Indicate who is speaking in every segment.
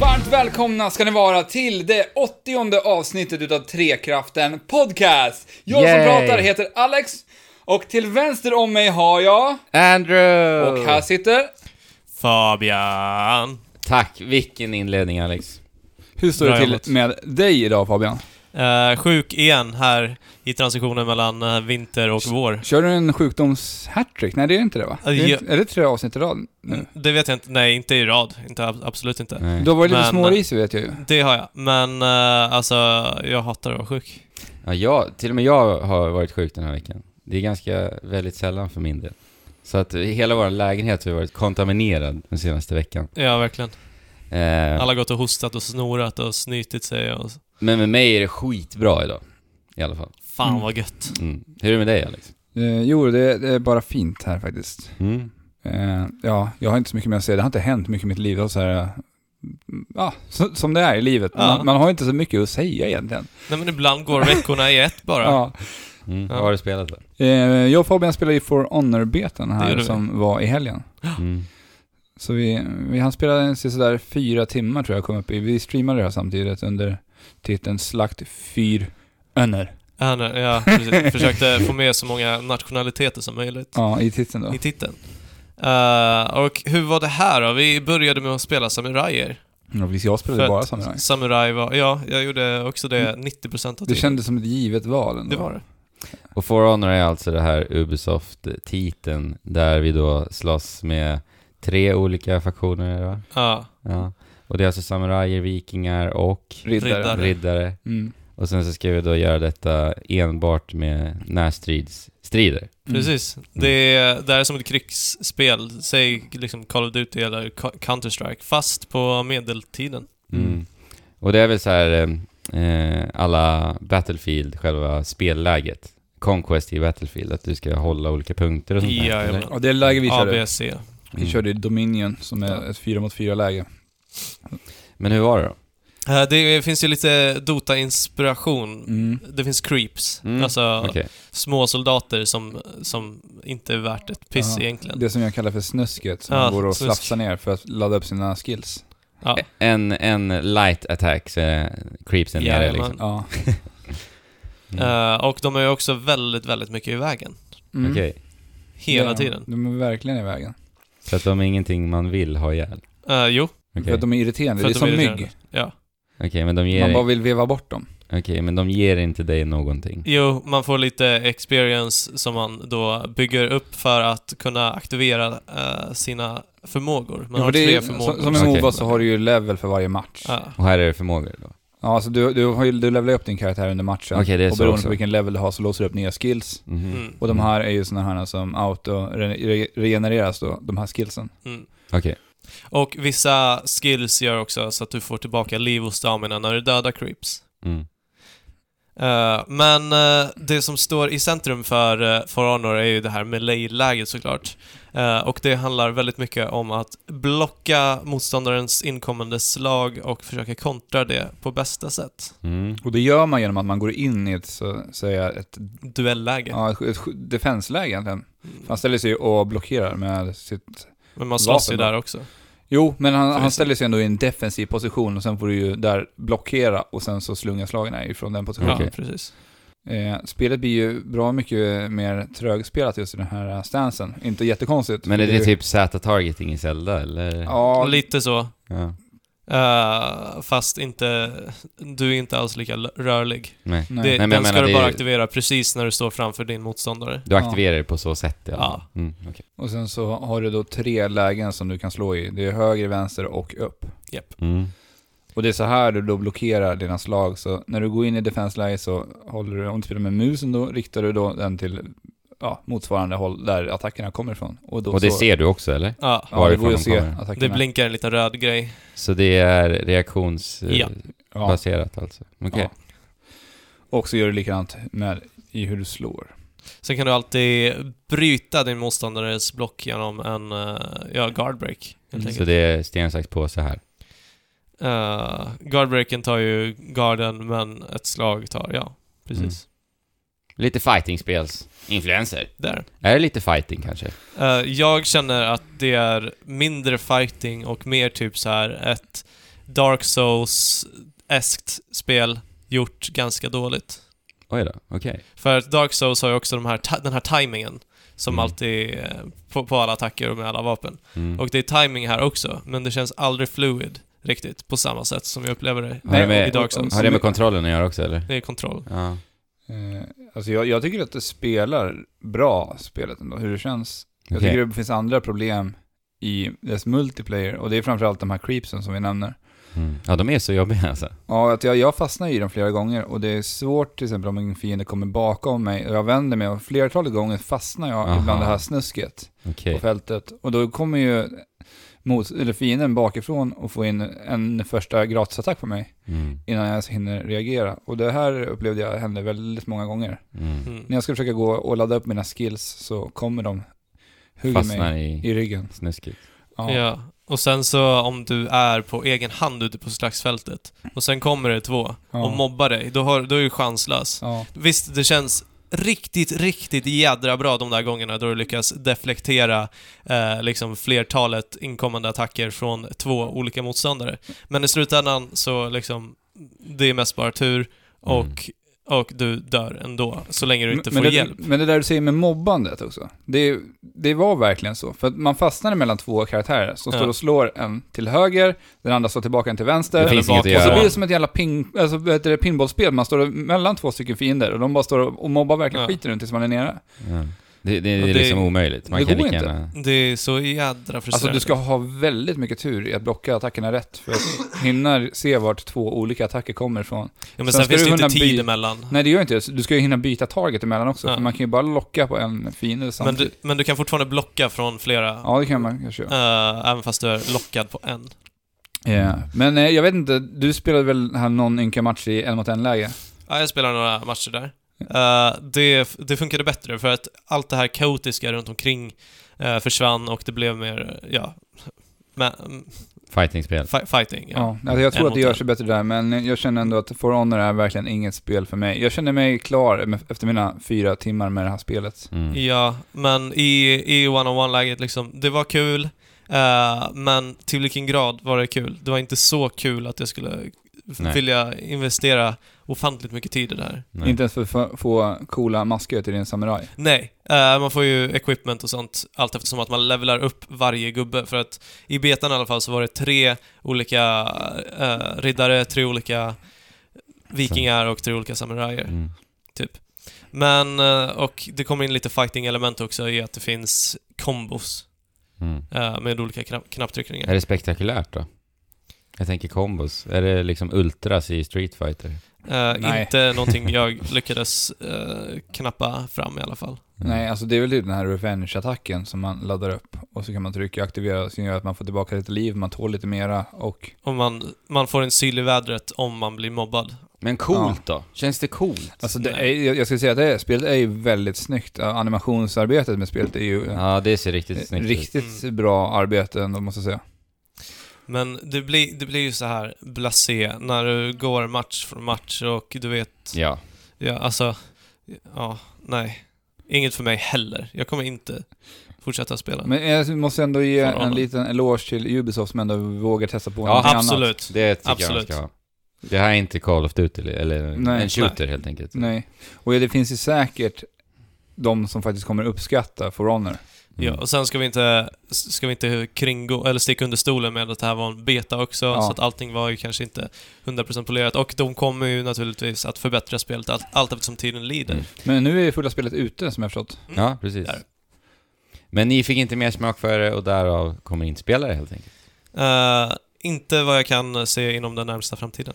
Speaker 1: Varmt välkomna ska ni vara till det åttionde avsnittet utav Trekraften Podcast. Jag som
Speaker 2: Yay.
Speaker 1: pratar heter Alex och till vänster om mig har jag
Speaker 2: Andrew!
Speaker 1: och här sitter...
Speaker 3: Fabian.
Speaker 2: Tack, vilken inledning Alex.
Speaker 1: Hur står
Speaker 3: Bra
Speaker 1: det till
Speaker 3: jobbat.
Speaker 1: med dig idag Fabian?
Speaker 3: Eh, sjuk igen här i transitionen mellan eh, vinter och vår.
Speaker 1: Kör du en sjukdoms-hattrick? Nej det är inte det va? Det är,
Speaker 3: Ja. Mm.
Speaker 1: inte, är det tre avsnitt i rad nu?
Speaker 3: Det vet jag inte. Nej, inte i rad. Inte, ab- absolut inte.
Speaker 2: Nej.
Speaker 1: Du har varit lite
Speaker 3: Men-
Speaker 1: smårisig vet jag ju.
Speaker 3: Det har jag. Men eh, alltså, jag hatar att vara sjuk.
Speaker 2: Ja, jag, till och med jag har varit sjuk den här veckan. Det är ganska väldigt sällan för min del. Så att hela vår lägenhet har varit kontaminerad den senaste veckan.
Speaker 3: Ja, verkligen.
Speaker 2: Eh,
Speaker 3: Alla har gått och hostat och snorat och snytit sig och...
Speaker 2: men med mig är det skitbra idag. I alla fall.
Speaker 3: Fan
Speaker 1: Mm.
Speaker 3: vad gött.
Speaker 2: Mm. Hur är det med dig Alex?
Speaker 1: Eh, jo, det, det är bara fint här faktiskt.
Speaker 2: Mm.
Speaker 1: Eh, ja, jag har inte så mycket mer att säga. Det har inte hänt mycket i mitt liv. Det var så här, eh, ja, så, som det är i livet. Man,
Speaker 3: Ja.
Speaker 1: man har inte så mycket att säga egentligen.
Speaker 3: Nej men ibland går veckorna i ett bara.
Speaker 1: Ja.
Speaker 2: Mm.
Speaker 3: Ja.
Speaker 2: Vad har du spelat då?
Speaker 1: Eh, jag och Fabian spelade ju For Honor-beten
Speaker 3: Det
Speaker 1: här
Speaker 3: gjorde vi.
Speaker 1: som var i helgen.
Speaker 2: Mm.
Speaker 1: Så vi, vi hann spela en sådär fyra timmar tror jag kom upp i. Vi streamade det här samtidigt under titeln Slakt Fyr Önner.
Speaker 3: Ja, nej, ja, precis. Försökte få med så många nationaliteter som möjligt
Speaker 1: Ja, i titeln då.
Speaker 3: i titeln. Eh, och hur var det här då? Vi började med att spela samurajer.
Speaker 1: Ja, visst, jag spelade
Speaker 3: För
Speaker 1: bara
Speaker 3: att
Speaker 1: samuraj.
Speaker 3: Samurai var, ja, jag gjorde också det 90% av tiden.
Speaker 1: Det kändes som ett givet val ändå.
Speaker 3: det var det.
Speaker 2: Och For Honor är alltså det här Ubisoft-titeln där vi då slåss med tre olika faktioner, va?
Speaker 3: Ja,
Speaker 2: Ja. Och det är alltså samurajer, vikingar och
Speaker 1: Riddare.
Speaker 3: Riddare.
Speaker 2: riddare.
Speaker 1: Mm.
Speaker 2: Och sen så ska vi då göra detta enbart med närstridsstrider.
Speaker 1: Mm.
Speaker 3: precis. Det, är, det här är som ett krigsspel. Säg liksom Call of Duty eller Ca- Counter-Strike, fast på medeltiden.
Speaker 2: Mm. Och det är väl så här eh, eh, alla Battlefield, själva spelläget. Conquest i Battlefield, att du ska hålla olika punkter och sånt där,
Speaker 3: Ja,
Speaker 2: eller?
Speaker 3: jajamän.
Speaker 1: Ja, det läge vi körde.
Speaker 3: ABC.
Speaker 1: Vi
Speaker 2: Mm.
Speaker 1: körde ju Dominion som är ett fyra mot fyra läge.
Speaker 2: Men hur var det då?
Speaker 3: Eh, Det finns ju lite Dota-inspiration.
Speaker 1: Mm.
Speaker 3: Det finns creeps,
Speaker 2: Mm,
Speaker 3: alltså
Speaker 2: Okej.
Speaker 3: små soldater som, som inte är värt ett piss
Speaker 1: Ja,
Speaker 3: egentligen.
Speaker 1: Det som jag kallar för snusket, som
Speaker 3: Ja,
Speaker 1: går och
Speaker 3: snusk.
Speaker 1: slafsar ner för att ladda upp sina skills.
Speaker 3: Ja.
Speaker 2: En, en light eh, attack så är creepsen nere
Speaker 3: Jajamän.
Speaker 2: liksom.
Speaker 1: Ja.
Speaker 2: Mm.
Speaker 3: Eh, och de är ju också väldigt, väldigt mycket i vägen.
Speaker 1: Mm.
Speaker 2: Okej.
Speaker 3: Hela
Speaker 1: Ja,
Speaker 3: tiden.
Speaker 1: De är verkligen i vägen.
Speaker 2: Så att de är ingenting man vill ha ihjäl.
Speaker 3: Eh, jo,
Speaker 2: Okej,
Speaker 1: För att de är irriterande.
Speaker 3: För
Speaker 1: det är
Speaker 3: att
Speaker 1: som
Speaker 3: de är
Speaker 1: mygg.
Speaker 3: irriterande. ja.
Speaker 2: Okej, men de
Speaker 1: Man
Speaker 2: ger...
Speaker 1: bara vill veva bort dem.
Speaker 2: Okej, men de ger inte dig någonting.
Speaker 3: Jo, man får lite experience som man då bygger upp för att kunna aktivera eh, sina förmågor. Man
Speaker 1: Ja, för
Speaker 3: har
Speaker 1: det är
Speaker 3: tre
Speaker 1: ju-
Speaker 3: förmågor.
Speaker 1: som, som en
Speaker 2: Okej.
Speaker 1: Moba så har du ju level för varje match. Ja.
Speaker 3: Ja.
Speaker 2: Och här är det förmågor då?
Speaker 1: alltså du, du, har ju, du levlar upp din karaktär under matchen.
Speaker 2: Okej, det är
Speaker 1: och
Speaker 2: så
Speaker 1: beroende
Speaker 2: också.
Speaker 1: på vilken level du har så låser du upp nya skills.
Speaker 2: Mhm.
Speaker 3: Mm.
Speaker 1: Och de här är ju sådana här som auto-regenereras då, de här skillsen.
Speaker 3: Mm.
Speaker 2: Okej.
Speaker 3: Och vissa skills gör också så att du får tillbaka liv och stamina när du dödar creeps.
Speaker 2: Mm.
Speaker 3: Eh, men eh, det som står i centrum för uh, For Honor är ju det här melee-läget såklart. Eh, och det handlar väldigt mycket om att blocka motståndarens inkommande slag och försöka kontra det på bästa sätt.
Speaker 2: Mm.
Speaker 1: Och det gör man genom att man går in i ett, så att säga, ett,
Speaker 3: Duelläge.
Speaker 1: ja, ett, ett defensläge egentligen.
Speaker 3: Mm.
Speaker 1: Han ställer sig och blockerar med sitt...
Speaker 3: Men man slåss ju
Speaker 1: vapen då.
Speaker 3: där också.
Speaker 1: Jo, men han,
Speaker 3: Så
Speaker 1: han
Speaker 3: det-
Speaker 1: ställer sig ändå i en defensiv position och sen får du ju där blockera och sen så slunga slagen här ifrån den positionen.
Speaker 2: Okej.
Speaker 3: Ja, precis.
Speaker 1: Eh, spelet blir ju bra mycket mer trögspelat just i den här eh, stansen. Inte jättekonstigt.
Speaker 2: Men är
Speaker 1: ju-
Speaker 2: det typ Z-targeting i Zelda eller?
Speaker 1: Ja,
Speaker 3: Lite så.
Speaker 2: Ja.
Speaker 3: Eh, fast inte... Du är inte alls lika l- rörlig.
Speaker 2: Nej.
Speaker 1: nej.
Speaker 3: Det,
Speaker 2: men jag
Speaker 3: den ska
Speaker 2: menar,
Speaker 3: du
Speaker 2: det är
Speaker 3: bara
Speaker 2: ju-
Speaker 3: aktivera precis när du står framför din motståndare.
Speaker 2: Du aktiverar det på så sätt i alla
Speaker 3: Ja.
Speaker 2: fall. Mm, okej.
Speaker 1: Och sen så har du då tre lägen som du kan slå i. Det är höger, vänster och upp.
Speaker 2: Mm.
Speaker 1: Och det är så här du då blockerar dina slag. Så när du går in i defensläge så håller du, om du spelar med musen då, riktar du då den till ja, motsvarande håll där attackerna kommer ifrån. Och, då
Speaker 2: Och det
Speaker 1: så,
Speaker 2: ser du också eller?
Speaker 3: Ja.
Speaker 1: Ja, det
Speaker 2: varifrån
Speaker 1: går ju att
Speaker 2: de
Speaker 1: se
Speaker 2: kommer.
Speaker 1: attackerna.
Speaker 3: Det blinkar en liten röd grej.
Speaker 2: Så det är reaktionsbaserat
Speaker 3: Ja.
Speaker 1: Ja.
Speaker 2: alltså?
Speaker 1: Ja.
Speaker 2: Okej.
Speaker 1: Och så gör du likadant med, i hur du slår.
Speaker 3: Sen kan du alltid bryta din motståndares block genom en eh, ja, guard break. Helt
Speaker 1: Mm.
Speaker 3: enkelt.
Speaker 2: Så det är sten, sax, påse här?
Speaker 3: Eh, guard breaken tar ju garden, men ett slag tar, ja, precis.
Speaker 2: Mm. Lite fightingspels-influenser?
Speaker 3: Där.
Speaker 2: Är det lite fighting kanske?
Speaker 3: Eh, jag känner att det är mindre fighting och mer typ så här ett Dark Souls-eskt spel gjort ganska dåligt.
Speaker 2: Oj då, okej.
Speaker 3: För att Dark Souls har ju också de här, ta- den här timingen som
Speaker 2: Mm.
Speaker 3: alltid eh, på, på alla attacker och med alla vapen.
Speaker 2: Mm.
Speaker 3: Och det är timing här också, men det känns aldrig fluid riktigt på samma sätt som jag upplever det
Speaker 2: Har det med-
Speaker 3: i Dark Souls.
Speaker 2: Har det med kontrollen att göra också eller?
Speaker 3: Det är kontroll.
Speaker 2: Ja.
Speaker 1: Eh, alltså jag, jag tycker att det spelar bra, spelet ändå, hur det känns. Jag
Speaker 2: Okej.
Speaker 1: tycker det finns andra problem i dess multiplayer, och det är framförallt de här creepsen som vi nämner.
Speaker 2: Mm. ja, de är så jobbiga alltså.
Speaker 1: Ja, att jag, jag fastnar ju i dem flera gånger och det är svårt till exempel om en fiende kommer bakom mig och jag vänder mig och flertalet gånger fastnar jag
Speaker 2: Aha.
Speaker 1: bland det här snusket
Speaker 2: Okej.
Speaker 1: på fältet. Och då kommer ju mot, eller fienden bakifrån och få in en första gratisattack på mig
Speaker 2: Mm.
Speaker 1: innan jag ens hinner reagera. Och det här upplevde jag hände väldigt många gånger.
Speaker 2: Mm.
Speaker 3: Mm.
Speaker 1: När jag ska försöka gå och ladda upp mina skills så kommer de hugger
Speaker 2: Fastnar
Speaker 1: mig
Speaker 2: i
Speaker 1: i ryggen.
Speaker 2: snusket.
Speaker 1: Ja.
Speaker 3: Ja. Och sen så om du är på egen hand ute på slagsfältet och sen kommer det två
Speaker 1: Ja.
Speaker 3: och mobbar dig, då, har, då är du chanslös.
Speaker 1: Ja.
Speaker 3: Visst, det känns riktigt, riktigt jädra bra de där gångerna då du lyckas deflektera eh, liksom flertalet inkommande attacker från två olika motståndare. Men i slutändan så liksom, det är mest bara tur och, och du dör ändå, så länge du inte
Speaker 1: Mm. men
Speaker 3: får
Speaker 1: det,
Speaker 3: hjälp.
Speaker 1: Men det där du säger med mobbandet också. Det, det var verkligen så. För att man fastnade mellan två karaktärer som
Speaker 3: Ja.
Speaker 1: står och slår en till höger, den andra slår tillbaka en till vänster.
Speaker 2: Det finns
Speaker 3: Eller
Speaker 2: inget
Speaker 1: och
Speaker 2: att
Speaker 3: bak-
Speaker 1: så blir
Speaker 2: göra.
Speaker 1: det som ett jävla ping, alltså, vad heter det, pinbollspel, man står mellan två stycken fiender och de bara står och mobbar verkligen
Speaker 3: Ja.
Speaker 1: skiten ut tills man är nere.
Speaker 2: Ja. Det, det,
Speaker 3: Och
Speaker 2: det är
Speaker 3: det-
Speaker 2: liksom omöjligt. Man
Speaker 1: det
Speaker 2: kan
Speaker 1: går
Speaker 2: lika
Speaker 1: inte.
Speaker 2: gärna...
Speaker 3: Det är så jädra frustrerande.
Speaker 1: Alltså du ska ha väldigt mycket tur i att blocka attackerna rätt för att hinna se vart två olika attacker kommer ifrån.
Speaker 3: ja,
Speaker 1: sen
Speaker 3: men sen,
Speaker 1: ska
Speaker 3: finns
Speaker 1: du
Speaker 3: det ju inte
Speaker 1: hinna
Speaker 3: tid
Speaker 1: by-
Speaker 3: emellan.
Speaker 1: Nej det gör inte det, du ska ju hinna byta target emellan också,
Speaker 3: Ja.
Speaker 1: för man kan ju bara locka på en fiende
Speaker 3: Men
Speaker 1: samtidigt.
Speaker 3: du, men du kan fortfarande blocka från flera,
Speaker 1: Ja det kan man kanske göra.
Speaker 3: eh, även fast du är lockad på en.
Speaker 1: Ja, Men eh, jag vet inte, du spelade väl här någon ynka match i en mot en-läge?
Speaker 3: Ja, jag spelade några matcher där. Eh, det, det funkade bättre för att allt det här kaotiska runt omkring eh, försvann och det blev mer, ja, ma- mm,
Speaker 2: Fighting-spel.
Speaker 3: fi- fighting. Ja.
Speaker 1: Ja. alltså jag tror
Speaker 3: En
Speaker 1: att det
Speaker 3: mot
Speaker 1: gör
Speaker 3: en.
Speaker 1: sig bättre där, men jag känner ändå att For Honor är verkligen inget spel för mig. Jag känner mig klar med- efter mina fyra timmar med det här spelet.
Speaker 2: Mm.
Speaker 3: ja, men i, i one-on-one-läget liksom, det var kul, eh, men till vilken grad var det kul? Det var inte så kul att jag skulle
Speaker 2: Nej.
Speaker 3: vilja investera ofantligt mycket tid i det här.
Speaker 2: Nej.
Speaker 1: Inte ens för att få- få coola masker till din samuraj.
Speaker 3: Nej, eh, man får ju equipment och sånt allt eftersom att man levelar upp varje gubbe för att i betan i alla fall så var det tre olika eh, riddare, tre olika vikingar och tre olika samurajer.
Speaker 2: Mm.
Speaker 3: Men, eh, och det kommer in lite fighting-element också i att det finns kombos
Speaker 2: Mm.
Speaker 3: eh, med olika knapp-
Speaker 2: Är
Speaker 3: knapptryckningar.
Speaker 2: det spektakulärt då? Jag tänker kombos. Är det liksom ultras i Street Fighter? Mm.
Speaker 3: Eh,
Speaker 1: Nej.
Speaker 3: inte någonting jag lyckades eh, knappa fram i alla fall.
Speaker 2: Mm.
Speaker 1: Nej, alltså det är väl typ den här revenge-attacken som man laddar upp och så kan man trycka och aktivera som gör att man får tillbaka lite liv, man tål lite mera och...
Speaker 3: Och man, man får en syl i vädret om man blir mobbad.
Speaker 2: Men coolt då? Känns det coolt?
Speaker 1: Alltså det är, jag jag skulle säga att det är, spelet är ju väldigt snyggt. Animationsarbetet med spelet är ju...
Speaker 2: Ja, det ser riktigt snyggt Mm. ut.
Speaker 1: Eh, Riktigt bra arbete ändå måste jag säga.
Speaker 3: Men det blir, det blir ju så här blasé när du går match från match och du vet,
Speaker 2: Ja.
Speaker 3: ja alltså, ja, nej. Inget för mig heller. Jag kommer inte fortsätta spela.
Speaker 1: Men jag måste ändå ge
Speaker 3: Fan,
Speaker 1: en
Speaker 3: Adam.
Speaker 1: liten eloge till Ubisoft som ändå vågar testa på
Speaker 2: Ja,
Speaker 1: någonting annat.
Speaker 3: Absolut.
Speaker 2: Det tycker jag man
Speaker 3: Absolut.
Speaker 2: ska ha. Det här är inte Call of Duty, eller
Speaker 1: Nej.
Speaker 2: en shooter helt enkelt.
Speaker 1: Nej, och det finns ju säkert de som faktiskt kommer uppskatta For Honor.
Speaker 2: Mm.
Speaker 3: Ja, och sen ska vi inte, ska vi inte kringgå, eller sticka under stolen med att det här var en beta också,
Speaker 1: Ja.
Speaker 3: så att allting var ju kanske inte 100% polerat. Och de kommer ju naturligtvis att förbättra spelet allt, allt eftersom tiden lider.
Speaker 2: Mm.
Speaker 1: Men nu är ju fulla spelet ute som jag förstått.
Speaker 2: Ja, precis.
Speaker 3: Där.
Speaker 2: Men ni fick inte mer smak för det och därav kommer ni inte spela det helt enkelt.
Speaker 3: Eh, inte vad jag kan se inom den närmsta framtiden.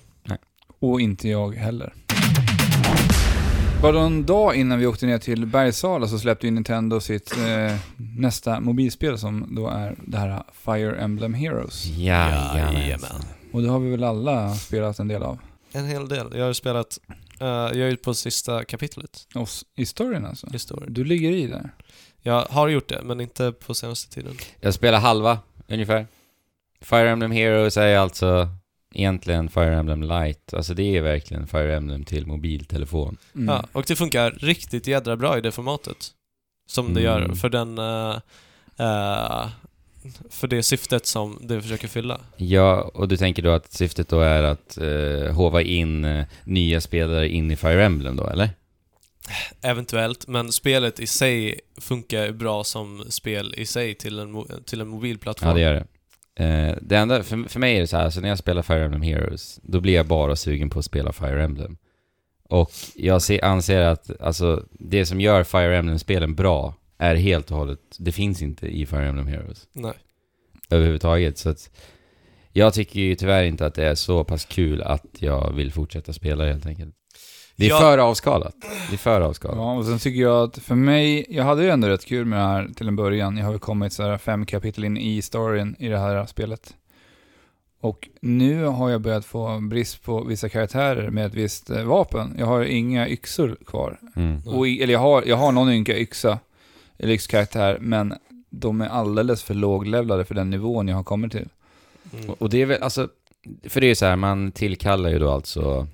Speaker 1: Och inte jag heller. Bara en dag innan vi åkte ner till Bergsala så släppte ju Nintendo sitt eh, nästa mobilspel som då är det här Fire Emblem Heroes.
Speaker 2: Jajamensan.
Speaker 1: Och det har vi väl alla spelat en del av?
Speaker 3: En hel del. Jag har spelat... eh, jag är ju på sista kapitlet
Speaker 1: Oss i storyn alltså?
Speaker 3: just nu.
Speaker 1: Du ligger i där?
Speaker 3: Jag har gjort det, men inte på senaste tiden.
Speaker 2: Jag spelar halva, ungefär. Fire Emblem Heroes är alltså egentligen Fire Emblem Light. Alltså det är verkligen Fire Emblem till mobiltelefon.
Speaker 1: Mm.
Speaker 3: Ja, och det funkar riktigt jädra bra i det formatet. Som det gör
Speaker 2: Mm.
Speaker 3: för den... eh, eh, för det syftet som det försöker fylla.
Speaker 2: Ja, och du tänker då att syftet då är att eh, hova in eh, nya spelare in i Fire Emblem då, eller?
Speaker 3: Eventuellt, men spelet i sig funkar ju bra som spel i sig till en, mo- till en mobilplattform.
Speaker 2: Ja, det gör det. Eh, det enda, för, för mig är det så här, så när jag spelar Fire Emblem Heroes, då blir jag bara sugen på att spela Fire Emblem. Och jag se, anser att alltså, det som gör Fire Emblem-spelen bra är helt och hållet, det finns inte i Fire Emblem Heroes
Speaker 3: Nej.
Speaker 2: överhuvudtaget. Så att, jag tycker ju tyvärr inte att det är så pass kul att jag vill fortsätta spela helt enkelt. Det är
Speaker 3: Jag-
Speaker 2: för avskalat. Det är för avskalat.
Speaker 1: Ja, och sen tycker jag att för mig, jag hade ju ändå rätt kul med det här till en början. Jag har väl kommit så här fem kapitel in i storyn i det här spelet. Och nu har jag börjat få brist på vissa karaktärer med ett visst eh, vapen. Jag har ju inga yxor kvar.
Speaker 2: Mm.
Speaker 3: Nej.
Speaker 1: Och, i- eller jag har, jag har någon ynka yxa, eller yxkaraktär, men de är alldeles för låglevlade för den nivån jag har kommit till.
Speaker 3: Mm.
Speaker 2: Och, och det är väl, alltså, för det är ju så här, man tillkallar ju då alltså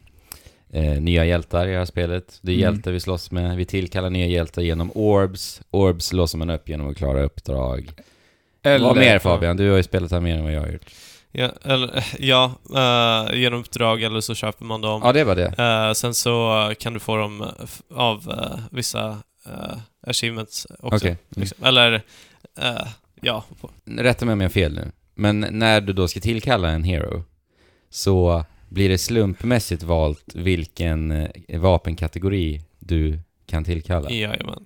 Speaker 2: eh, nya hjältar i det här spelet. Det är
Speaker 1: Mm.
Speaker 2: hjältar vi slåss med. Vi tillkallar nya hjältar genom orbs. Orbs låser man upp genom att klara uppdrag.
Speaker 1: Eller,
Speaker 2: Vad mer Fabian? Du har ju spelat här mer än vad jag har gjort.
Speaker 3: Ja, eller, eh, ja eh, genom uppdrag eller så köper man dem.
Speaker 2: Ja, det var det.
Speaker 3: Eh, sen så eh, kan du få dem eh, f- av eh, vissa eh, achievements också.
Speaker 2: Okej. Mm.
Speaker 3: Liksom. Eller, eh, ja.
Speaker 2: Rätta mig om jag har fel nu. Men när du då ska tillkalla en hero så blir det slumpmässigt valt vilken eh, vapenkategori du kan tillkalla.
Speaker 3: Jajamän.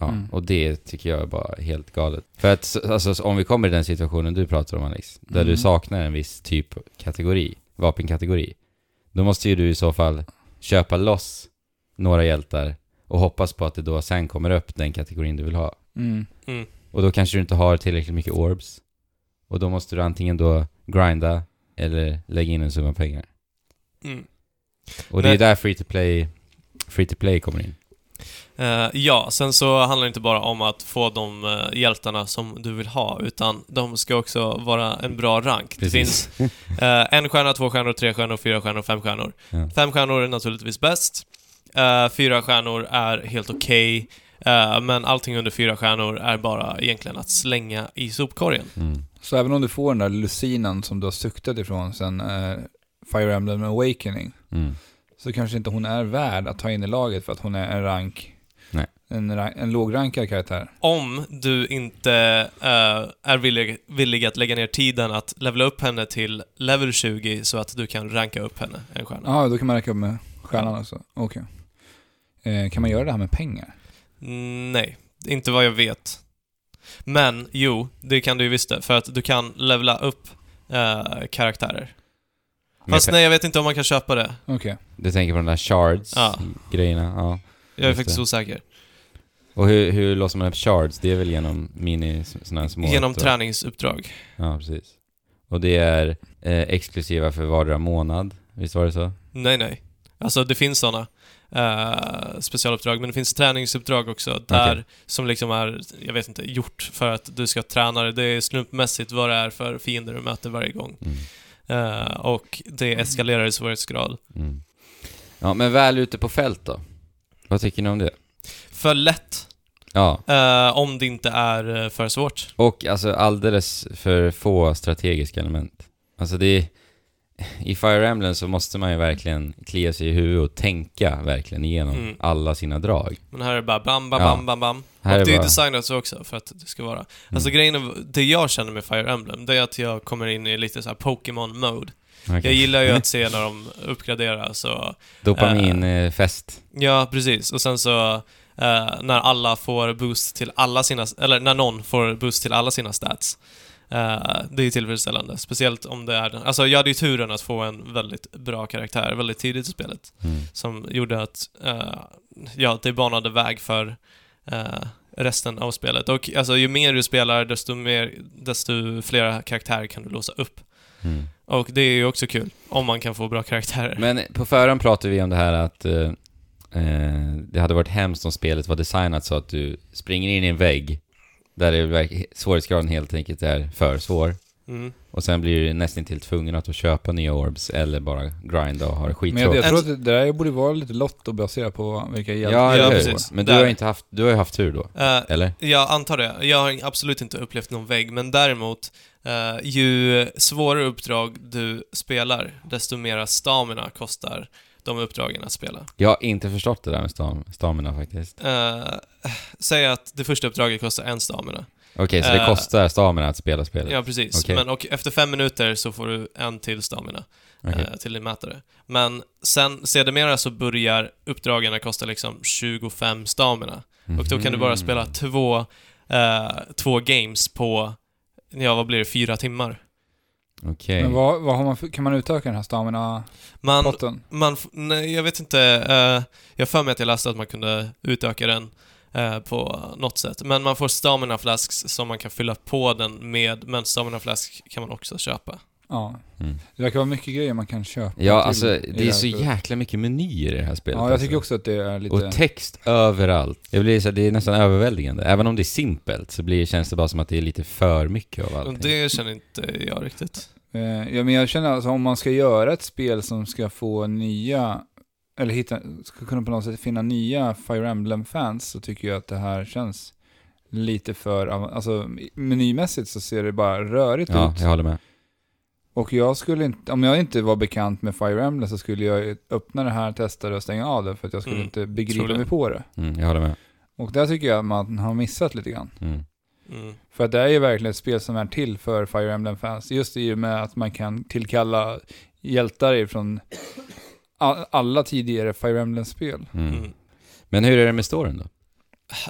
Speaker 2: Ja,
Speaker 1: Mm.
Speaker 2: och det tycker jag är bara helt galet. För att så- alltså, så om vi kommer i den situationen du pratar om Alex, där
Speaker 1: Mm.
Speaker 2: du saknar en viss typ kategori, vapenkategori, då måste ju du i så fall köpa loss några hjältar och hoppas på att det då sen kommer upp den kategorin du vill ha.
Speaker 1: Mm.
Speaker 3: Mm.
Speaker 2: Och då kanske du inte har tillräckligt mycket orbs. Och då måste du antingen då grinda eller lägga in en summa pengar.
Speaker 3: Mm.
Speaker 2: Och det är
Speaker 3: Nej.
Speaker 2: där free to play, free to play kommer in.
Speaker 3: Eh, ja, sen så handlar det inte bara om att få de eh, hjältarna som du vill ha, utan de ska också vara en bra rank. Det finns
Speaker 2: Precis.
Speaker 3: Eh, en stjärna, två stjärnor, tre stjärnor, fyra stjärnor, fem stjärnor.
Speaker 2: Ja.
Speaker 3: Fem stjärnor är naturligtvis bäst. Eh, fyra stjärnor är helt okej. Eh, men allting under fyra stjärnor är bara egentligen att slänga i sopkorgen.
Speaker 2: Mm.
Speaker 1: Så även om du får den där lucinen som du har suktat ifrån sen eh, Fire Emblem Awakening,
Speaker 2: Mm.
Speaker 1: så kanske inte hon är värd att ta in i laget för att hon är en rank...
Speaker 2: Nej.
Speaker 1: En, ra- en lågrankad karaktär.
Speaker 3: Om du inte eh, är villig, villig att lägga ner tiden att levela upp henne till level 20 så att du kan ranka upp henne en stjärna.
Speaker 1: Ja, då kan man räcka upp med stjärnan också. Okej. Eh, kan man göra det här med pengar?
Speaker 3: Mm, Nej, inte vad jag vet. Men jo, det kan du ju visst det, för att du kan levela upp eh, karaktärer. Fast
Speaker 2: Men-
Speaker 3: nej, jag vet inte om man kan köpa det.
Speaker 1: Okej.
Speaker 2: Du tänker på de där
Speaker 3: Ja.
Speaker 2: shards-grejerna? Ja.
Speaker 3: Jag är
Speaker 2: Just
Speaker 3: faktiskt
Speaker 2: det.
Speaker 3: osäker.
Speaker 2: Och hur, hur låser man upp shards? Det är väl genom mini, sådana här små...
Speaker 3: Genom
Speaker 2: uppdrag.
Speaker 3: träningsuppdrag.
Speaker 2: Ja, precis. Och det är eh, exklusiva för vardera månad, visst var det så?
Speaker 3: Nej, nej. Alltså det finns sådana eh, specialuppdrag, men det finns träningsuppdrag också där
Speaker 2: Okej.
Speaker 3: som liksom är, jag vet inte, gjort för att du ska träna det. Det är slumpmässigt vad det är för fiender du möter varje gång.
Speaker 2: Mm.
Speaker 3: Eh, och det eskalerar i svårighetsgrad.
Speaker 2: Mm. Ja, men väl ute på fält då? Vad tycker ni om det?
Speaker 3: För lätt,
Speaker 2: Ja,
Speaker 3: eh, om det inte är eh, för svårt.
Speaker 2: och alltså alldeles för få strategiska element. Alltså det är, I Fire Emblem så måste man ju verkligen klia sig i huvudet och tänka verkligen igenom
Speaker 3: Mm.
Speaker 2: alla sina drag.
Speaker 3: Men här är det bara bam, bam,
Speaker 2: Ja.
Speaker 3: bam, bam, bam.
Speaker 2: Här
Speaker 3: och
Speaker 2: är
Speaker 3: det
Speaker 2: bara-
Speaker 3: är
Speaker 2: Mm.
Speaker 3: designat så också för att det ska vara... Alltså grejen, är, det jag känner med Fire Emblem, det är att jag kommer in i lite så här Pokémon-mode.
Speaker 2: Okej.
Speaker 3: Jag gillar
Speaker 2: Mm.
Speaker 3: ju att se när de uppgraderar, så...
Speaker 2: Dopaminfest.
Speaker 3: Ja, precis. Och sen så eh, när alla får boost till alla sina... Eller när någon får boost till alla sina stats. Eh, det är tillfredsställande. Speciellt om det är den... Alltså jag hade ju turen att få en väldigt bra karaktär väldigt tidigt i spelet.
Speaker 2: Mm.
Speaker 3: Som gjorde att... eh, ja, det banade väg för eh, resten av spelet. Och alltså ju mer du spelar, desto, mer, desto flera karaktärer kan du låsa upp.
Speaker 2: Mm.
Speaker 3: Och det är ju också kul, om man kan få bra karaktärer.
Speaker 2: Men på förhand pratade vi om det här att eh, eh, det hade varit hemskt om spelet var designat så att du springer in i en vägg där det verk- svårighetsgraden helt enkelt är för svår
Speaker 3: Mm.
Speaker 2: Och sen blir du nästan till tvungen att köpa nya orbs eller bara grinda och ha det
Speaker 1: Men jag, jag
Speaker 2: skittråkigt.
Speaker 1: tror att det där borde vara lite lotto baserat på vilka hjältar
Speaker 2: Ja,
Speaker 1: du
Speaker 2: eller
Speaker 1: får.
Speaker 2: hur?
Speaker 3: precis.
Speaker 2: Men du
Speaker 3: Där.
Speaker 2: har, inte haft, du har ju haft tur då,
Speaker 3: Eh,
Speaker 2: eller?
Speaker 3: Jag antar det. Jag har absolut inte upplevt någon vägg, men däremot eh, ju svårare uppdrag du spelar, desto mera stamina kostar de uppdragen att spela.
Speaker 2: Jag har inte förstått det där med stam, stamina faktiskt.
Speaker 3: Eh, säg att det första uppdraget kostar en stamina.
Speaker 2: Okej, så det
Speaker 3: Eh,
Speaker 2: kostar stamina att spela spelet?
Speaker 3: Ja, precis.
Speaker 2: Okej.
Speaker 3: Men, och efter fem minuter så får du en till stamina
Speaker 2: Okej.
Speaker 3: eh, till din mätare. Men sen sedermera så börjar uppdragen att kosta liksom 25 stamina. Eh, Och då kan du bara
Speaker 2: Mhm.
Speaker 3: spela två, eh, två games på, ja vad blir det, fyra timmar.
Speaker 2: Mm, Okej.
Speaker 1: Men vad, vad har man för, kan man utöka den här stamina-potten?
Speaker 3: Man, man, f- nej, jag vet inte, eh, jag har för mig att jag läste att man kunde utöka den eh, på något sätt. Men man får stamina flasks som man kan fylla på den med, men stamina flask kan man också köpa.
Speaker 1: Ja.
Speaker 2: Mm.
Speaker 1: Det verkar vara mycket grejer man kan köpa.
Speaker 2: Ja,
Speaker 1: till
Speaker 2: alltså
Speaker 1: i det
Speaker 2: det är
Speaker 1: här
Speaker 2: så
Speaker 1: spelet.
Speaker 2: jäkla mycket menyer i det här spelet.
Speaker 1: Ja, jag tycker också
Speaker 2: alltså.
Speaker 1: att det är lite...
Speaker 2: Och text överallt. Jag blir så här, det är nästan överväldigande. Även om det är simpelt så blir, känns det bara som att det är lite för mycket av
Speaker 3: Och
Speaker 2: allting.
Speaker 3: det känner inte jag riktigt.
Speaker 1: Eh, ja, men jag känner alltså om man ska göra ett spel som ska få nya, eller hitta, ska kunna på något sätt finna nya Fire Emblem-fans så tycker jag att det här känns lite för, av- alltså menymässigt så ser det bara rörigt
Speaker 2: Ja,
Speaker 1: ut.
Speaker 2: jag håller med.
Speaker 1: Och jag skulle inte, om jag inte var bekant med Fire Emblem så skulle jag öppna det här, testa det och stänga av det för att jag skulle
Speaker 3: Mm,
Speaker 1: inte begripa
Speaker 3: tror det.
Speaker 1: mig på det.
Speaker 2: Mm, jag håller med.
Speaker 1: Och där tycker jag att man har missat lite grann.
Speaker 2: Mm.
Speaker 3: Mm.
Speaker 1: För att det är ju verkligen ett spel som är till för Fire Emblem-fans. Just i och med att man kan tillkalla hjältar från alla tidigare Fire Emblem-spel.
Speaker 2: Mm.
Speaker 3: Mm.
Speaker 2: Men hur är det med storyn då?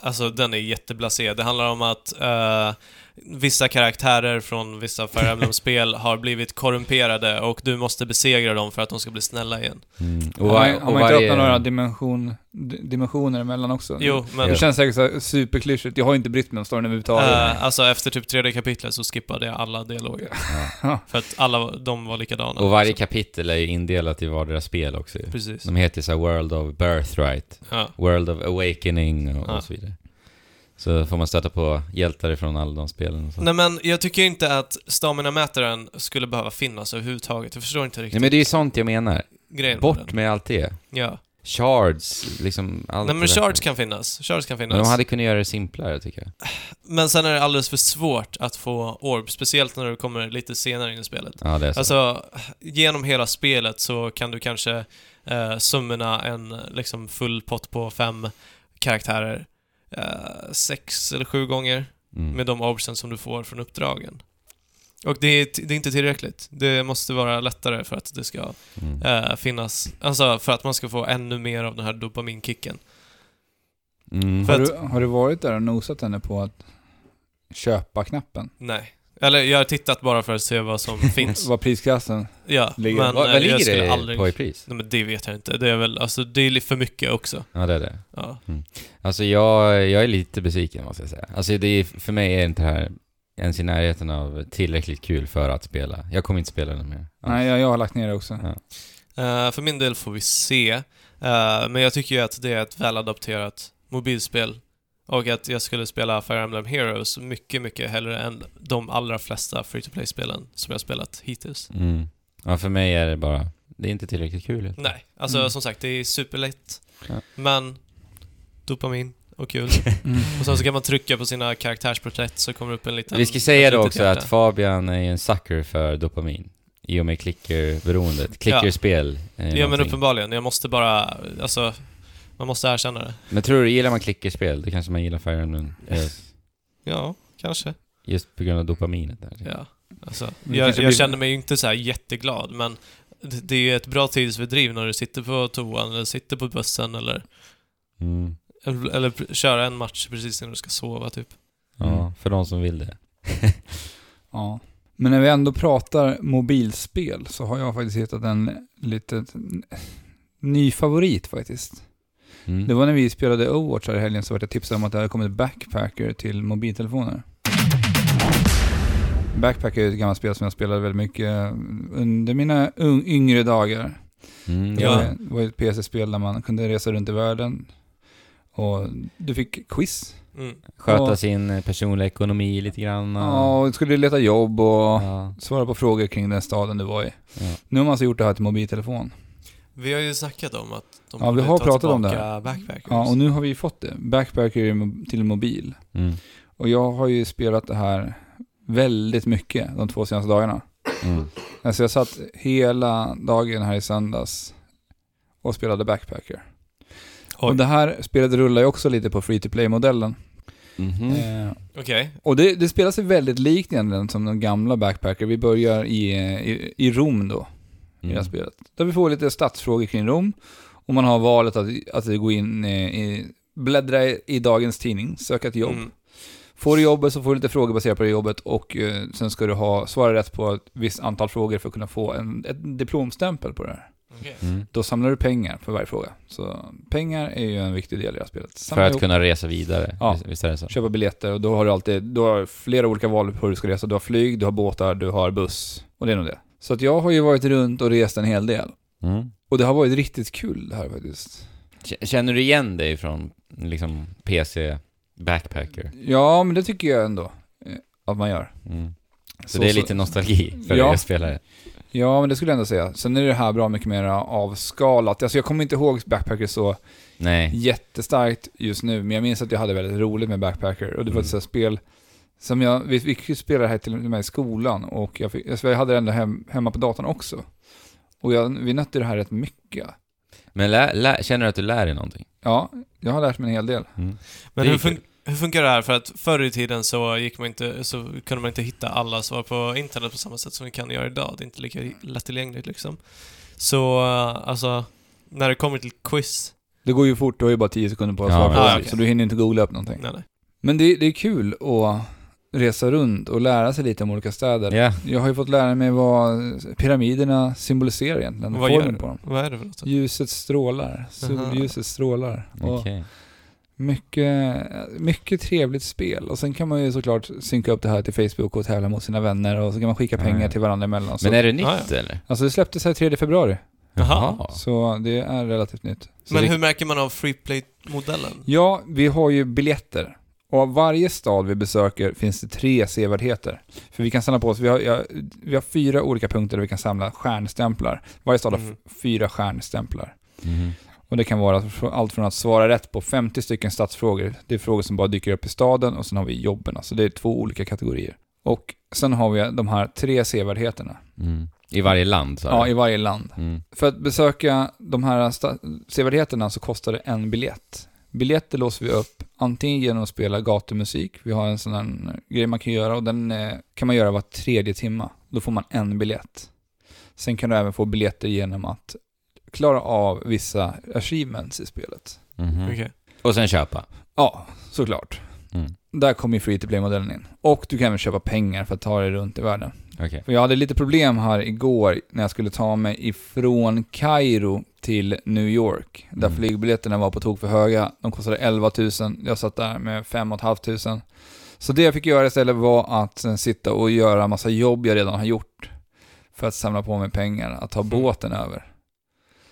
Speaker 3: Alltså den är jätteblasé. Det handlar om att eh, vissa karaktärer från vissa Fire Emblem-spel har blivit korrumperade och du måste besegra dem för att de ska bli snälla igen.
Speaker 2: Mm.
Speaker 1: Har man, har man inte
Speaker 2: varje-
Speaker 1: öppnat några dimension, d- dimensioner emellan också?
Speaker 3: Jo,
Speaker 2: Mm.
Speaker 3: men...
Speaker 1: Det känns säkert så här superklyschigt. Jag har inte brytt mig om storyn överhuvudtaget.
Speaker 3: eh, alltså efter typ tredje kapitlet så skippade jag alla dialoger.
Speaker 1: Ja.
Speaker 3: För att alla var- de var likadana.
Speaker 2: Och varje Mm.
Speaker 3: Så-
Speaker 2: kapitel är ju indelat i vardera spel också ju.
Speaker 3: Precis.
Speaker 2: De heter så här World of Birthright,
Speaker 3: Ja.
Speaker 2: World of Awakening och,
Speaker 3: Ja.
Speaker 2: och så vidare. Så får man stöta på hjältar från alla de spelen och så.
Speaker 3: Nej men jag tycker inte att stamina-mätaren skulle behöva finnas överhuvudtaget. Jag förstår inte
Speaker 2: Nej
Speaker 3: riktigt
Speaker 2: men det är ju sånt jag menar.
Speaker 3: grejen med
Speaker 2: Bort
Speaker 3: den.
Speaker 2: med allt det.
Speaker 3: Ja.
Speaker 2: Shards, liksom allt det
Speaker 3: Nej men
Speaker 2: där.
Speaker 3: shards kan finnas. Shards kan finnas.
Speaker 2: Men de hade kunnat göra det simplare tycker jag.
Speaker 3: Men sen är det alldeles för svårt att få orb, speciellt när du kommer lite senare in i spelet.
Speaker 2: Ja, det är så.
Speaker 3: Alltså, genom hela spelet så kan du kanske eh, summona en eh, liksom full pott på fem karaktärer eh, sex eller sju gånger
Speaker 2: mm.
Speaker 3: med de orbsen som du får från uppdragen. Och det är, t- det är inte tillräckligt. Det måste vara lättare för att det ska
Speaker 2: Mm.
Speaker 3: eh, finnas, alltså för att man ska få ännu mer av den här dopaminkicken.
Speaker 2: Mm.
Speaker 3: för
Speaker 1: har,
Speaker 3: att-
Speaker 1: du, har du varit där och nosat henne på att köpa knappen?
Speaker 3: Nej. Eller jag har tittat bara för att se vad som finns.
Speaker 1: Vad prisklassen?
Speaker 3: Ja,
Speaker 1: Ligger-
Speaker 3: men
Speaker 2: Vad,
Speaker 3: eh,
Speaker 2: vad
Speaker 3: jag
Speaker 2: ligger
Speaker 3: skulle
Speaker 2: det
Speaker 3: aldrig...
Speaker 2: på i pris?
Speaker 3: Nej men det vet jag inte. Det är väl, alltså det är lite för mycket också.
Speaker 2: Ja, det är det.
Speaker 3: Ja.
Speaker 2: Alltså jag, jag är lite besviken måste jag säga. Alltså det är, för mig är inte det här ens i närheten av tillräckligt kul för att spela. Jag kommer inte spela den mer.
Speaker 1: Nej, jag, jag har lagt ner det också.
Speaker 3: Eh, för min del får vi se. Eh, men jag tycker ju att det är ett väladapterat mobilspel. Och att jag skulle spela Fire Emblem Heroes mycket, mycket hellre än de allra flesta free-to-play-spelen som jag spelat hittills.
Speaker 2: Mm. Ja, för mig är det bara, det är inte tillräckligt kul. helt enkelt.
Speaker 3: Nej, alltså
Speaker 1: Mm.
Speaker 3: som sagt, det är superlätt.
Speaker 2: Ja.
Speaker 3: Men dopamin och kul.
Speaker 1: Mm.
Speaker 3: och sen så kan man trycka på sina karaktärsporträtt så kommer det upp en liten...
Speaker 2: Vi ska säga
Speaker 3: ett
Speaker 2: då
Speaker 3: litet
Speaker 2: också
Speaker 3: hjärta.
Speaker 2: att Fabian är ju en sucker för dopamin. I och med klickerberoendet. Klickerspel. är
Speaker 3: Ja men
Speaker 2: någonting.
Speaker 3: uppenbarligen, jag måste bara, alltså, man måste erkänna det.
Speaker 2: Men tror du, gillar man klickerspel, då kanske man gillar Fire Emblem Heroes.
Speaker 3: Ja, kanske.
Speaker 2: Just på grund av dopaminet där.
Speaker 3: Ja. Alltså,
Speaker 1: Det
Speaker 3: jag,
Speaker 1: kanske
Speaker 3: jag
Speaker 1: blir-
Speaker 3: känner mig ju inte så här jätteglad, men det, det är ju ett bra tidsfördriv när du sitter på toan eller sitter på bussen eller,
Speaker 2: Mm.
Speaker 3: eller, eller pr- köra en match precis innan du ska sova typ.
Speaker 2: Ja,
Speaker 1: Mm.
Speaker 2: för de som vill det.
Speaker 1: Ja. Men när vi ändå pratar mobilspel så har jag faktiskt hittat en litet n- ny favorit faktiskt.
Speaker 2: Mm.
Speaker 1: Det var när vi spelade Overwatch här i helgen så vart jag tipsad om att det hade kommit Backpacker till mobiltelefoner. Backpacker är ett gammalt spel som jag spelade väldigt mycket under mina un- yngre dagar.
Speaker 2: Mm,
Speaker 1: Det
Speaker 3: Ja.
Speaker 1: var- det var ett PC-spel där man kunde resa runt i världen Och du fick quiz.
Speaker 3: Mm.
Speaker 2: Sköta
Speaker 1: Ja.
Speaker 2: sin eh, personliga ekonomi lite grann. och-
Speaker 1: Ja, och du skulle leta jobb och
Speaker 2: Ja.
Speaker 1: svara på frågor kring den staden du var i.
Speaker 2: Ja.
Speaker 1: Nu har man alltså gjort det här till mobiltelefon.
Speaker 3: Vi har ju snackat om att de
Speaker 1: Ja, vi
Speaker 3: borde
Speaker 1: har
Speaker 3: ta
Speaker 1: pratat om det
Speaker 3: tillbaka Backpackers.
Speaker 1: Ja, och nu har vi fått det. Backpacker i mo- till mobil.
Speaker 2: Mm.
Speaker 1: Och jag har ju spelat det här väldigt mycket de två senaste dagarna.
Speaker 2: Mm.
Speaker 1: Alltså jag satt hela dagen här i söndags och spelade Backpacker.
Speaker 3: Oj.
Speaker 1: Och det här spelet rullar ju också lite på free to play-modellen.
Speaker 2: Mhm.
Speaker 1: Eh,
Speaker 3: Okej.
Speaker 1: och det, det spelar sig väldigt likt egentligen som de gamla Backpacker. Vi börjar i, eh, i, i Rom då, i det här
Speaker 2: Mm.
Speaker 1: spelet. Där vi får lite statsfrågor kring Rom. Och man har valet att, att gå in eh, i, bläddra i, i dagens tidning, söka ett jobb.
Speaker 3: Mm.
Speaker 1: Får du jobbet så får du lite frågor baserat på det jobbet och eh, sen ska du ha, svara rätt på ett visst antal frågor för att kunna få en, ett diplomstämpel på det här.
Speaker 3: Okej.
Speaker 2: Mm.
Speaker 1: Då samlar du pengar för varje fråga. Så pengar är ju en viktig del i det här spelet.
Speaker 2: För
Speaker 1: Samla
Speaker 2: att
Speaker 1: ihop,
Speaker 2: kunna resa vidare,
Speaker 1: Ja.
Speaker 2: vis- visst är det så?
Speaker 1: köpa biljetter och då har du alltid, du har flera olika val på hur du ska resa. Du har flyg, du har båtar, du har buss och det är nog det. Så att jag har ju varit runt och rest en hel del.
Speaker 2: Mm.
Speaker 1: Och det har varit riktigt kul det här faktiskt.
Speaker 2: K- Känner du igen dig från liksom PC backpacker?
Speaker 1: Ja, men det tycker jag ändå eh, att man gör.
Speaker 2: Mm. Så, det är lite nostalgi för
Speaker 1: Ja.
Speaker 2: er spelare?
Speaker 1: Ja, men det skulle jag ändå säga. Sen är det här bra mycket mer avskalat. Alltså jag kommer inte ihåg Backpacker så
Speaker 2: Nej.
Speaker 1: jättestarkt just nu, men jag minns att jag hade väldigt roligt med Backpacker. Och det
Speaker 2: Mm.
Speaker 1: var ett sånt här spel som jag, vi, vi fick ju spela det här till och med i skolan och jag, fick, alltså jag hade det ändå hem, hemma på datorn också. Och jag, vi nötte det här rätt mycket.
Speaker 2: Men lä, lä, känner du att du lär dig någonting?
Speaker 1: Ja, jag har lärt mig en hel del.
Speaker 2: Mm.
Speaker 3: Men
Speaker 2: Det är
Speaker 3: hur,
Speaker 2: kul.
Speaker 3: fun- hur funkar det här? För att förr i tiden så, gick man inte, så kunde man inte hitta alla svar på internet på samma sätt som vi kan göra idag. Det är inte lika lättillgängligt liksom. Så, eh, alltså, när det kommer till quiz.
Speaker 1: Det går ju fort, du har ju bara 10 sekunder på att
Speaker 2: Ja,
Speaker 1: svara på
Speaker 3: precis.
Speaker 1: det, så du hinner inte googla upp någonting.
Speaker 3: Nej, nej.
Speaker 1: Men det, det är kul att resa runt och lära sig lite om olika städer.
Speaker 2: Ja.
Speaker 1: Jag har ju fått lära mig vad pyramiderna symboliserar egentligen,
Speaker 3: Vad gör
Speaker 1: formen
Speaker 3: det?
Speaker 1: på dem.
Speaker 3: Vad är det för något?
Speaker 1: Ljuset strålar, solljuset strålar. Och
Speaker 2: Okej.
Speaker 1: mycket, mycket trevligt spel. Och sen kan man ju såklart synka upp det här till Facebook och tävla mot sina vänner och så kan man skicka
Speaker 2: Ja,
Speaker 1: pengar
Speaker 2: ja.
Speaker 1: till varandra emellan. Så,
Speaker 2: Men är det nytt
Speaker 3: Ja,
Speaker 2: eller?
Speaker 1: Alltså det släpptes här 3 februari,
Speaker 3: Jaha.
Speaker 1: så det är relativt nytt. Så
Speaker 3: Men
Speaker 1: det-
Speaker 3: hur märker man av freeplay-modellen?
Speaker 1: Ja, vi har ju biljetter. Och av varje stad vi besöker finns det tre sevärdheter. För vi kan samla på oss, vi har, ja, vi har fyra olika punkter där vi kan samla stjärnstämplar. Varje stad har f-
Speaker 3: Mm.
Speaker 1: fyra stjärnstämplar.
Speaker 2: Mhm.
Speaker 1: Och det kan vara fr- allt från att svara rätt på 50 stycken stadsfrågor, det är frågor som bara dyker upp i staden, och sen har vi jobben. Så det är två olika kategorier. Och sen har vi de här tre sevärdheterna.
Speaker 2: Mm. I varje land sa
Speaker 1: Ja,
Speaker 2: du?
Speaker 1: i varje land.
Speaker 2: Mm.
Speaker 1: För att besöka de här sta- sevärdheterna så kostar det en biljett. Biljetter låser vi upp antingen genom att spela gatumusik, vi har en sån här grej man kan göra och den eh, kan man göra var tredje timma. Då får man en biljett. Sen kan du även få biljetter genom att klara av vissa achievements i spelet.
Speaker 2: Mhm.
Speaker 3: Okej.
Speaker 1: Mm.
Speaker 2: Och sen köpa?
Speaker 1: Ja, såklart.
Speaker 2: Mm.
Speaker 1: Där kommer ju free to play-modellen in. Och du kan även köpa pengar för att ta dig runt i världen.
Speaker 2: Okej.
Speaker 1: För jag hade lite problem här igår när jag skulle ta mig ifrån Kairo till New York. Där
Speaker 2: Mm.
Speaker 1: flygbiljetterna var på tok för höga. De kostade 11 000. Jag satt där med 5 500. Så det jag fick göra istället var att sen sitta och göra massa jobb jag redan har gjort. För att samla på mig pengar, att
Speaker 2: Mm.
Speaker 1: ta båten över.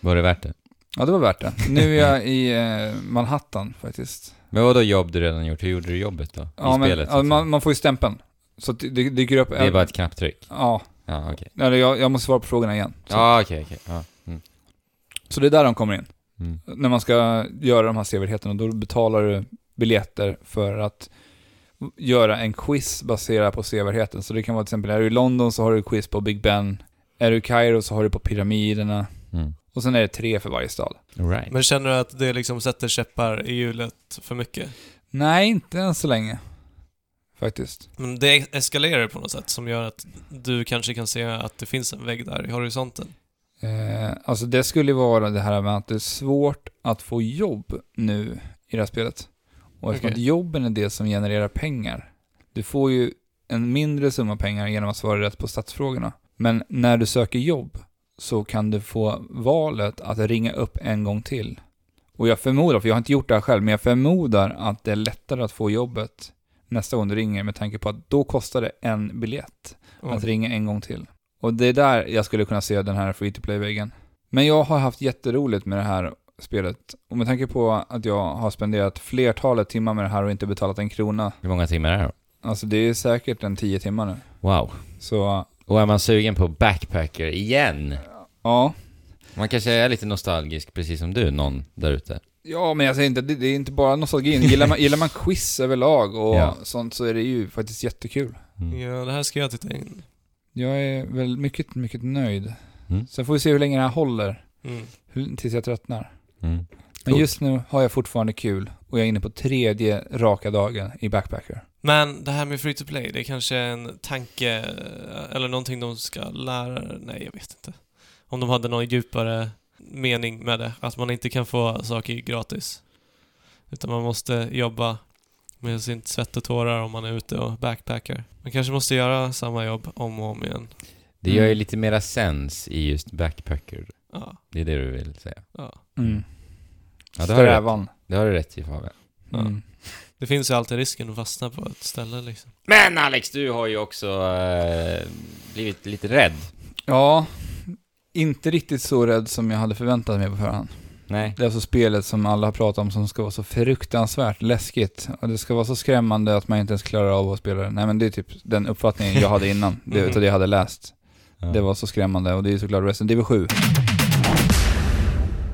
Speaker 2: Var det värt det?
Speaker 1: Ja, det var värt det. Nu är jag i eh, Manhattan faktiskt.
Speaker 2: Men vadå jobb du redan gjort? Hur gjorde du jobbet då?
Speaker 1: Ja,
Speaker 2: I
Speaker 1: men,
Speaker 2: spelet? så
Speaker 1: ja,
Speaker 2: att säga?
Speaker 1: man, man får ju stämpeln. Så det, det dyker upp...
Speaker 2: det är bara ett knapptryck?
Speaker 1: Ja,
Speaker 2: Ja, okej.
Speaker 1: eller jag, jag måste svara på frågorna igen. Så,
Speaker 2: Ja, okej, okej. Ja. Mm.
Speaker 1: så det är där de kommer in.
Speaker 2: Mm.
Speaker 1: när man ska göra de här sevärdheterna, då betalar du biljetter för att göra en quiz baserad på sevärdheten. Så det kan vara till exempel, är du i London så har du quiz på Big Ben, är du i Kairo så har du på pyramiderna,
Speaker 2: Mm.
Speaker 1: och sen är det tre för varje stad.
Speaker 2: All right.
Speaker 3: Men känner du att det liksom sätter käppar i hjulet för mycket?
Speaker 1: Nej, inte än så länge. Faktiskt.
Speaker 3: Men det eskalerar på något sätt som gör att du kanske kan se att det finns en vägg där i horisonten.
Speaker 1: Eh, alltså det skulle ju vara det här med att det är svårt att få jobb nu i det här spelet. Och eftersom
Speaker 3: Okej.
Speaker 1: att jobben är det som genererar pengar. Du får ju en mindre summa pengar genom att svara rätt på statsfrågorna. Men när du söker jobb så kan du få valet att ringa upp en gång till. Och jag förmodar, för jag har inte gjort det här själv, men jag förmodar att det är lättare att få jobbet nästa gång du ringer med tanke på att då kostar det en biljett
Speaker 3: Och-
Speaker 1: att ringa en gång till. Och det är där jag skulle kunna se den här free to play-väggen. Men jag har haft jätteroligt med det här spelet. Och med tanke på att jag har spenderat flertalet timmar med det här och inte betalat en krona.
Speaker 2: Hur många timmar är det då?
Speaker 1: Alltså det är säkert en 10 timmar nu.
Speaker 2: Wow.
Speaker 1: Så
Speaker 2: Och är man sugen på backpacker igen?
Speaker 1: ja,
Speaker 2: Man kanske är lite nostalgisk, precis som du, någon där ute.
Speaker 1: Ja, men jag säger inte, det, det är inte bara nostalgin. Gillar man, gillar man quiz överlag och
Speaker 2: Ja.
Speaker 1: sånt så är det ju faktiskt jättekul.
Speaker 2: Mm,
Speaker 3: Ja, det här ska jag titta in.
Speaker 1: Jag är väl mycket, mycket nöjd.
Speaker 2: Mm.
Speaker 1: Sen får vi se hur länge det här håller,
Speaker 3: Mm.
Speaker 1: hur, tills jag tröttnar.
Speaker 2: Mm.
Speaker 1: Men
Speaker 2: Coolt.
Speaker 1: just nu har jag fortfarande kul och jag är inne på tredje raka dagen i Backpacker.
Speaker 3: Men det här med free to play, det är kanske en tanke eller någonting de ska lära Nej, jag vet inte. Om de hade någon djupare mening med det. Att man inte kan få saker gratis. Utan man måste jobba med sin svett och tårar om man är ute och backpackar. Man kanske måste göra samma jobb om och om igen.
Speaker 2: Det gör ju
Speaker 1: Mm.
Speaker 2: lite mera sens i just backpacker.
Speaker 3: Ja,
Speaker 2: Det är det du vill säga.
Speaker 3: ja.
Speaker 1: Mm.
Speaker 2: Ja, det har du rätt,
Speaker 1: Strävan.
Speaker 2: det har du rätt i Fabian.
Speaker 3: Ja.
Speaker 1: Mm.
Speaker 3: Det finns ju alltid risken att fastna på ett ställe liksom.
Speaker 2: Men Alex, du har ju också eh, blivit lite rädd.
Speaker 1: Ja, inte riktigt så rädd som jag hade förväntat mig på förhand.
Speaker 2: Nej.
Speaker 1: Det är alltså spelet som alla har pratat om som ska vara så fruktansvärt läskigt. Och det ska vara så skrämmande att man inte ens klarar av att spela det. Nej men det är typ den uppfattningen jag hade innan, det, utav det jag hade läst. Det var så skrämmande och det är ju såklart Resident Evil 7. Har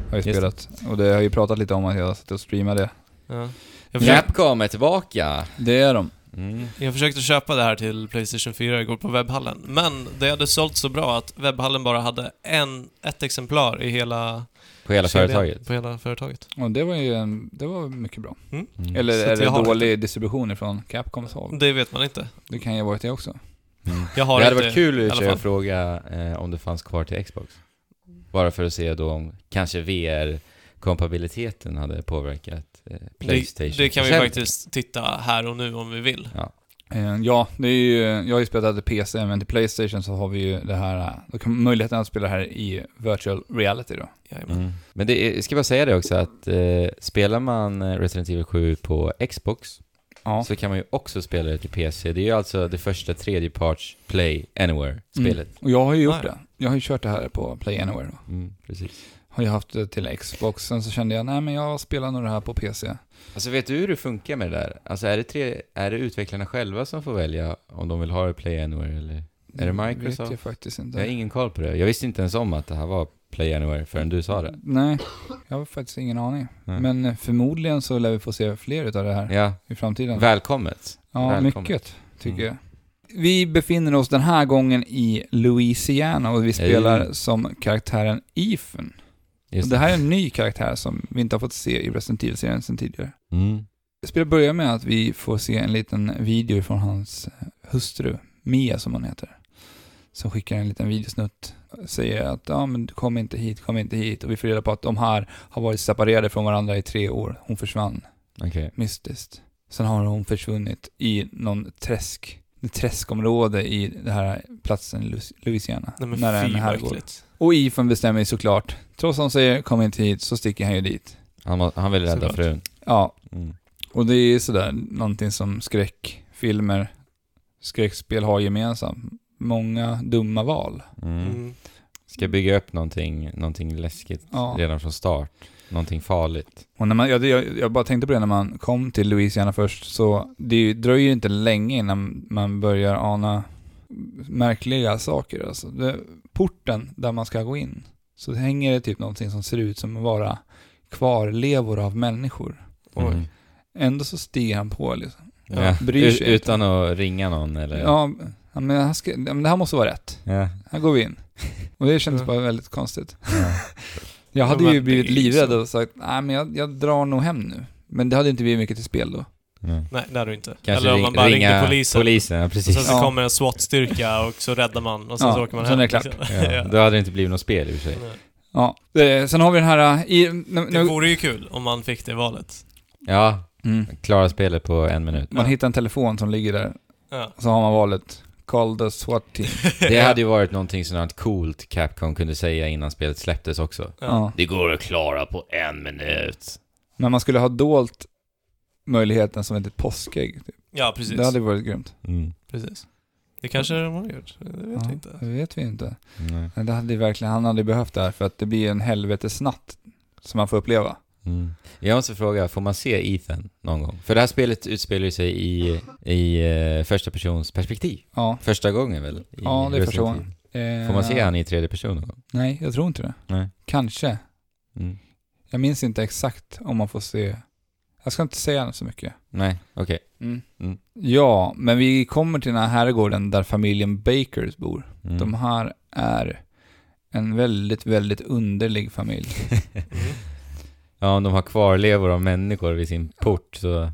Speaker 1: jag
Speaker 2: Just det.
Speaker 1: ju spelat. Och det har jag ju pratat lite om att jag satt och streamade det.
Speaker 3: Ja. Jag, försökte,
Speaker 2: Capcom är tillbaka!
Speaker 1: Det är de.
Speaker 2: Mm.
Speaker 3: jag försökte köpa det här till Playstation 4 igår på webbhallen, men det hade sålt så bra att webbhallen bara hade en, ett exemplar i hela...
Speaker 2: På hela
Speaker 3: kedjan,
Speaker 2: företaget.
Speaker 3: På hela företaget.
Speaker 1: Och det var ju en, det var mycket bra.
Speaker 2: Mm.
Speaker 1: Eller
Speaker 3: Så
Speaker 1: är
Speaker 3: att jag
Speaker 1: det
Speaker 3: har
Speaker 1: dålig distribution ifrån Capcoms håll?
Speaker 3: Det vet man inte.
Speaker 1: Det kan ju ha varit det också.
Speaker 2: Mm.
Speaker 3: Jag har
Speaker 2: det hade
Speaker 3: inte-
Speaker 2: varit kul
Speaker 3: i
Speaker 2: att
Speaker 3: alla
Speaker 2: köra
Speaker 3: fall.
Speaker 2: fråga eh, om det fanns kvar till Xbox. Bara för att se då om kanske VR-kompabiliteten hade påverkat eh, Playstation.
Speaker 3: Det, det kan vi
Speaker 2: Försäljning.
Speaker 3: faktiskt titta här och nu om vi vill.
Speaker 1: Eh, Ja, det är ju, jag har ju spelat det till PC, men till Playstation så har vi ju det här, eh, då kan, möjligheten att spela det här i virtual reality då.
Speaker 3: Jajamän.
Speaker 2: Mm. Men det, är- jag ska bara säga det också att eh, spelar man eh, Resident Evil 7 på Xbox
Speaker 1: Ja.
Speaker 2: så kan man ju också spela det till PC. Det är ju alltså det första tredjeparts Play Anywhere-spelet.
Speaker 1: Och jag har ju gjort
Speaker 3: Ah, ja.
Speaker 1: det. Jag har ju kört det här på Play Anywhere då.
Speaker 2: Mm. precis.
Speaker 1: Har jag haft det till Xbox, sen så kände jag, nej men jag spelar nog det här på PC.
Speaker 2: Alltså vet du hur det funkar med det där? Alltså är det, tre, är det utvecklarna själva som får välja om de vill ha det Play Anywhere eller? Är det Microsoft?
Speaker 1: vet jag faktiskt inte.
Speaker 2: Jag har ingen koll på det. Jag visste inte ens om att det här var Play Anywhere förrän du sa det.
Speaker 1: Nej, jag har faktiskt ingen aning.
Speaker 2: Nej.
Speaker 1: Men eh, förmodligen så lär vi få se fler utav det här
Speaker 2: Ja,
Speaker 1: i framtiden.
Speaker 2: välkommet.
Speaker 1: Ja,
Speaker 2: Välkommen.
Speaker 1: mycket tycker
Speaker 2: Mm.
Speaker 1: jag. Vi befinner oss den här gången i Louisiana och vi spelar
Speaker 2: Hej.
Speaker 1: som karaktären Ethan. Och
Speaker 2: Just
Speaker 1: det här är en ny karaktär som vi inte har fått se i Resident Evil-serien sedan tidigare.
Speaker 2: Mm.
Speaker 1: Spelet börjar med att vi får se en liten video från hans eh, hustru, Mia som hon heter. Som skickar en liten videosnutt. Säger att ja, men kom inte hit, kom inte hit. Och vi får reda på att de här har varit separerade från varandra i tre år. Hon försvann
Speaker 2: Okej.
Speaker 1: mystiskt. Sen har hon försvunnit i någon träsk, ett träskområde i den här platsen Lu- Louisiana.
Speaker 3: Nej men
Speaker 1: nära
Speaker 3: fy
Speaker 1: en
Speaker 3: vad
Speaker 1: herrgård.
Speaker 3: äckligt.
Speaker 1: Och Ethan bestämmer ju såklart, trots att hon säger kom inte hit, så sticker han ju dit.
Speaker 2: Han, må- han vill rädda
Speaker 3: Såklart.
Speaker 2: frun.
Speaker 1: Ja,
Speaker 2: Mm.
Speaker 1: och det är ju sådär någonting som skräckfilmer, skräckspel har gemensamt. Många dumma val.
Speaker 2: Mm.
Speaker 3: Mm.
Speaker 2: Ska bygga upp någonting, någonting läskigt
Speaker 1: Ja.
Speaker 2: redan från start. Någonting farligt.
Speaker 1: Och när man, jag, jag, jag bara tänkte på det när man kom till Louisiana först, så det dröjer ju inte länge innan man börjar ana märkliga saker. Alltså, det, porten där man ska gå in, så hänger det typ någonting som ser ut som att vara kvarlevor av människor.
Speaker 3: Oj.
Speaker 2: Mm.
Speaker 1: Ändå så stiger han på liksom.
Speaker 2: Ja.
Speaker 1: Ja, bryr sig
Speaker 2: U- utan att ringa någon eller?
Speaker 1: Ja, ja, men, han ska, ja, men det här måste vara rätt.
Speaker 2: Ja.
Speaker 1: Här går vi in. Och det kändes
Speaker 3: Ja.
Speaker 1: bara väldigt konstigt.
Speaker 2: Ja.
Speaker 1: Jag hade
Speaker 3: Ja, men
Speaker 1: ju
Speaker 3: det
Speaker 1: blivit
Speaker 3: är ju
Speaker 1: livrädd
Speaker 3: så.
Speaker 1: och sagt, nej men jag, jag drar nog hem nu. Men det hade inte blivit mycket till spel då.
Speaker 2: Ja.
Speaker 3: Nej, det hade du inte.
Speaker 2: Kanske
Speaker 3: eller om
Speaker 2: ring-
Speaker 3: man bara
Speaker 2: ringa
Speaker 3: ringde polisen.
Speaker 2: polisen. Ja,
Speaker 3: Och
Speaker 2: precis.
Speaker 3: sen så
Speaker 1: Ja.
Speaker 3: kommer en SWAT-styrka och så räddar man och sen
Speaker 1: Ja,
Speaker 3: så åker man
Speaker 1: sen
Speaker 3: hem.
Speaker 1: är det klart.
Speaker 3: liksom.
Speaker 2: Ja. Då hade det inte blivit något spel i och för sig.
Speaker 3: Nej.
Speaker 1: Ja, eh, sen har vi den här... eh, I, nu,
Speaker 3: Det
Speaker 1: nu,
Speaker 3: vore ju kul om man fick det valet.
Speaker 2: Ja,
Speaker 1: mm,
Speaker 2: klara spelet på en minut.
Speaker 1: man hittar en telefon som ligger där,
Speaker 3: Ja.
Speaker 1: så har man valet. Call the SWAT team.
Speaker 2: Det hade ju varit någonting sånt coolt Capcom kunde säga innan spelet släpptes också.
Speaker 1: Ja.
Speaker 3: Ja.
Speaker 2: Det går att klara på en minut.
Speaker 1: Men man skulle ha dolt möjligheten som ett litet påskägg. Typ.
Speaker 3: ja, precis.
Speaker 1: Det hade varit grymt.
Speaker 2: Mm.
Speaker 3: precis. Det kanske de har gjort. Det vet
Speaker 1: Ja,
Speaker 3: jag inte.
Speaker 1: Det vet vi inte. Men det hade ju verkligen, han hade ju behövt det här för att det blir en helvetesnatt som man får uppleva.
Speaker 2: Mm. Jag måste fråga, får man se Ethan någon gång? För det här spelet utspelar ju sig i, i eh, första persons perspektiv.
Speaker 1: Ja,
Speaker 2: Första gången väl? I
Speaker 1: ja det är första
Speaker 2: Resident
Speaker 1: gången.
Speaker 2: Evil.
Speaker 1: Eh,
Speaker 2: Får man se han i tredje person någon gång?
Speaker 1: Nej, jag tror inte det.
Speaker 2: Nej.
Speaker 1: Kanske.
Speaker 2: Mm.
Speaker 1: Jag minns inte exakt om man får se. Jag ska inte säga så mycket.
Speaker 2: Nej, okej. Mm.
Speaker 1: Ja, men vi kommer till den här herrgården där familjen Bakers bor.
Speaker 2: Mm.
Speaker 1: De här är en väldigt, väldigt underlig familj.
Speaker 2: Ja, om de har kvarlevor av människor vid sin port så...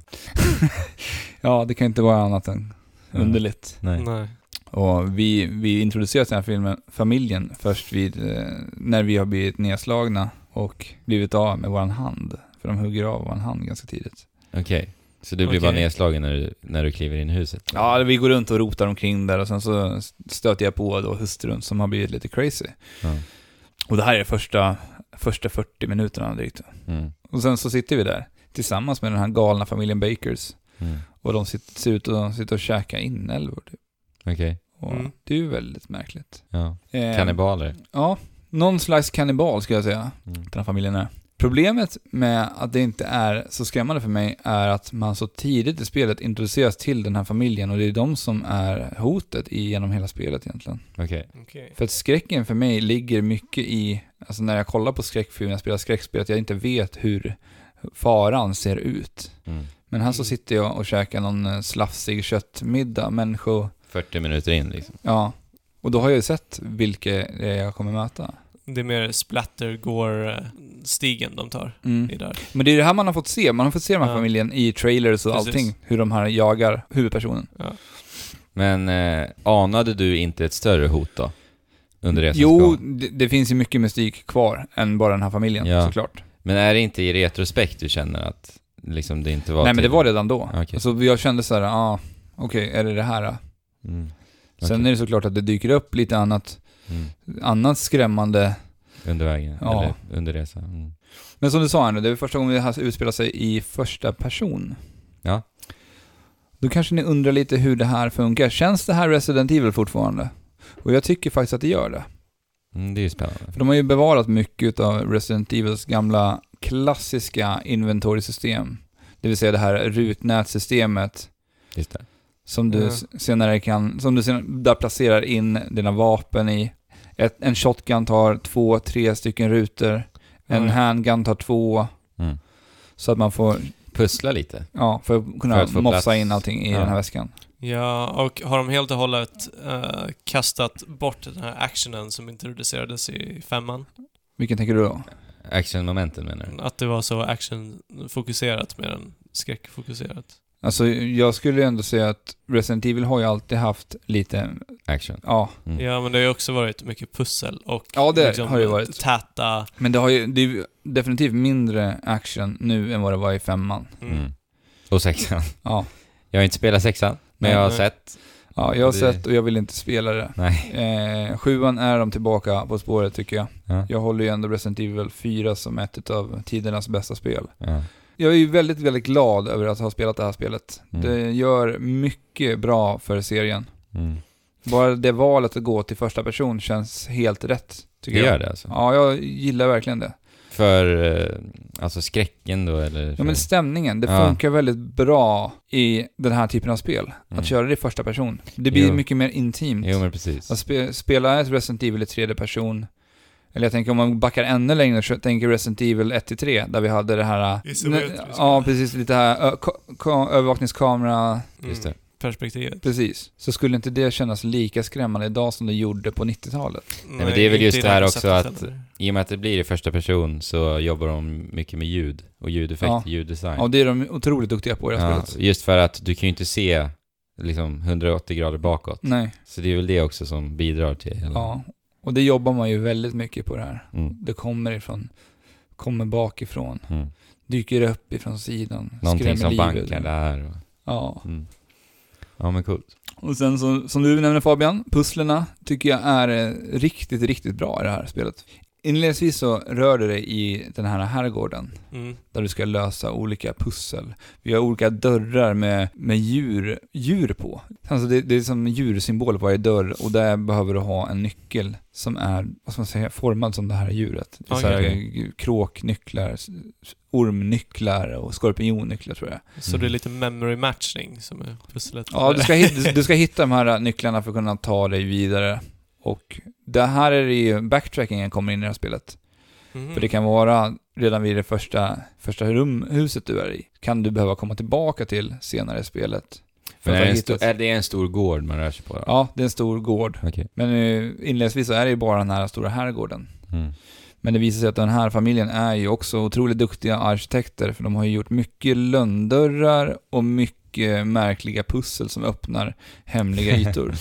Speaker 1: Ja, det kan inte vara annat än
Speaker 2: Mm.
Speaker 1: underligt.
Speaker 2: Nej.
Speaker 3: Nej.
Speaker 1: Och vi, vi introduceras den här filmen, familjen, först vid, eh, när vi har blivit nedslagna och blivit av med våran hand. För de hugger av våran hand ganska tidigt.
Speaker 2: Okej. Så du blir
Speaker 3: Okej.
Speaker 2: bara nedslagen när du, när du kliver in i huset?
Speaker 1: Ja, vi går runt och rotar omkring där och sen så stöter jag på då hustrun som har blivit lite crazy.
Speaker 2: Ja.
Speaker 1: Och det här är första, första 40 minuterna drygt.
Speaker 2: Mm.
Speaker 1: Och sen så sitter vi där tillsammans med den här galna familjen Bakers.
Speaker 2: Mm.
Speaker 1: Och de sitter, ser ut att sitta och käka inälvor. Typ.
Speaker 2: Okej.
Speaker 1: Och
Speaker 3: Mm.
Speaker 1: Det är ju väldigt märkligt.
Speaker 2: Ja.
Speaker 1: Eh,
Speaker 2: Kannibaler.
Speaker 1: Ja, någon slags kannibal skulle jag säga.
Speaker 2: Mm.
Speaker 1: den här familjen är. Problemet med att det inte är så skrämmande för mig är att man så tidigt i spelet introduceras till den här familjen och det är de som är hotet i- genom hela spelet egentligen.
Speaker 2: Okej.
Speaker 3: Okej.
Speaker 1: För att skräcken för mig ligger mycket i, alltså när jag kollar på skräckfilm, när jag spelar skräckspel, att jag inte vet hur faran ser ut.
Speaker 2: Mm.
Speaker 1: Men här så
Speaker 3: Mm.
Speaker 1: sitter jag och käkar någon eh, slafsig köttmiddag, människor,
Speaker 2: 40 minuter in liksom.
Speaker 1: ja. Och då har jag ju sett vilka det är jag kommer möta.
Speaker 3: Det är mer splatter-gore-stigen de tar
Speaker 1: Mm.
Speaker 3: i där.
Speaker 1: Men det är det här man har fått se. Man har fått se den här
Speaker 3: Ja.
Speaker 1: familjen i trailers och
Speaker 3: Precis.
Speaker 1: allting. Hur de här jagar huvudpersonen.
Speaker 2: Men eh, anade du inte ett större hot då? Under resans
Speaker 1: Jo,
Speaker 2: gång?
Speaker 1: det, det finns ju mycket mystik kvar än bara den här familjen
Speaker 2: Ja.
Speaker 1: såklart.
Speaker 2: Men är det inte i retrospekt du känner att liksom det inte var...
Speaker 1: Nej men det
Speaker 2: till-
Speaker 1: var redan då.
Speaker 2: Okej.
Speaker 1: Så jag kände så här, ja, ah, okej, är det det här? då?
Speaker 2: Mm.
Speaker 1: Sen
Speaker 2: Okej.
Speaker 1: är det såklart att det dyker upp lite annat,
Speaker 2: Mm.
Speaker 1: annat skrämmande.
Speaker 2: Under vägen,
Speaker 1: Ja.
Speaker 2: eller under resan. Mm.
Speaker 1: Men som du sa nu, det är första gången det här utspelar sig i första person.
Speaker 2: Ja.
Speaker 1: Då kanske ni undrar lite hur det här funkar. Känns det här Resident Evil fortfarande? Och jag tycker faktiskt att det gör det.
Speaker 2: Mm, det är ju spännande.
Speaker 1: För de har ju bevarat mycket av Resident Evils gamla klassiska inventory-system. Det vill säga det här rutnätsystemet
Speaker 2: Just det.
Speaker 1: som du
Speaker 3: Mm.
Speaker 1: s- senare kan, som du sen, där placerar in dina vapen i. Ett, en shotgun tar två, tre stycken rutor. En
Speaker 3: Ja, ja.
Speaker 1: handgun tar två.
Speaker 2: Mm.
Speaker 1: Så att man får,
Speaker 2: Pussla lite.
Speaker 1: ja, för att kunna
Speaker 2: För att få
Speaker 1: moffa
Speaker 2: plats.
Speaker 1: in allting i
Speaker 2: Ja.
Speaker 1: den här väskan.
Speaker 3: Ja, och har de helt och hållet eh, kastat bort den här actionen som introducerades i femman?
Speaker 1: Vilken tänker du då?
Speaker 2: Actionmomenten menar du?
Speaker 3: Att det var så actionfokuserat mer än skräckfokuserat.
Speaker 1: Alltså jag skulle ändå säga att Resident Evil har ju alltid haft lite,
Speaker 2: Action.
Speaker 1: ja,
Speaker 2: Mm.
Speaker 3: Ja, men det har ju också varit mycket pussel och liksom
Speaker 1: Ja, det har det ju varit.
Speaker 3: täta...
Speaker 1: Men det, har ju, det är ju definitivt mindre action nu än vad det var i femman.
Speaker 3: Mm.
Speaker 2: Mm. Och sexan.
Speaker 1: Ja.
Speaker 2: Jag har inte spelat sexan, men
Speaker 1: Nej.
Speaker 2: jag har
Speaker 3: Nej.
Speaker 2: sett.
Speaker 1: Ja, jag har
Speaker 2: Det-
Speaker 1: sett och jag vill inte spela det.
Speaker 2: Nej.
Speaker 1: Eh, sjuan är de tillbaka på spåret tycker jag.
Speaker 2: Ja.
Speaker 1: Jag håller ju ändå Resident Evil 4 som ett av tidernas bästa spel.
Speaker 2: Ja.
Speaker 1: Jag är ju väldigt, väldigt glad över att ha spelat det här spelet.
Speaker 2: Mm.
Speaker 1: Det gör mycket bra för serien.
Speaker 2: Mm.
Speaker 1: Bara det valet att gå till första person känns helt rätt,
Speaker 2: Det
Speaker 1: tycker jag.
Speaker 2: gör det alltså?
Speaker 1: Ja, jag gillar verkligen det.
Speaker 2: För, eh, alltså skräcken då eller?
Speaker 1: Ja,
Speaker 2: för-
Speaker 1: men stämningen, det
Speaker 2: Ja.
Speaker 1: funkar väldigt bra i den här typen av spel.
Speaker 2: Mm.
Speaker 1: Att köra Alltså- det i första person. Det blir
Speaker 2: Jo.
Speaker 1: mycket mer intimt.
Speaker 2: Jo men precis.
Speaker 1: Att spe, spela ett Resident Evil i tredje person, eller jag tänker om man backar ännu längre så tänker Resident Evil 1 till 3, där vi hade det här... äh,
Speaker 3: Isometriska.
Speaker 1: ja, precis, lite här ö, ko, ko, övervakningskamera,
Speaker 2: Just det.
Speaker 3: Mm. Perspektivet.
Speaker 1: precis. Så skulle inte det kännas lika skrämmande idag som det gjorde på 90-talet?
Speaker 3: Nej,
Speaker 2: men det är väl
Speaker 3: inte
Speaker 2: just
Speaker 3: i
Speaker 2: det här
Speaker 3: här
Speaker 2: också
Speaker 3: konceptet
Speaker 2: att-
Speaker 3: heller.
Speaker 2: I och med att det blir i första person så jobbar de mycket med ljud och ljudeffekter,
Speaker 1: Ja.
Speaker 2: ljuddesign.
Speaker 1: Ja, det är de otroligt duktiga på i det här
Speaker 2: Ja,
Speaker 1: spelet.
Speaker 2: just för att du kan ju inte se liksom 180 grader bakåt.
Speaker 1: Nej,
Speaker 2: Så det är väl det också som bidrar till hela...
Speaker 1: ja. Och det jobbar man ju väldigt mycket på det här.
Speaker 2: Mm.
Speaker 1: Det kommer ifrån, kommer bakifrån.
Speaker 2: Mm.
Speaker 1: dyker upp ifrån sidan.
Speaker 2: Någonting
Speaker 1: skrämmer
Speaker 2: som
Speaker 1: livet ur
Speaker 2: bankar
Speaker 1: mig.
Speaker 2: där och...
Speaker 1: Ja.
Speaker 2: Mm. Ja men coolt.
Speaker 1: Och sen så, som du nämnde Fabian, pusslerna tycker jag är eh, riktigt, riktigt bra i det här spelet. Inledningsvis så rör du dig i den här herrgården
Speaker 3: Mm.
Speaker 1: där du ska lösa olika pussel. Vi har olika dörrar med, med djur, djur på. Alltså det, det är som djursymbol på varje dörr och där behöver du ha en nyckel som är, vad ska man säga, formad som det här djuret. Det är så här,
Speaker 2: Okej.
Speaker 1: Kråknycklar, s- ormnycklar och skorpionnycklar tror jag.
Speaker 3: Så
Speaker 2: Mm.
Speaker 3: det är lite memory matchning som är pusslet.
Speaker 1: Ja, du ska, hit- du ska hitta de här nycklarna för att kunna ta dig vidare. Och det här är det ju, backtrackingen kommer in i det här spelet.
Speaker 3: Mhm.
Speaker 1: För det kan vara redan vid det första, första rum, huset du är i, kan du behöva komma tillbaka till senare i spelet. För
Speaker 2: Men
Speaker 1: att ha
Speaker 2: är det, en
Speaker 1: hittat-
Speaker 2: stor, är det en stor gård man rör sig på? då?
Speaker 1: Ja, det är en stor gård.
Speaker 2: Okej.
Speaker 1: Men eh, inledningsvis så är det ju bara den här stora herrgården.
Speaker 2: Mm.
Speaker 1: Men det visar sig att den här familjen är ju också otroligt duktiga arkitekter, för de har ju gjort mycket lönndörrar och mycket märkliga pussel som öppnar hemliga ytor.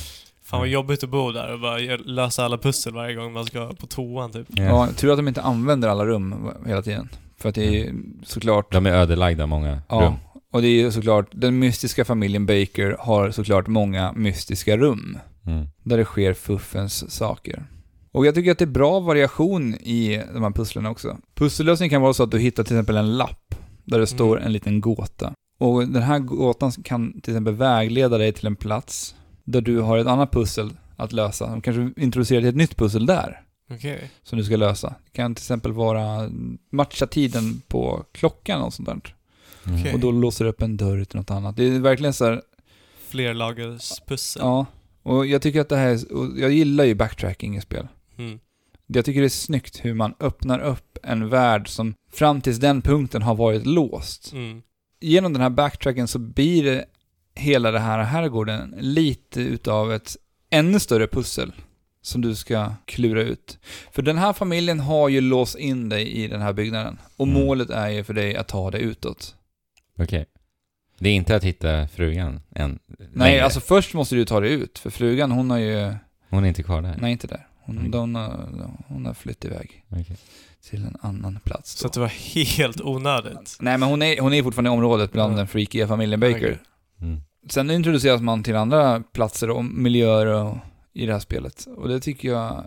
Speaker 3: Fan vad jobbigt att bo där och bara gö- lösa alla pussel varje gång man ska på toan typ.
Speaker 1: ja, tur att de inte använder alla rum hela tiden. För att det är ju såklart
Speaker 2: De är ödelagda många
Speaker 1: Ja,
Speaker 2: rum.
Speaker 1: och det är ju såklart, den mystiska familjen Baker har såklart många mystiska rum
Speaker 2: Mm.
Speaker 1: där det sker fuffens saker. Och jag tycker att det är bra variation i de här pusslen också. Pussellösningen kan vara så att du hittar till exempel en lapp där det står
Speaker 3: Mm.
Speaker 1: en liten gåta. Och den här gåtan kan till exempel vägleda dig till en plats där du har ett annat pussel att lösa. De kanske introducerar till ett nytt pussel där
Speaker 3: Okej.
Speaker 1: som du ska lösa. Det kan till exempel vara matcha tiden på klockan och sånt där.
Speaker 3: Okej.
Speaker 1: Och då låser du upp en dörr till något annat. Det är verkligen så här,
Speaker 3: Flerlagerspussel.
Speaker 1: ja. Och jag tycker att det här är, och jag gillar ju backtracking i spel.
Speaker 3: Mm.
Speaker 1: Jag tycker det är snyggt hur man öppnar upp en värld som fram tills den punkten har varit låst.
Speaker 3: Mm.
Speaker 1: Genom den här backtracken så blir det hela det här herrgården lite utav ett ännu större pussel som du ska klura ut. För den här familjen har ju låst in dig i den här byggnaden. Och
Speaker 2: Mm.
Speaker 1: målet är ju för dig att ta dig utåt.
Speaker 2: Okej. Det är inte att hitta frugan än?
Speaker 1: Nej,
Speaker 2: längre.
Speaker 1: alltså först måste du ta dig ut, för frugan hon har ju...
Speaker 2: Hon är inte kvar där?
Speaker 1: Nej, inte där. Hon,
Speaker 2: Mm.
Speaker 1: hon, har, hon har flytt iväg
Speaker 2: Okej.
Speaker 1: till en annan plats.
Speaker 3: Så
Speaker 1: Då.
Speaker 3: att det var helt onödigt.
Speaker 1: Nej, men hon är, hon är fortfarande i området bland
Speaker 3: Ja.
Speaker 1: den freakiga familjen Baker.
Speaker 3: Okej.
Speaker 2: Mm.
Speaker 1: Sen introduceras man till andra platser och miljöer och, i det här spelet. Och det tycker jag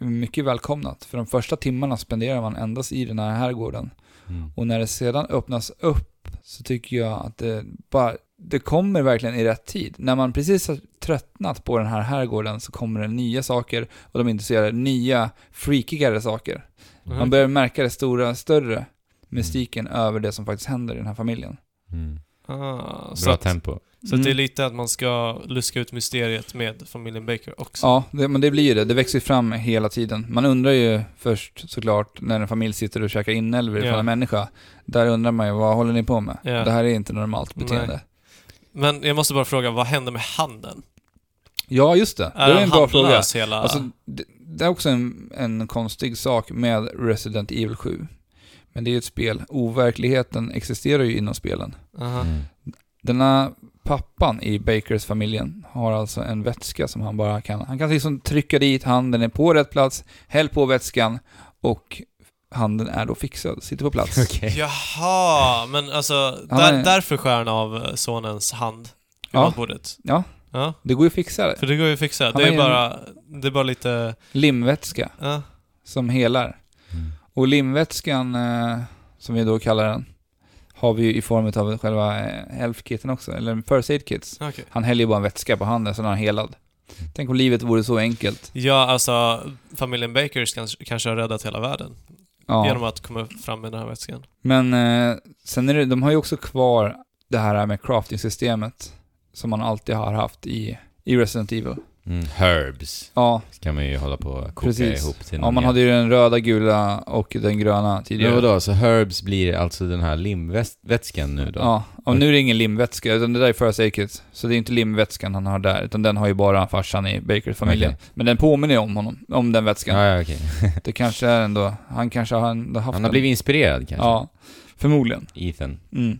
Speaker 1: är mycket välkomnat. För de första timmarna spenderar man endast i den här herrgården.
Speaker 2: Mm.
Speaker 1: Och när det sedan öppnas upp så tycker jag att det bara, det kommer verkligen i rätt tid. När man precis har tröttnat på den här herrgården så kommer det nya saker och de är intresserade av nya, freakigare saker.
Speaker 3: Mhm.
Speaker 1: Man börjar märka det stora, större mystiken över det som faktiskt händer i den här familjen.
Speaker 2: Mm.
Speaker 3: Ah, så
Speaker 2: Bra
Speaker 3: att,
Speaker 2: tempo.
Speaker 3: så
Speaker 1: Mm.
Speaker 3: att det är liksom- lite att man ska luska ut mysteriet med familjen Baker också.
Speaker 1: Ja, det, men det blir ju det. Det växer ju fram hela tiden. Man undrar ju först såklart när en familj sitter och käkar inälvor ifrån
Speaker 3: Ja.
Speaker 1: en människa. Där undrar man ju, vad håller ni på med?
Speaker 3: Ja.
Speaker 1: Det här är inte normalt beteende.
Speaker 3: Nej. Men jag måste bara fråga, vad hände med handen?
Speaker 1: Ja, just det. det är en bra fråga.
Speaker 3: handlös hela...
Speaker 1: Alltså, det, det är också en, en konstig sak med Resident Evil 7. Men det är ju ett spel. Overkligheten existerar ju inom spelen.
Speaker 3: Aha.
Speaker 2: Mm.
Speaker 1: Denna pappan i Bakers familjen har alltså en vätska som han bara kan... Han kan liksom trycka dit handen är på rätt plats, häll på vätskan och handen är då fixad, sitter på plats.
Speaker 2: Okej.
Speaker 3: Jaha, men alltså,
Speaker 1: Han
Speaker 3: där,
Speaker 1: är-
Speaker 3: därför skär han av eh, sonens hand i
Speaker 1: Ja.
Speaker 3: matbordet?
Speaker 1: Ja.
Speaker 3: ja.
Speaker 1: Det går ju att fixa det.
Speaker 3: För det går ju att fixa.
Speaker 1: Han
Speaker 3: Det
Speaker 1: är
Speaker 3: är
Speaker 1: ju-
Speaker 3: bara, det är bara lite...
Speaker 1: Limvätska
Speaker 3: Ja.
Speaker 1: som helar.
Speaker 2: Mm.
Speaker 1: Och limvätskan, eh, som vi då kallar den, har vi ju i form av själva eh, health-kitten också, eller first aid kits.
Speaker 3: Okej.
Speaker 1: Han häller ju bara en vätska på handen, sen är han helad. Tänk om livet vore så enkelt.
Speaker 3: Ja, alltså familjen Bakers kanske, kanske har räddat hela världen genom
Speaker 1: Ja.
Speaker 3: att komma fram med den här vätskan.
Speaker 1: Men eh, sen är det, de har ju också kvar det här med crafting-systemet som man alltid har haft i, i Resident Evil.
Speaker 2: Mm. Herbs
Speaker 1: Ja,
Speaker 2: ska man ju hålla på och koka
Speaker 1: Precis.
Speaker 2: ihop till
Speaker 1: ja man hade ju den röda, gula och den gröna
Speaker 2: Men
Speaker 1: tidigare.
Speaker 2: vadå, så herbs blir alltså den här limvätskan nu då?
Speaker 1: Ja, och nu är det ingen limvätska, utan det där är first aid kit. Så det är inte limvätskan han har där, utan den har ju bara farsan i Baker-familjen. Men den påminner ju om honom, om den vätskan.
Speaker 2: Ja, ja, okej.
Speaker 1: Det kanske är ändå, han kanske har ändå haft
Speaker 2: Han har
Speaker 1: den.
Speaker 2: blivit inspirerad kanske?
Speaker 1: Ja, förmodligen.
Speaker 2: Ethan.
Speaker 1: Mm.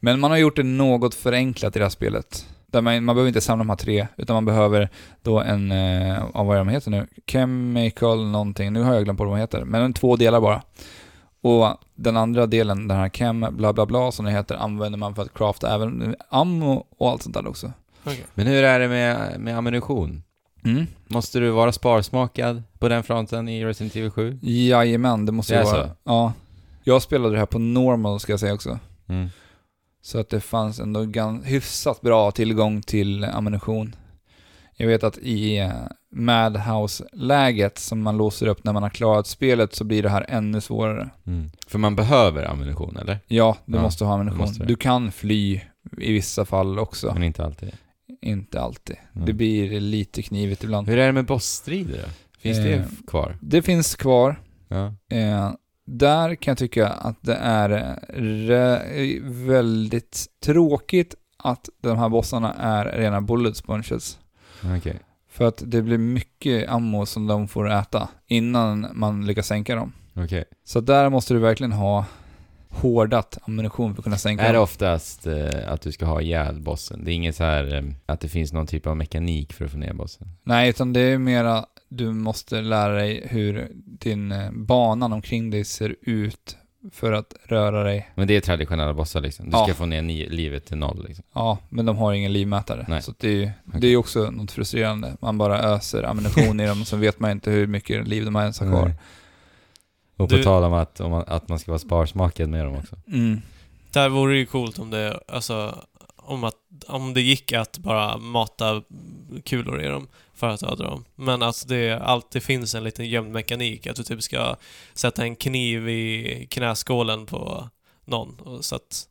Speaker 1: Men man har gjort det något förenklat i det här spelet. Där man, man behöver inte samla de här tre, utan man behöver då en, eh, ja, vad är de heter nu? Chemical någonting, nu har jag glömt på vad de heter, men två delar bara. Och den andra delen, den här chem bla bla bla som det heter, använder man för att crafta även ammo och allt sånt där också.
Speaker 3: Okej.
Speaker 2: Men hur är det med, med ammunition?
Speaker 1: Mm.
Speaker 2: Måste du vara sparsmakad på den fronten i Resident Evil 7?
Speaker 1: Jajamän, det måste
Speaker 2: Det
Speaker 1: ju
Speaker 2: är
Speaker 1: vara.
Speaker 2: så?
Speaker 1: Ja. Jag spelade det här på normal ska jag säga också. Så att det fanns ändå gan- hyfsat bra tillgång till ammunition. Jag vet att i eh, Madhouse-läget som man låser upp när man har klarat spelet så blir det här ännu svårare.
Speaker 2: För man behöver ammunition, eller?
Speaker 1: Ja, du
Speaker 2: Ja,
Speaker 1: måste ha ammunition.
Speaker 2: det måste det.
Speaker 1: du kan fly i vissa fall också.
Speaker 2: Men inte alltid.
Speaker 1: Inte alltid.
Speaker 2: Mm.
Speaker 1: Det blir lite knivigt ibland.
Speaker 2: Hur är det med bossstrider då? Finns det
Speaker 1: Eh.
Speaker 2: f- kvar?
Speaker 1: Det finns kvar.
Speaker 2: Ja.
Speaker 1: Eh, där kan jag tycka att det är eh, re- eh, väldigt tråkigt att de här bossarna är rena bullet sponges.
Speaker 2: Okej.
Speaker 1: För att det blir mycket ammo som de får äta innan man lyckas sänka dem.
Speaker 2: Okej.
Speaker 1: Så där måste du verkligen ha hårdat ammunition för att kunna sänka
Speaker 2: Är det
Speaker 1: dem.
Speaker 2: oftast eh, att du ska ha ihjäl bossen? Det är inget så här eh, att det finns någon typ av mekanik för att få ner bossen?
Speaker 1: Nej, utan det är mera du måste lära dig hur din eh, banan omkring dig ser ut för att röra dig.
Speaker 2: Men det är traditionella bossar liksom? Du
Speaker 1: Ja.
Speaker 2: ska få ner ni- livet till noll liksom?
Speaker 1: Ja, men de har ingen livmätare.
Speaker 2: Nej.
Speaker 1: Så att det är ju det är ju också något frustrerande. Man bara öser ammunition i dem, så vet man inte hur mycket liv de ens har kvar.
Speaker 2: Nej. Mm. Och på
Speaker 3: Du-
Speaker 2: tal om att, om man, att man ska vara sparsmakad med dem också.
Speaker 1: Mm.
Speaker 3: Där vore det ju coolt om det, alltså, om, att, om det gick att bara mata kulor i dem för att döda dem. Men att det alltid finns en liten gömd mekanik, att du typ ska sätta en kniv i knäskålen på någon. Och så att,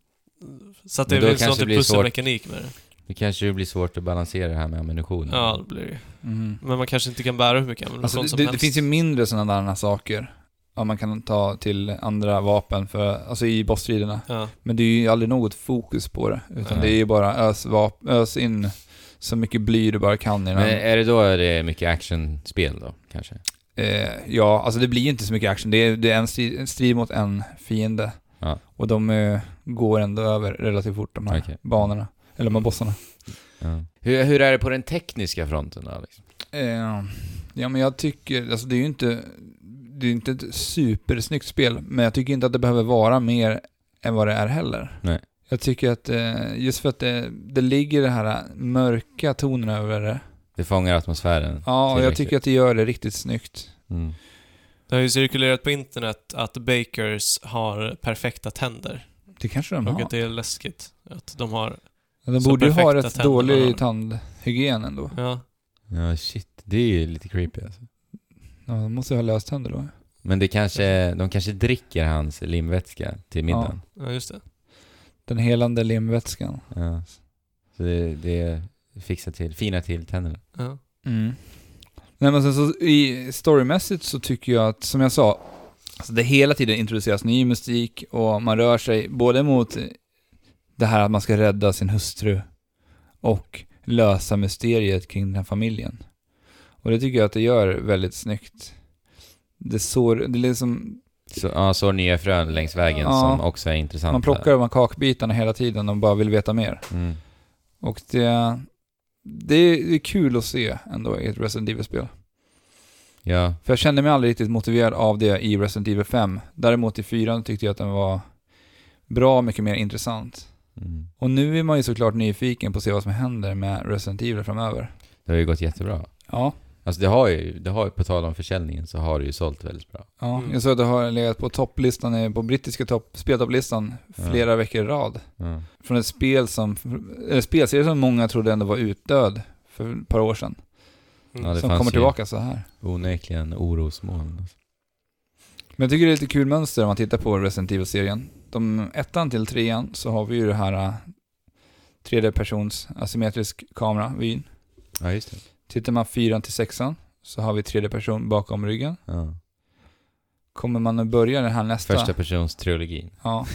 Speaker 3: så att det
Speaker 2: Men då
Speaker 3: finns någon
Speaker 2: kanske det
Speaker 3: typ
Speaker 2: blir svårt.
Speaker 3: pusselmekanik med det.
Speaker 2: Det kanske ju blir svårt att balansera det här med ammunitionen.
Speaker 3: Ja, det blir det.
Speaker 1: Mm.
Speaker 3: Men man kanske inte kan bära hur mycket ammunition
Speaker 1: Alltså,
Speaker 3: som
Speaker 1: det, det
Speaker 3: helst.
Speaker 1: finns ju mindre sådana där saker. Ja, man kan ta till andra vapen för, alltså i bossstriderna.
Speaker 3: Ja.
Speaker 1: Men det är ju aldrig något fokus på det. Utan
Speaker 2: Nej.
Speaker 1: det är ju bara ös, vap- ös in så mycket bly du bara kan i den.
Speaker 2: Men är det då det är mycket actionspel då, kanske?
Speaker 1: Eh, ja, alltså det blir ju inte så mycket action. Det är, det är en, strid, en strid mot en fiende.
Speaker 2: Ja.
Speaker 1: Och de eh, går ändå över relativt fort, de här
Speaker 2: Okej.
Speaker 1: banorna. Eller de här bossarna.
Speaker 2: Hur, hur är det på den tekniska fronten då? Liksom?
Speaker 1: Eh, ja, men jag tycker, alltså det är ju inte, det är ju inte ett supersnyggt spel, men jag tycker inte att det behöver vara mer än vad det är heller.
Speaker 2: Nej.
Speaker 1: Jag tycker att, eh, just för att det, det ligger det här mörka tonen över det.
Speaker 2: Det fångar atmosfären.
Speaker 1: Ja, och jag
Speaker 2: Tillräckligt.
Speaker 1: tycker att det gör det riktigt snyggt.
Speaker 2: Mm.
Speaker 3: Det har ju cirkulerat på internet att bakers har perfekta tänder.
Speaker 1: Det kanske de
Speaker 3: Och
Speaker 1: har.
Speaker 3: att det är läskigt att de har...
Speaker 1: Ja, De
Speaker 3: Så
Speaker 1: borde ju ha
Speaker 3: perfekta
Speaker 1: rätt
Speaker 3: tänder har de.
Speaker 1: dålig tandhygien ändå.
Speaker 3: Ja.
Speaker 2: Ja, shit. Det är ju lite creepy alltså.
Speaker 1: Ja, de måste ju ha löständer då.
Speaker 2: Men det kanske, de kanske dricker hans limvätska till middagen.
Speaker 3: Ja, just det.
Speaker 1: Den helande limvätskan.
Speaker 2: Ja. Så det, det fixar till, fina till tänderna.
Speaker 3: Ja.
Speaker 1: Nej men sen så i storymässigt så tycker jag att, som jag sa, alltså det hela tiden introduceras ny musik och man rör sig både mot det här att man ska rädda sin hustru och lösa mysteriet kring den här familjen. Och det tycker jag att det gör väldigt snyggt. Det sår, det är liksom,
Speaker 2: Så, ja, så nya frön längs vägen
Speaker 1: Ja.
Speaker 2: som också är intressanta.
Speaker 1: man plockar de här kakbitarna hela tiden och bara vill veta mer.
Speaker 2: Mm.
Speaker 1: Och det, det, är, det är kul att se ändå i ett Resident Evil-spel.
Speaker 2: Ja,
Speaker 1: För jag kände mig aldrig riktigt motiverad av det i Resident Evil 5. Däremot i 4 tyckte jag att den var bra mycket mer intressant.
Speaker 2: mm.
Speaker 1: Och nu är man ju såklart nyfiken på att se vad som händer med Resident Evil framöver.
Speaker 2: det har ju gått jättebra.
Speaker 1: Ja,
Speaker 2: Alltså det har ju, det har ju, på tal om försäljningen så har det ju sålt väldigt bra.
Speaker 1: ja.
Speaker 3: Mm.
Speaker 1: jag såg att det har legat på topplistan, eh, på brittiska topp, speltopplistan flera veckor i rad.
Speaker 2: Ja.
Speaker 1: Från ett spel som, eller spelserie som många trodde ändå var utdöd för ett par år sedan.
Speaker 3: Mm.
Speaker 2: Ja, det
Speaker 1: som
Speaker 2: fanns
Speaker 1: kommer
Speaker 2: ju
Speaker 1: tillbaka så här.
Speaker 2: Onekligen orosmoln. alltså.
Speaker 1: Men jag tycker det är lite kul mönster om man tittar på Resident Evil-serien. De ettan till trean så har vi ju det här äh, tredje persons asymmetrisk kameravyn.
Speaker 2: Ja, just det.
Speaker 1: Tittar man fyran till sexan så har vi tredje person bakom ryggen.
Speaker 2: Ja.
Speaker 1: Kommer man att börja den här nästa?
Speaker 2: Första persons trilogin.
Speaker 1: Ja,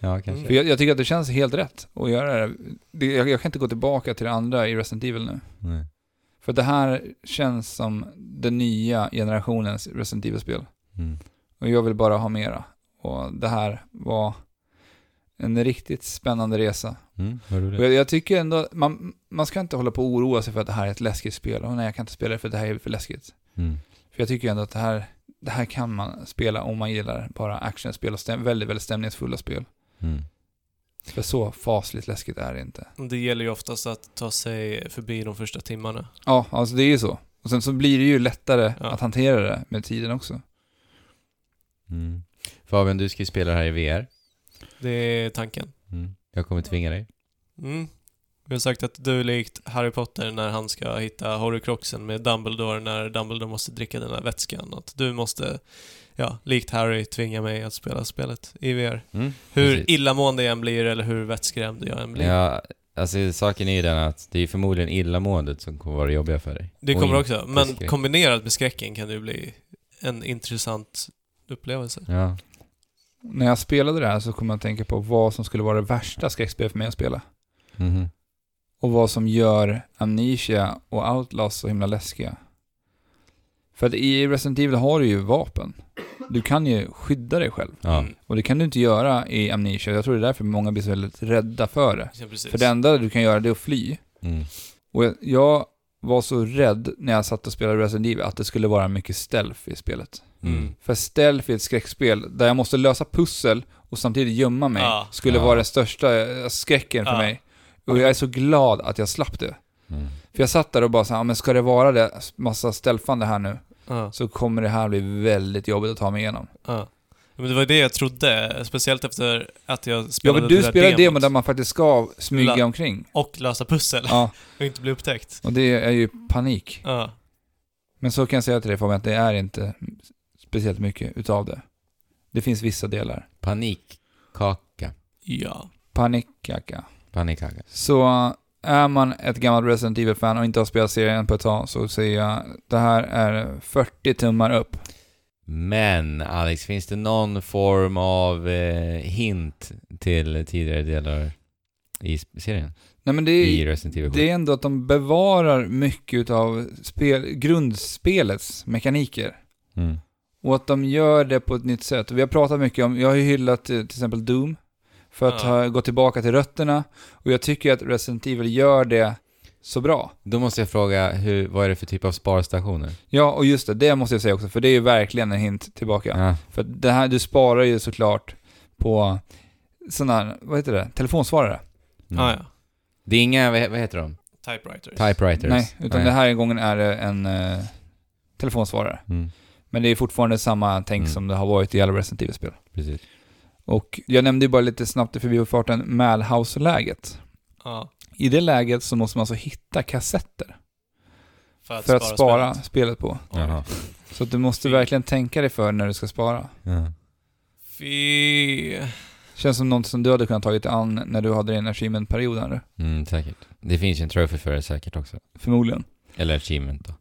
Speaker 2: Ja, kanske.
Speaker 1: för jag, jag tycker att det känns helt rätt att göra det. det jag, jag kan inte gå tillbaka till det andra i Resident Evil nu.
Speaker 2: Nej.
Speaker 1: För det här känns som den nya generationens Resident Evil-spel.
Speaker 2: Mm.
Speaker 1: Och jag vill bara ha mera. Och det här var en riktigt spännande resa.
Speaker 2: Mm, vad
Speaker 1: Och
Speaker 2: roligt.
Speaker 1: jag, jag tycker ändå, man, man ska inte hålla på och oroa sig för att det här är ett läskigt spel. Och nej, jag kan inte spela det för det här är för läskigt.
Speaker 2: Mm.
Speaker 1: För jag tycker ändå att det här, det här kan man spela om man gillar bara actionspel och stäm, väldigt, väldigt stämningsfulla spel.
Speaker 2: Mm.
Speaker 1: För så fasligt läskigt är det inte.
Speaker 3: Mm. Det gäller ju oftast att ta sig förbi de första timmarna.
Speaker 1: Ja, alltså det är ju så. Och sen så blir det ju lättare
Speaker 3: Ja.
Speaker 1: att hantera det med tiden också.
Speaker 2: Mm. Fabian, du ska ju spela det här i VR.
Speaker 3: Det är tanken.
Speaker 2: Jag kommer tvinga dig.
Speaker 3: Mm. Vi har sagt att du är likt Harry Potter när han ska hitta Horrocruxen med Dumbledore när Dumbledore måste dricka den där vätskan. Att du måste, ja, likt Harry tvinga mig att spela spelet i VR.
Speaker 2: Mm.
Speaker 3: Hur
Speaker 2: Precis.
Speaker 3: illamående jag än blir eller hur vettskrämd jag än blir.
Speaker 2: Ja, alltså saken är ju den att det är förmodligen illamåendet som kommer vara det jobbiga för dig.
Speaker 3: Det
Speaker 2: Och
Speaker 3: kommer
Speaker 2: in-
Speaker 3: också, men
Speaker 2: skräck.
Speaker 3: kombinerat med skräcken kan det ju bli en intressant upplevelse.
Speaker 2: Ja.
Speaker 1: När jag spelade det här så kom jag att tänka på vad som skulle vara det värsta skräckspel för mig att spela.
Speaker 2: Mhm.
Speaker 1: Och vad som gör Amnesia och Outlast så himla läskiga. För att i Resident Evil har du ju vapen. Du kan ju skydda dig själv.
Speaker 2: ja.
Speaker 3: Mm,
Speaker 1: Och det kan du inte göra i Amnesia. Jag tror det är därför många blir så väldigt rädda för det.
Speaker 3: ja, precis.
Speaker 1: För det enda du kan göra det är att fly.
Speaker 2: Mm.
Speaker 1: Och jag- jag var så rädd när jag satt och spelade Resident Evil att det skulle vara mycket stealth i spelet.
Speaker 2: Mm.
Speaker 1: För stealth i ett skräckspel där jag måste lösa pussel och samtidigt gömma mig
Speaker 3: Ja.
Speaker 1: skulle
Speaker 2: Ja.
Speaker 1: vara den största eh, skräcken för
Speaker 3: Ja.
Speaker 1: mig. Och jag är så glad att jag slapp det.
Speaker 2: Mm.
Speaker 1: För jag satt där och bara så här, "Ja, men ska det vara det, massa stealthande här nu,
Speaker 3: Ja,
Speaker 1: så kommer det här bli väldigt jobbigt att ta mig igenom.
Speaker 3: ja. Men det var ju det jag trodde, speciellt efter att jag
Speaker 1: Ja,
Speaker 3: spelade
Speaker 1: men du
Speaker 3: det där
Speaker 1: spelar
Speaker 3: demot
Speaker 1: demo där man faktiskt ska smyga
Speaker 3: La-
Speaker 1: omkring.
Speaker 3: och lösa pussel
Speaker 1: Ja,
Speaker 3: och inte bli upptäckt.
Speaker 1: och det är ju panik.
Speaker 3: Ja.
Speaker 1: Men så kan jag säga till dig Fabian, att det är inte speciellt mycket utav det. Det finns vissa delar.
Speaker 2: Panikkaka.
Speaker 3: Ja.
Speaker 1: Panikaka.
Speaker 2: Panikkaka.
Speaker 1: Så äh, är man ett gammalt Resident Evil-fan och inte har spelat serien på ett tag så säger jag, det här är 40 tummar upp.
Speaker 2: Men Alex, finns det någon form av eh, hint till tidigare delar i s- serien?
Speaker 1: Nej men det
Speaker 2: I
Speaker 1: är,
Speaker 2: Resident Evil 7?
Speaker 1: det är ändå att de bevarar mycket av spel, grundspelets mekaniker.
Speaker 2: Mm.
Speaker 1: Och att de gör det på ett nytt sätt. Vi har pratat mycket om, jag har ju hyllat eh, till exempel Doom för att
Speaker 3: Ja.
Speaker 1: ha, gå tillbaka till rötterna. Och jag tycker att Resident Evil gör det så bra.
Speaker 2: Då måste jag fråga, hur, vad är det för typ av sparstationer?
Speaker 1: Ja, och just det, det måste jag säga också, för det är ju verkligen en hint tillbaka.
Speaker 2: Ja.
Speaker 1: För att det här, du sparar ju såklart på sådana här, vad heter det, telefonsvarare.
Speaker 2: Mm.
Speaker 3: Ah, ja.
Speaker 2: Det är inga, vad, he- vad heter de?
Speaker 3: Typewriters.
Speaker 2: Typewriters?
Speaker 1: Nej, utan det här gången är det en eh, telefonsvarare.
Speaker 2: Mm.
Speaker 1: Men det är fortfarande samma tänk
Speaker 2: Mm.
Speaker 1: som det har varit i alla Resident Evil-spel.
Speaker 2: Precis.
Speaker 1: Och jag nämnde ju bara lite snabbt i förbifarten Malhouse-läget.
Speaker 3: Ja,
Speaker 1: I det läget så måste man alltså hitta kassetter
Speaker 3: för att
Speaker 1: för att
Speaker 3: spara,
Speaker 1: spara
Speaker 3: spelet.
Speaker 1: spelet på.
Speaker 2: Jaha.
Speaker 1: Så att du måste
Speaker 3: Fy.
Speaker 1: verkligen tänka dig för när du ska spara.
Speaker 2: Ja.
Speaker 3: Fy...
Speaker 1: Känns som något som du hade kunnat tagit dig an när du hade din achievement-period här nu.
Speaker 2: Mm, säkert. Det finns ju en trophy för det säkert också.
Speaker 1: Förmodligen.
Speaker 2: Eller achievement då.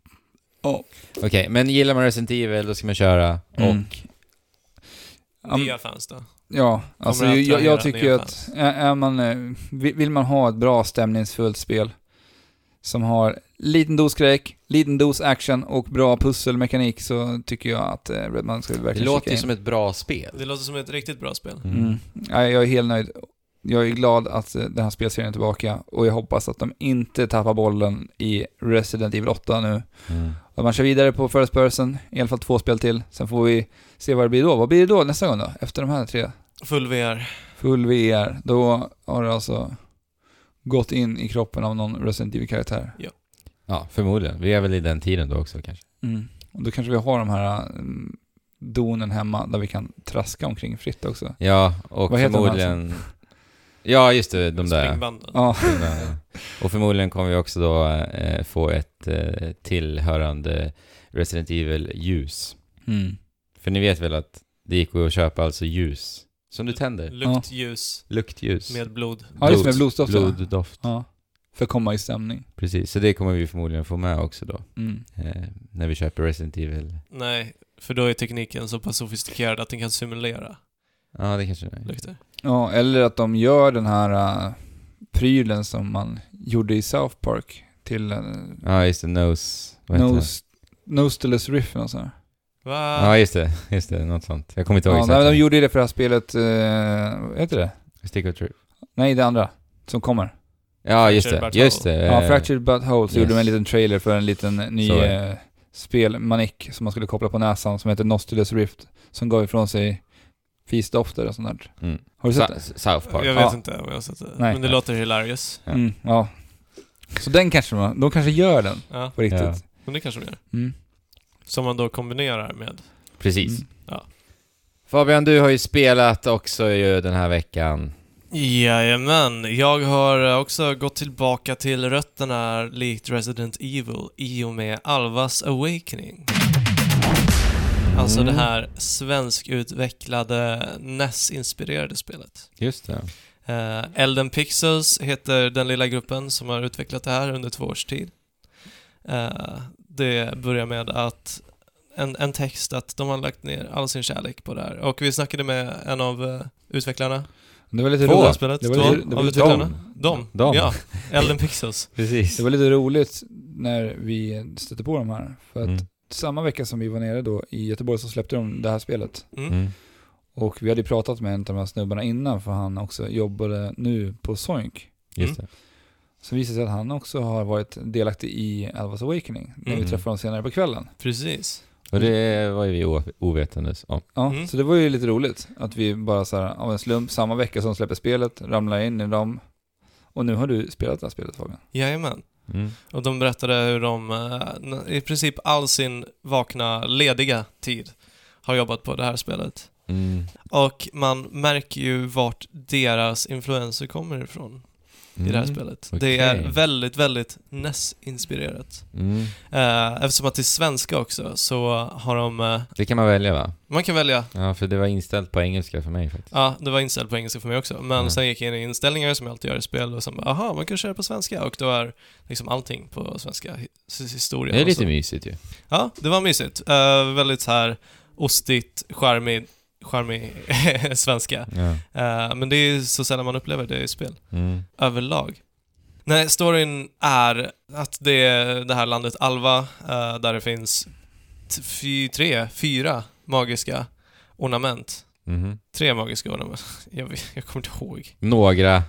Speaker 1: Ja.
Speaker 2: Okej, men gillar man Resident Evil då ska man köra
Speaker 1: Mm.
Speaker 2: och...
Speaker 1: Ja, men-
Speaker 3: Nya fans då.
Speaker 1: Ja, alltså
Speaker 3: att
Speaker 1: jag, jag,
Speaker 3: attrahera
Speaker 1: tycker
Speaker 3: nya
Speaker 1: ju att
Speaker 3: fans.
Speaker 1: är är man, eh, vill vill man ha ett bra stämningsfullt spel som har liten dos skräck, liten dos action och bra pusselmekanik så tycker jag att eh, Redman ska
Speaker 2: Det
Speaker 1: verkligen
Speaker 2: låter
Speaker 1: kika
Speaker 2: ju
Speaker 1: in.
Speaker 2: som ett bra spel.
Speaker 3: Det låter som ett riktigt bra spel.
Speaker 1: Mm. Nej, Jag är helt nöjd. Jag är glad att eh, den här spelserien är tillbaka och jag hoppas att de inte tappar bollen i Resident Evil 8 nu.
Speaker 2: Mm.
Speaker 1: Att man kör vidare på First Person, i alla fall två spel till. Sen får vi se vad det blir då. Vad blir det då nästa gång då? Efter de här tre?
Speaker 3: Full VR.
Speaker 1: Full VR, då har du alltså gått in i kroppen av någon Resident Evil-karaktär.
Speaker 2: Ja, förmodligen. Vi är väl i den tiden då också kanske.
Speaker 1: Och då kanske vi har de här mm, donen hemma där vi kan traska omkring fritt också.
Speaker 2: Ja, och
Speaker 1: Vad heter de alltså? här
Speaker 2: förmodligen... Ja, just det, de där.
Speaker 3: Springbanden.
Speaker 1: Ja,
Speaker 2: Ja. Och förmodligen kommer vi också då eh, få ett eh, tillhörande Resident Evil-ljus.
Speaker 1: mm.
Speaker 2: För ni vet väl att det gick att köpa alltså ljus som du tänder?
Speaker 3: Lukt, ljus,
Speaker 2: Luktljus.
Speaker 3: med blod.
Speaker 1: ja just det, med blodstoff. Blod.
Speaker 2: Bloddoft.
Speaker 1: Ja. För att komma i stämning.
Speaker 2: Precis, så det kommer vi förmodligen få med också då.
Speaker 1: Mm.
Speaker 2: Eh, när vi köper Resident Evil.
Speaker 3: Nej, för då är tekniken så pass sofistikerad att den kan simulera
Speaker 2: Ja, det kanske det är.
Speaker 3: lukter.
Speaker 1: Ja, eller att de gör den här äh, prylen som man gjorde i South Park till uh,
Speaker 2: Ja, just det. Nose... Vad heter det?
Speaker 1: Nose... Nosteless Riff och sådär.
Speaker 3: Va?
Speaker 2: Ja, just det. Just det. Något sånt. Jag kommer inte ihåg
Speaker 1: Ja,
Speaker 2: exakt.
Speaker 1: nej, de gjorde ju det för det här spelet, eh, vad heter det?
Speaker 2: Stick of Truth.
Speaker 1: Nej, det andra. Som kommer.
Speaker 2: Ja, just
Speaker 3: Fractured
Speaker 2: det.
Speaker 3: but
Speaker 2: Just det.
Speaker 1: Ja,
Speaker 2: Eh,
Speaker 1: Fractured But Whole, så
Speaker 2: yes.
Speaker 1: gjorde de en liten trailer för en liten ny
Speaker 2: Så är
Speaker 1: eh, spelmanick som man skulle koppla på näsan som heter Nostilus Rift, som gav ifrån sig fisdofter och sånt där.
Speaker 2: Mm.
Speaker 1: Har du sett det?
Speaker 2: Sa- South Park.
Speaker 3: Jag vet
Speaker 1: Ja.
Speaker 3: inte om jag har sett det.
Speaker 1: Nej.
Speaker 3: Men det låter hilarious.
Speaker 2: Ja.
Speaker 1: Mm, ja. Så den kanske de, de kanske gör den
Speaker 3: Ja,
Speaker 1: på riktigt.
Speaker 2: Ja.
Speaker 3: men det kanske de gör.
Speaker 1: Mm.
Speaker 3: Som man då kombinerar med.
Speaker 2: Precis.
Speaker 1: Mm.
Speaker 2: Fabian, du har ju spelat också ju den här veckan.
Speaker 3: Jajamän, jag har eh, också gått tillbaka till rötterna likt Resident Evil i och med Alvas Awakening. Alltså det här svenskutvecklade NES-inspirerade spelet.
Speaker 2: Just det.
Speaker 3: Eh, Elden Pixels heter den lilla gruppen som har utvecklat det här under två års tid. Eh, det börjar med att en, en text att de har lagt ner all sin kärlek på det här. Och vi snackade med en av eh, utvecklarna
Speaker 1: Det var lite
Speaker 2: Två.
Speaker 1: roligt.
Speaker 3: spelet.
Speaker 1: det var
Speaker 3: Två
Speaker 1: lite- det var
Speaker 3: av
Speaker 1: lite
Speaker 3: utvecklarna.
Speaker 2: dom.
Speaker 3: De.
Speaker 2: Dom.
Speaker 3: Ja, Elden Pixels.
Speaker 2: Precis.
Speaker 1: Det var lite roligt när vi stötte på de här. För att
Speaker 2: Mm.
Speaker 1: samma vecka som vi var nere då i Göteborg så släppte de det här spelet.
Speaker 3: Mm.
Speaker 2: Mm.
Speaker 1: Och vi hade ju pratat med en av de här snubbarna innan för han också jobbade nu på Soink.
Speaker 2: Just det.
Speaker 1: Så visade det sig att han också har varit delaktig i Alvas Awakening. När
Speaker 3: Mm.
Speaker 1: vi träffade honom senare på kvällen.
Speaker 3: Precis.
Speaker 2: Och det var ju vi o- ovetandes om.
Speaker 1: Ja,
Speaker 3: Mm.
Speaker 1: så det var ju lite roligt. Att vi bara så här, av en slump, samma vecka som släpper spelet, ramlar in i dem. Och nu har du spelat det här spelet Fabian.
Speaker 3: Jajamän.
Speaker 2: Mm.
Speaker 3: Och de berättade hur de eh, n- i princip all sin vakna, lediga tid har jobbat på det här spelet.
Speaker 2: Mm.
Speaker 3: Och man märker ju vart deras influenser kommer ifrån i det här
Speaker 2: Mm.
Speaker 3: spelet.
Speaker 2: okej.
Speaker 3: Det är väldigt, väldigt NES-inspirerat.
Speaker 2: Mm.
Speaker 3: Eh, eftersom att det är svenska också så har de... eh,
Speaker 2: Det kan man välja va?
Speaker 3: man kan välja
Speaker 2: Ja, för det var inställt på engelska för mig faktiskt.
Speaker 3: Ja, det var inställt på engelska för mig också. Men
Speaker 2: Mm.
Speaker 3: sen gick jag in i inställningar som jag alltid gör i spel och sen bara, aha, man kan köra på svenska och då är liksom allting på svenska hi- s- historia.
Speaker 2: Det är
Speaker 3: och
Speaker 2: lite
Speaker 3: så.
Speaker 2: mysigt ju.
Speaker 3: Ja, det var mysigt. Eh, väldigt så här ostigt, charmig, charmig svenska.
Speaker 2: Ja.
Speaker 3: Eh, men det är så sällan man upplever det i spel,
Speaker 2: Mm.
Speaker 3: överlag. Nej, storyn är att det är det här landet Alva, eh, där det finns t- fy, tre, fyra magiska ornament.
Speaker 2: Mhm.
Speaker 3: Tre magiska ornament. Jag, vet- jag kommer inte ihåg.
Speaker 2: Några.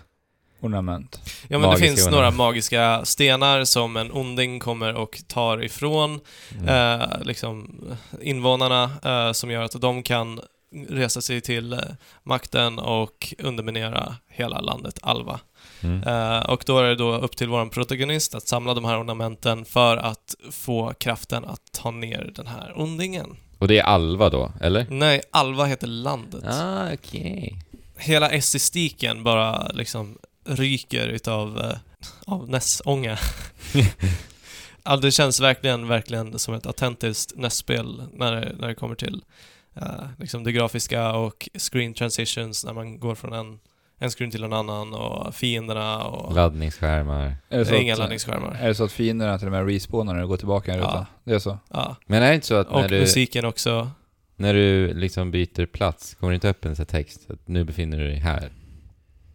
Speaker 1: Ornament.
Speaker 3: Ja, men det
Speaker 2: Magiska
Speaker 3: finns
Speaker 2: ornament.
Speaker 3: några magiska stenar som en onding kommer och tar ifrån
Speaker 2: Mm.
Speaker 3: eh, liksom, invånarna eh, som gör att de kan resa sig till eh, makten och underminera hela landet Alva.
Speaker 2: Mm.
Speaker 3: Eh, och då är det då upp till vår protagonist att samla de här ornamenten för att få kraften att ta ner den här ondingen.
Speaker 2: Och det är Alva då, eller?
Speaker 3: Nej, Alva heter landet.
Speaker 2: Ah, okej.
Speaker 3: hela estetiken bara liksom ryker utav eh, av NES-ånga. ja, det känns verkligen, verkligen som ett autentiskt NES-spel när det, när det kommer till eh, liksom det grafiska och screen transitions när man går från en, en screen till en annan och fienderna och...
Speaker 2: Laddningsskärmar.
Speaker 1: Är
Speaker 3: Det är inga
Speaker 2: eh,
Speaker 1: att-
Speaker 3: laddningsskärmar.
Speaker 1: Är det så att fienderna till och med respawnar när du går tillbaka i en
Speaker 3: Ja.
Speaker 1: ruta? Det är så?
Speaker 3: Ja.
Speaker 2: Men är det inte så att när
Speaker 3: Och
Speaker 2: du,
Speaker 3: musiken också.
Speaker 2: när du liksom byter plats, kommer det inte upp en sån här text? Att nu befinner du dig här.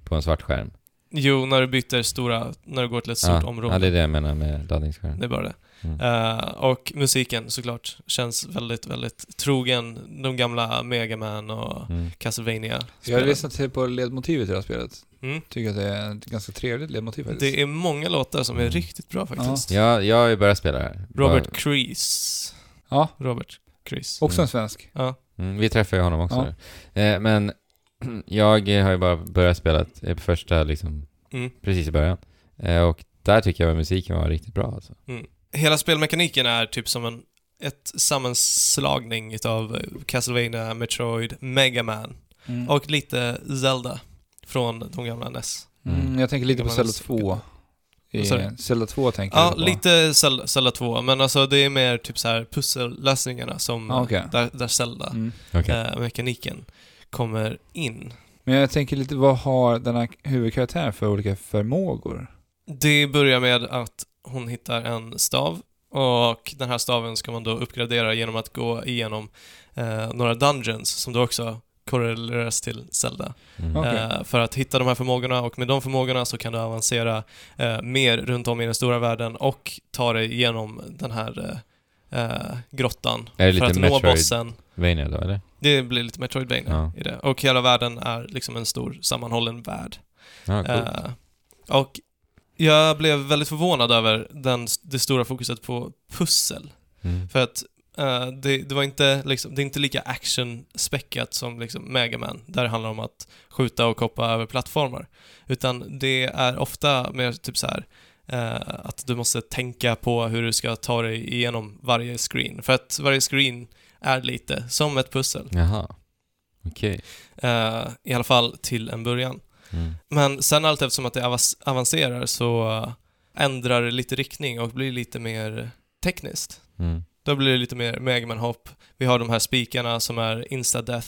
Speaker 2: På en svart skärm.
Speaker 3: Jo, när du byter stora, när du går till ett stort
Speaker 2: ja.
Speaker 3: område.
Speaker 2: Ja, det är det jag menar med laddningsskärm.
Speaker 3: Det är bara det.
Speaker 2: Mm.
Speaker 3: Eh, och musiken såklart känns väldigt, väldigt trogen de gamla Mega Man och
Speaker 2: Mm.
Speaker 3: Castlevania.
Speaker 1: Jag har lyssnat till- på ledmotivet i det här spelet.
Speaker 3: Mm.
Speaker 1: Tycker att det är ett ganska trevligt ledmotiv faktiskt.
Speaker 3: Det är många låtar som är
Speaker 2: Mm.
Speaker 3: riktigt bra faktiskt.
Speaker 2: Ja, jag har ju börjat spela det här.
Speaker 3: Robert
Speaker 2: Bara-
Speaker 3: Kreese.
Speaker 1: Ja,
Speaker 3: Robert Kreese.
Speaker 1: också en svensk.
Speaker 3: Ja.
Speaker 2: Mm, vi träffar ju honom också. Eh, men jag har ju bara börjat spela ett- eh, på första, liksom,
Speaker 3: Mm.
Speaker 2: precis i början. Eh, och där tycker jag att musiken var riktigt bra alltså.
Speaker 3: Hela spelmekaniken är typ som en ett sammanslagning utav eh, Castlevania, Metroid, Mega Man
Speaker 1: Mm.
Speaker 3: och lite Zelda från de gamla E NES.
Speaker 1: Mm, jag tänker lite på
Speaker 3: Gammal
Speaker 1: Zelda
Speaker 3: musik.
Speaker 1: 2. I,
Speaker 3: Vad sa du?
Speaker 1: Zelda 2 tänker
Speaker 3: Ja,
Speaker 1: jag på.
Speaker 3: lite Zelda, Zelda 2, men alltså det är mer typ så här pussellösningarna som
Speaker 2: Ah,
Speaker 1: Ja, okej.
Speaker 3: där, där Zelda
Speaker 1: Mm.
Speaker 3: eh, mekaniken kommer in.
Speaker 1: Men jag tänker lite, vad har den här huvudkaraktären för olika förmågor?
Speaker 3: Det börjar med att hon hittar en stav och den här staven ska man då uppgradera genom att gå igenom eh, några dungeons som då också korreleras till Zelda.
Speaker 2: Mm.
Speaker 1: Ja. Okej.
Speaker 3: Eh, för att hitta de här förmågorna och med de förmågorna så kan du avancera eh, mer runt om i den stora världen och ta dig igenom den här eh, eh, grottan
Speaker 2: Är det
Speaker 3: för att
Speaker 2: lite
Speaker 3: nå
Speaker 2: Metroid
Speaker 3: bossen.
Speaker 2: Vania då, eller?
Speaker 3: Det blir lite Metroidvania
Speaker 2: Ja.
Speaker 3: i det. Och hela världen är liksom en stor sammanhållen värld.
Speaker 2: Ja, coolt.
Speaker 3: Eh, och jag blev väldigt förvånad över den, det stora fokuset på pussel.
Speaker 2: Mm.
Speaker 3: För att Eh, det, det, var inte, liksom, det är inte lika actionspäckat som liksom Mega Man, där det handlar om att skjuta och hoppa över plattformar. Utan det är ofta mer typ så här eh, att du måste tänka på hur du ska ta dig igenom varje screen. För att varje screen är lite som ett pussel.
Speaker 2: Jaha. Okej.
Speaker 3: Eh, I alla fall till en början.
Speaker 2: Mm.
Speaker 3: Men sen allt eftersom att det avas- avancerar så eh, ändrar det lite riktning och blir lite mer tekniskt.
Speaker 2: Mm.
Speaker 3: Då blir det lite mer Megaman-hopp. Vi har de här spikarna som är insta-death.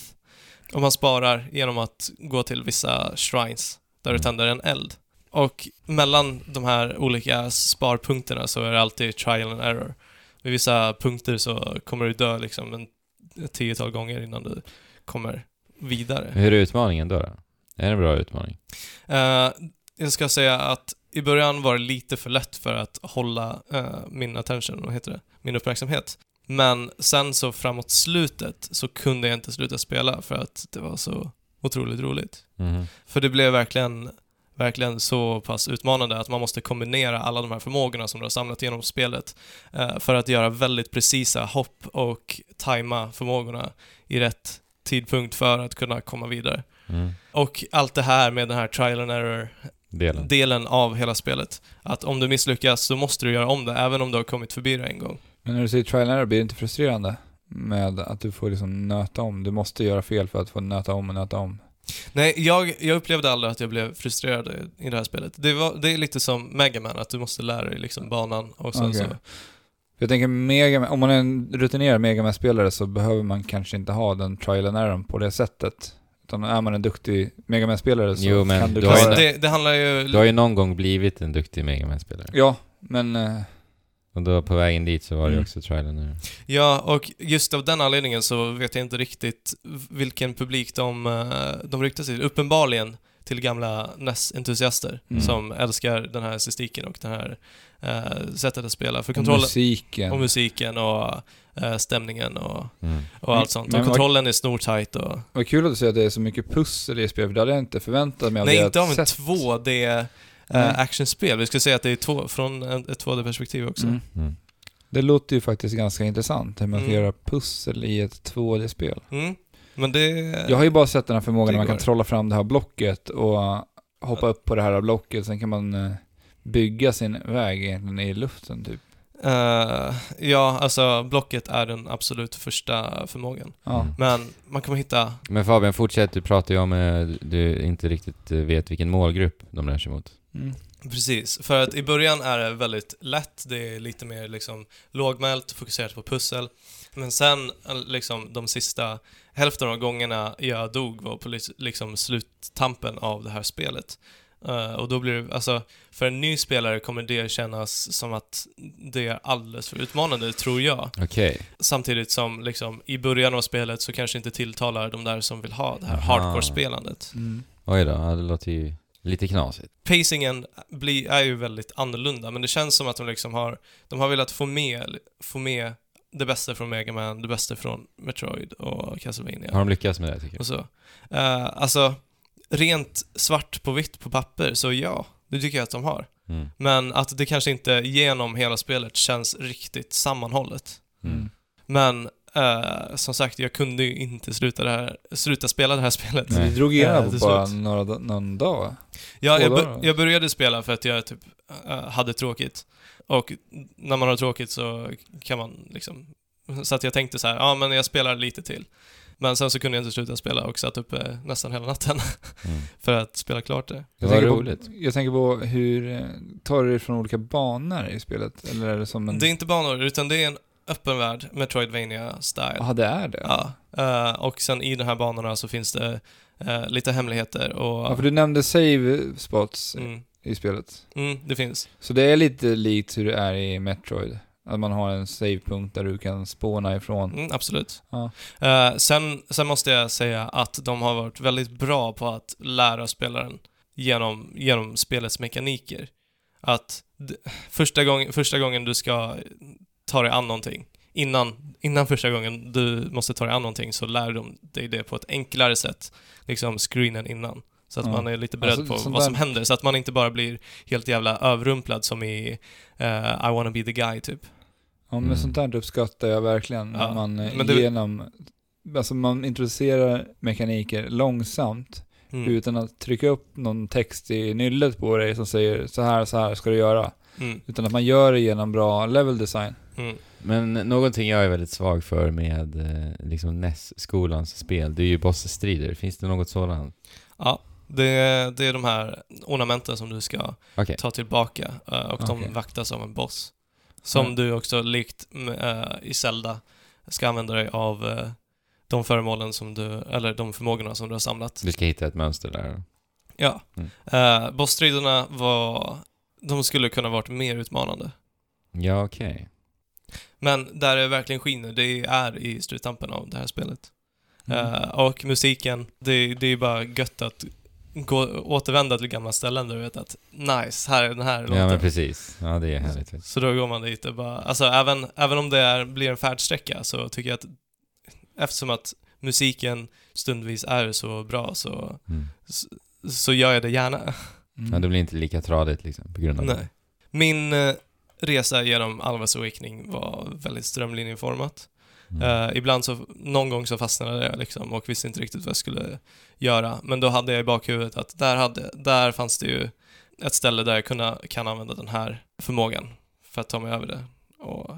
Speaker 3: Och man sparar genom att gå till vissa shrines där du
Speaker 2: Mm.
Speaker 3: tänder en eld. Och mellan de här olika sparpunkterna så är det alltid trial and error. Vid vissa punkter så kommer du dö liksom en ett tiotal gånger innan du kommer vidare.
Speaker 2: Hur är utmaningen då? då? Är det en bra utmaning?
Speaker 3: Eh, jag ska säga att i början var det lite för lätt för att hålla eh, min attention, vad heter det, min uppmärksamhet. Men sen så framåt slutet så kunde jag inte sluta spela för att det var så otroligt roligt.
Speaker 2: Mhm.
Speaker 3: För det blev verkligen, verkligen så pass utmanande att man måste kombinera alla de här förmågorna som du har samlat genom spelet eh, för att göra väldigt precisa hopp och tajma förmågorna i rätt tidpunkt för att kunna komma vidare.
Speaker 2: Mm.
Speaker 3: Och allt det här med den här trial and error
Speaker 2: Delen.
Speaker 3: delen av hela spelet. Att om du misslyckas så måste du göra om det, även om du har kommit förbi det en gång.
Speaker 1: Men när du säger trial and error, blir det inte frustrerande? Med att du får liksom nöta om. Du måste göra fel för att få nöta om och nöta om.
Speaker 3: Nej, jag, jag upplevde aldrig att jag blev frustrerad i- i det här spelet. Det, var, det är lite som Mega Man, att du måste lära dig liksom banan och sen
Speaker 1: Okej.
Speaker 3: så...
Speaker 1: Jag tänker, Mega Man, om man är en rutinerad Mega man spelare så behöver man kanske inte ha den trial and error på det sättet. Utan är man en duktig Mega man spelare så
Speaker 2: Jo, men
Speaker 1: kan du
Speaker 2: har
Speaker 1: klara
Speaker 2: ju-
Speaker 3: Fast
Speaker 1: det.
Speaker 3: det, det handlar ju...
Speaker 2: Du har ju någon gång blivit en duktig Mega man spelare
Speaker 1: Ja, men... eh,
Speaker 2: Och då på vägen dit så var det ju
Speaker 1: Mm.
Speaker 2: också trial and error.
Speaker 3: Ja, och just av den anledningen så vet jag inte riktigt vilken publik de, eh, de riktar sig till. Uppenbarligen till gamla NES-entusiaster
Speaker 1: Mm.
Speaker 3: som älskar den här estetiken och det här eh, sättet att spela. För
Speaker 1: och
Speaker 3: kontrollen...
Speaker 1: musiken.
Speaker 3: Och musiken och eh, stämningen och,
Speaker 2: Mm.
Speaker 3: och allt sånt.
Speaker 1: Men
Speaker 3: Och
Speaker 1: vad-
Speaker 3: kontrollen är snortajt och...
Speaker 1: Vad kul att du säger att det är så mycket pussel i spelet, för det hade jag inte förväntat mig. av
Speaker 3: Nej,
Speaker 1: det
Speaker 3: inte av
Speaker 1: jag
Speaker 3: ett
Speaker 1: sett.
Speaker 3: 2D
Speaker 1: Nej.
Speaker 3: eh, actionspel. Vi skulle säga att det är två, från en- ett 2D-perspektiv också.
Speaker 1: Mm.
Speaker 2: Mm.
Speaker 1: Det låter ju faktiskt ganska intressant, hur man ska
Speaker 3: Mm.
Speaker 1: göra pussel i ett 2D-spel.
Speaker 3: Mm. Men det...
Speaker 1: Jag har ju bara sett den här förmågan
Speaker 3: Det
Speaker 1: när man kan
Speaker 3: går.
Speaker 1: trolla fram det här blocket och eh, hoppa upp på det här blocket, sen kan man eh, bygga sin väg egentligen i luften typ.
Speaker 3: eh, ja, alltså blocket är den absolut första förmågan.
Speaker 1: Ja.
Speaker 2: Mm.
Speaker 3: Men man kommer hitta...
Speaker 2: Men Fabian, fortsätt. Du pratar ju om eh, du inte riktigt eh, vet vilken målgrupp de rör sig mot.
Speaker 1: Mm.
Speaker 3: Precis, för att i början är det väldigt lätt. Det är lite mer liksom lågmält, fokuserat på pussel. Men sen eh, liksom de sista hälften av gångerna jag dog var på lis- liksom sluttampen av det här spelet. Eh, och då blir det, alltså för en ny spelare kommer det kännas som att det är alldeles för utmanande, tror jag.
Speaker 2: Okej.
Speaker 3: Samtidigt som liksom i början av spelet så kanske inte tilltalar de där som vill ha det här
Speaker 2: Aha.
Speaker 3: hardcore-spelandet.
Speaker 1: Mm.
Speaker 2: Oj då, ja, det låter ju lite knasigt.
Speaker 3: Pacingen blir, är ju väldigt annorlunda, men det känns som att de liksom har, de har velat få med, få med det bästa från Mega Man, det bästa från Metroid och Castlevania.
Speaker 2: Har de lyckats med det tycker du?
Speaker 3: och så. Eh, alltså, rent svart på vitt på papper, så ja, det tycker jag att de har.
Speaker 2: Mm.
Speaker 3: Men att det kanske inte genom hela spelet känns riktigt sammanhållet.
Speaker 2: Mm.
Speaker 3: Men eh, som sagt, jag kunde ju inte sluta, det här, sluta spela det här spelet.
Speaker 1: Så Vi drog
Speaker 3: Ja,
Speaker 1: igenom på
Speaker 3: till
Speaker 1: bara
Speaker 3: slut.
Speaker 1: några, da- någon dag.
Speaker 3: Jag,
Speaker 1: Två
Speaker 3: jag,
Speaker 1: dagar.
Speaker 3: bör- jag började spela för att jag typ eh, hade tråkigt. Och när man har tråkigt så kan man liksom... Så att jag tänkte så här, ja men jag spelar lite till. Men sen så kunde jag inte sluta spela och satt uppe nästan hela natten
Speaker 2: Mm.
Speaker 3: för att spela klart det.
Speaker 2: Det var
Speaker 1: tänker
Speaker 2: roligt.
Speaker 1: På, jag tänker på hur, eh, tar du dig från olika banor i spelet? Eller är det som en...
Speaker 3: Det är inte banor, utan det är en öppen värld, Metroidvania-style.
Speaker 1: Jaha, det är det?
Speaker 3: Ja, eh, och sen i de här banorna så finns det eh, lite hemligheter och...
Speaker 1: Ja, för du nämnde save spots
Speaker 3: mm,
Speaker 1: i spelet.
Speaker 3: mm, det finns.
Speaker 1: Så det är lite likt hur det är i Metroid. Att man har en savepunkt där du kan spåna ifrån.
Speaker 3: Mm, absolut.
Speaker 1: Ja.
Speaker 3: Eh, sen, sen måste jag säga att de har varit väldigt bra på att lära spelaren genom, genom spelets mekaniker. Att d- första, gång, första gången du ska ta dig an någonting, innan, innan första gången du måste ta dig an någonting så lär de dig det på ett enklare sätt, liksom screenen innan. Så att
Speaker 1: Ja.
Speaker 3: man är lite beredd
Speaker 1: Alltså,
Speaker 3: på
Speaker 1: sånt
Speaker 3: vad som
Speaker 1: där-
Speaker 3: händer, så att man inte bara blir helt jävla överrumplad som i eh, I wanna be the guy typ.
Speaker 1: Ja, men
Speaker 2: Mm.
Speaker 1: sånt där uppskattar jag verkligen.
Speaker 3: Ja,
Speaker 1: När man eh,
Speaker 3: men det-
Speaker 1: genom, alltså man introducerar mekaniker långsamt
Speaker 3: Mm.
Speaker 1: utan att trycka upp någon text i nyllet på dig som säger så här, så här ska du göra.
Speaker 3: Mm.
Speaker 1: Utan att man gör det genom bra level design.
Speaker 3: Mm.
Speaker 2: Men någonting jag är väldigt svag för med eh, liksom NES-skolans spel, det är ju bossstrider. Finns det något sådant?
Speaker 3: Ja, det, det är de här ornamenten som du ska
Speaker 2: Okej.
Speaker 3: ta tillbaka eh, och
Speaker 1: Okej.
Speaker 3: de vaktas av en boss. Som
Speaker 1: Ja.
Speaker 3: du också, likt mm, eh, i Zelda, ska använda dig av eh, de föremålen som du, eller de förmågorna som du har samlat.
Speaker 2: Du ska hitta ett mönster där.
Speaker 3: Ja.
Speaker 2: Mm.
Speaker 3: Eh, Bossstriderna var, de skulle kunna varit mer utmanande.
Speaker 2: Ja, okej.
Speaker 3: Men där det verkligen skiner, det är i sluttampen av det här spelet.
Speaker 2: Mm.
Speaker 3: Eh, och musiken, det, det är bara gött att gå, återvända till gamla ställen där du vet att nice, här är den här låten.
Speaker 2: Ja, men precis. Ja, det är härligt.
Speaker 3: Så då går man dit och bara, alltså även, även om det är, blir en färdsträcka så tycker jag att eftersom att musiken stundvis är så bra så,
Speaker 2: Mm.
Speaker 3: så gör jag det gärna.
Speaker 1: Mm.
Speaker 2: Ja, det blir inte lika tradigt liksom på grund av
Speaker 3: Nej. Min eh, resa genom Alvas Awakening var väldigt strömlinjeformat.
Speaker 2: det. Mm.
Speaker 3: Eh, ibland så, någon gång så fastnade jag liksom och visste inte riktigt vad jag skulle göra. Men då hade jag i bakhuvudet att där, hade, där fanns det ju ett ställe där jag kunna, kan använda den här förmågan för att ta mig över det. Och,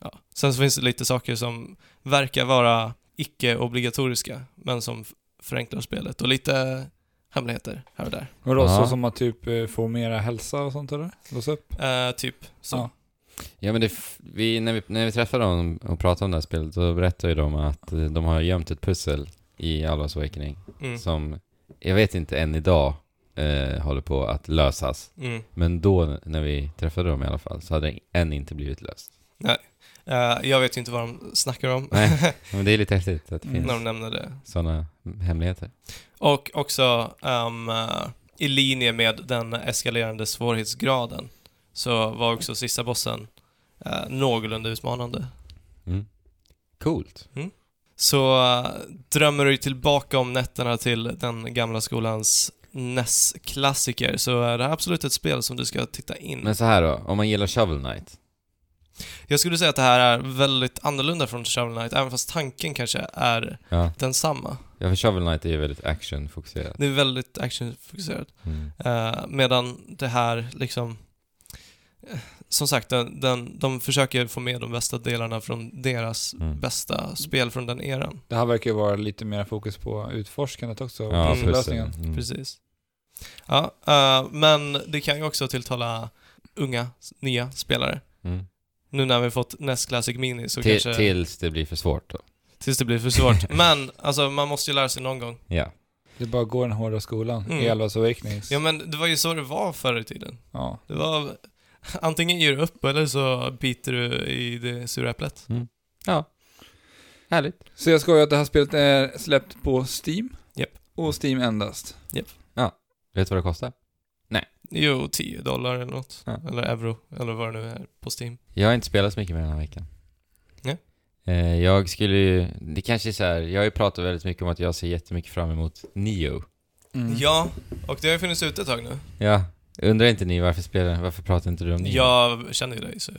Speaker 3: ja. Sen så finns det lite saker som verkar vara icke-obligatoriska, men som f- förenklar spelet och lite hemligheter här och där.
Speaker 1: Var det också
Speaker 2: Ja.
Speaker 1: som att typ eh, få mera hälsa och sånt eller? Låsa upp?
Speaker 3: Eh, typ så.
Speaker 1: Ja.
Speaker 2: Ja, men det, f- vi, när, vi, när vi träffade dem och pratade om det här spelet, då berättade ju de att eh, de har gömt ett pussel i Alvas Awakening
Speaker 3: Mm.
Speaker 2: som, jag vet inte än idag, eh, håller på att lösas.
Speaker 3: Mm.
Speaker 2: Men då, när vi träffade dem i alla fall, så hade det än inte blivit löst.
Speaker 3: Eh, jag vet ju inte vad de snackar om
Speaker 2: Nej. Men det är lite häftigt att det
Speaker 1: Mm.
Speaker 2: finns
Speaker 3: när de nämner det.
Speaker 2: sådana hemligheter.
Speaker 3: Och också ehm, eh, i linje med den eskalerande svårighetsgraden så var också sista bossen uh, någorlunda utmanande.
Speaker 2: Mm. Coolt.
Speaker 3: Så eh, drömmer du tillbaka om nätterna till den gamla skolans NES-klassiker så är det här absolut ett spel som du ska titta in.
Speaker 2: Men så här då, om man gillar Shovel Knight.
Speaker 3: Jag skulle säga att det här är väldigt annorlunda från Shovel Knight, även fast tanken kanske är
Speaker 2: Ja,
Speaker 3: densamma.
Speaker 2: ja för Shovel Knight är ju väldigt actionfokuserat.
Speaker 3: Det är väldigt actionfokuserat.
Speaker 2: Mm.
Speaker 3: Eh, medan det här liksom... eh, Som sagt, den, den, de försöker få med de bästa delarna från deras
Speaker 2: Mm.
Speaker 3: bästa spel från den eran.
Speaker 1: Det här verkar ju vara lite mer fokus på utforskandet också. och
Speaker 2: Ja,
Speaker 3: Mm.
Speaker 2: pussel.
Speaker 1: pussellösningen.
Speaker 2: Mm.
Speaker 3: Precis. Ja, eh, men det kan ju också tilltala unga, s- nya spelare.
Speaker 2: Mm.
Speaker 3: Nu när vi fått NES Classic Mini så
Speaker 2: Till,
Speaker 3: kanske...
Speaker 2: tills det blir för svårt då.
Speaker 3: Tills det blir för svårt. men alltså, man måste ju lära sig någon gång.
Speaker 2: Ja.
Speaker 1: Det bara går den hårda skolan
Speaker 3: Mm.
Speaker 1: i Alvas Awakenings.
Speaker 3: Ja, men det var ju så det var förr i tiden.
Speaker 1: Ja.
Speaker 3: Det var... Antingen ger du upp eller så biter du i det sura äpplet.
Speaker 2: Härligt.
Speaker 1: Så jag skojar att det här spelet är släppt på Steam.
Speaker 3: Japp.
Speaker 1: Och Steam endast.
Speaker 2: Vet du vad det kostar?
Speaker 3: Jo, 10 dollar eller något.
Speaker 2: Ja.
Speaker 3: Eller euro, eller vad det nu är på Steam.
Speaker 2: Jag har inte spelat så mycket med den här veckan.
Speaker 3: Nej.
Speaker 2: Eh, jag skulle ju, det kanske är så här, jag har ju pratat väldigt mycket om att jag ser jättemycket fram emot Nio.
Speaker 1: Mm.
Speaker 3: Ja, och det har ju funnits ute ett tag nu.
Speaker 2: Ja, undrar inte ni varför spelar, varför pratar inte du om Nio?
Speaker 3: Jag känner ju dig så...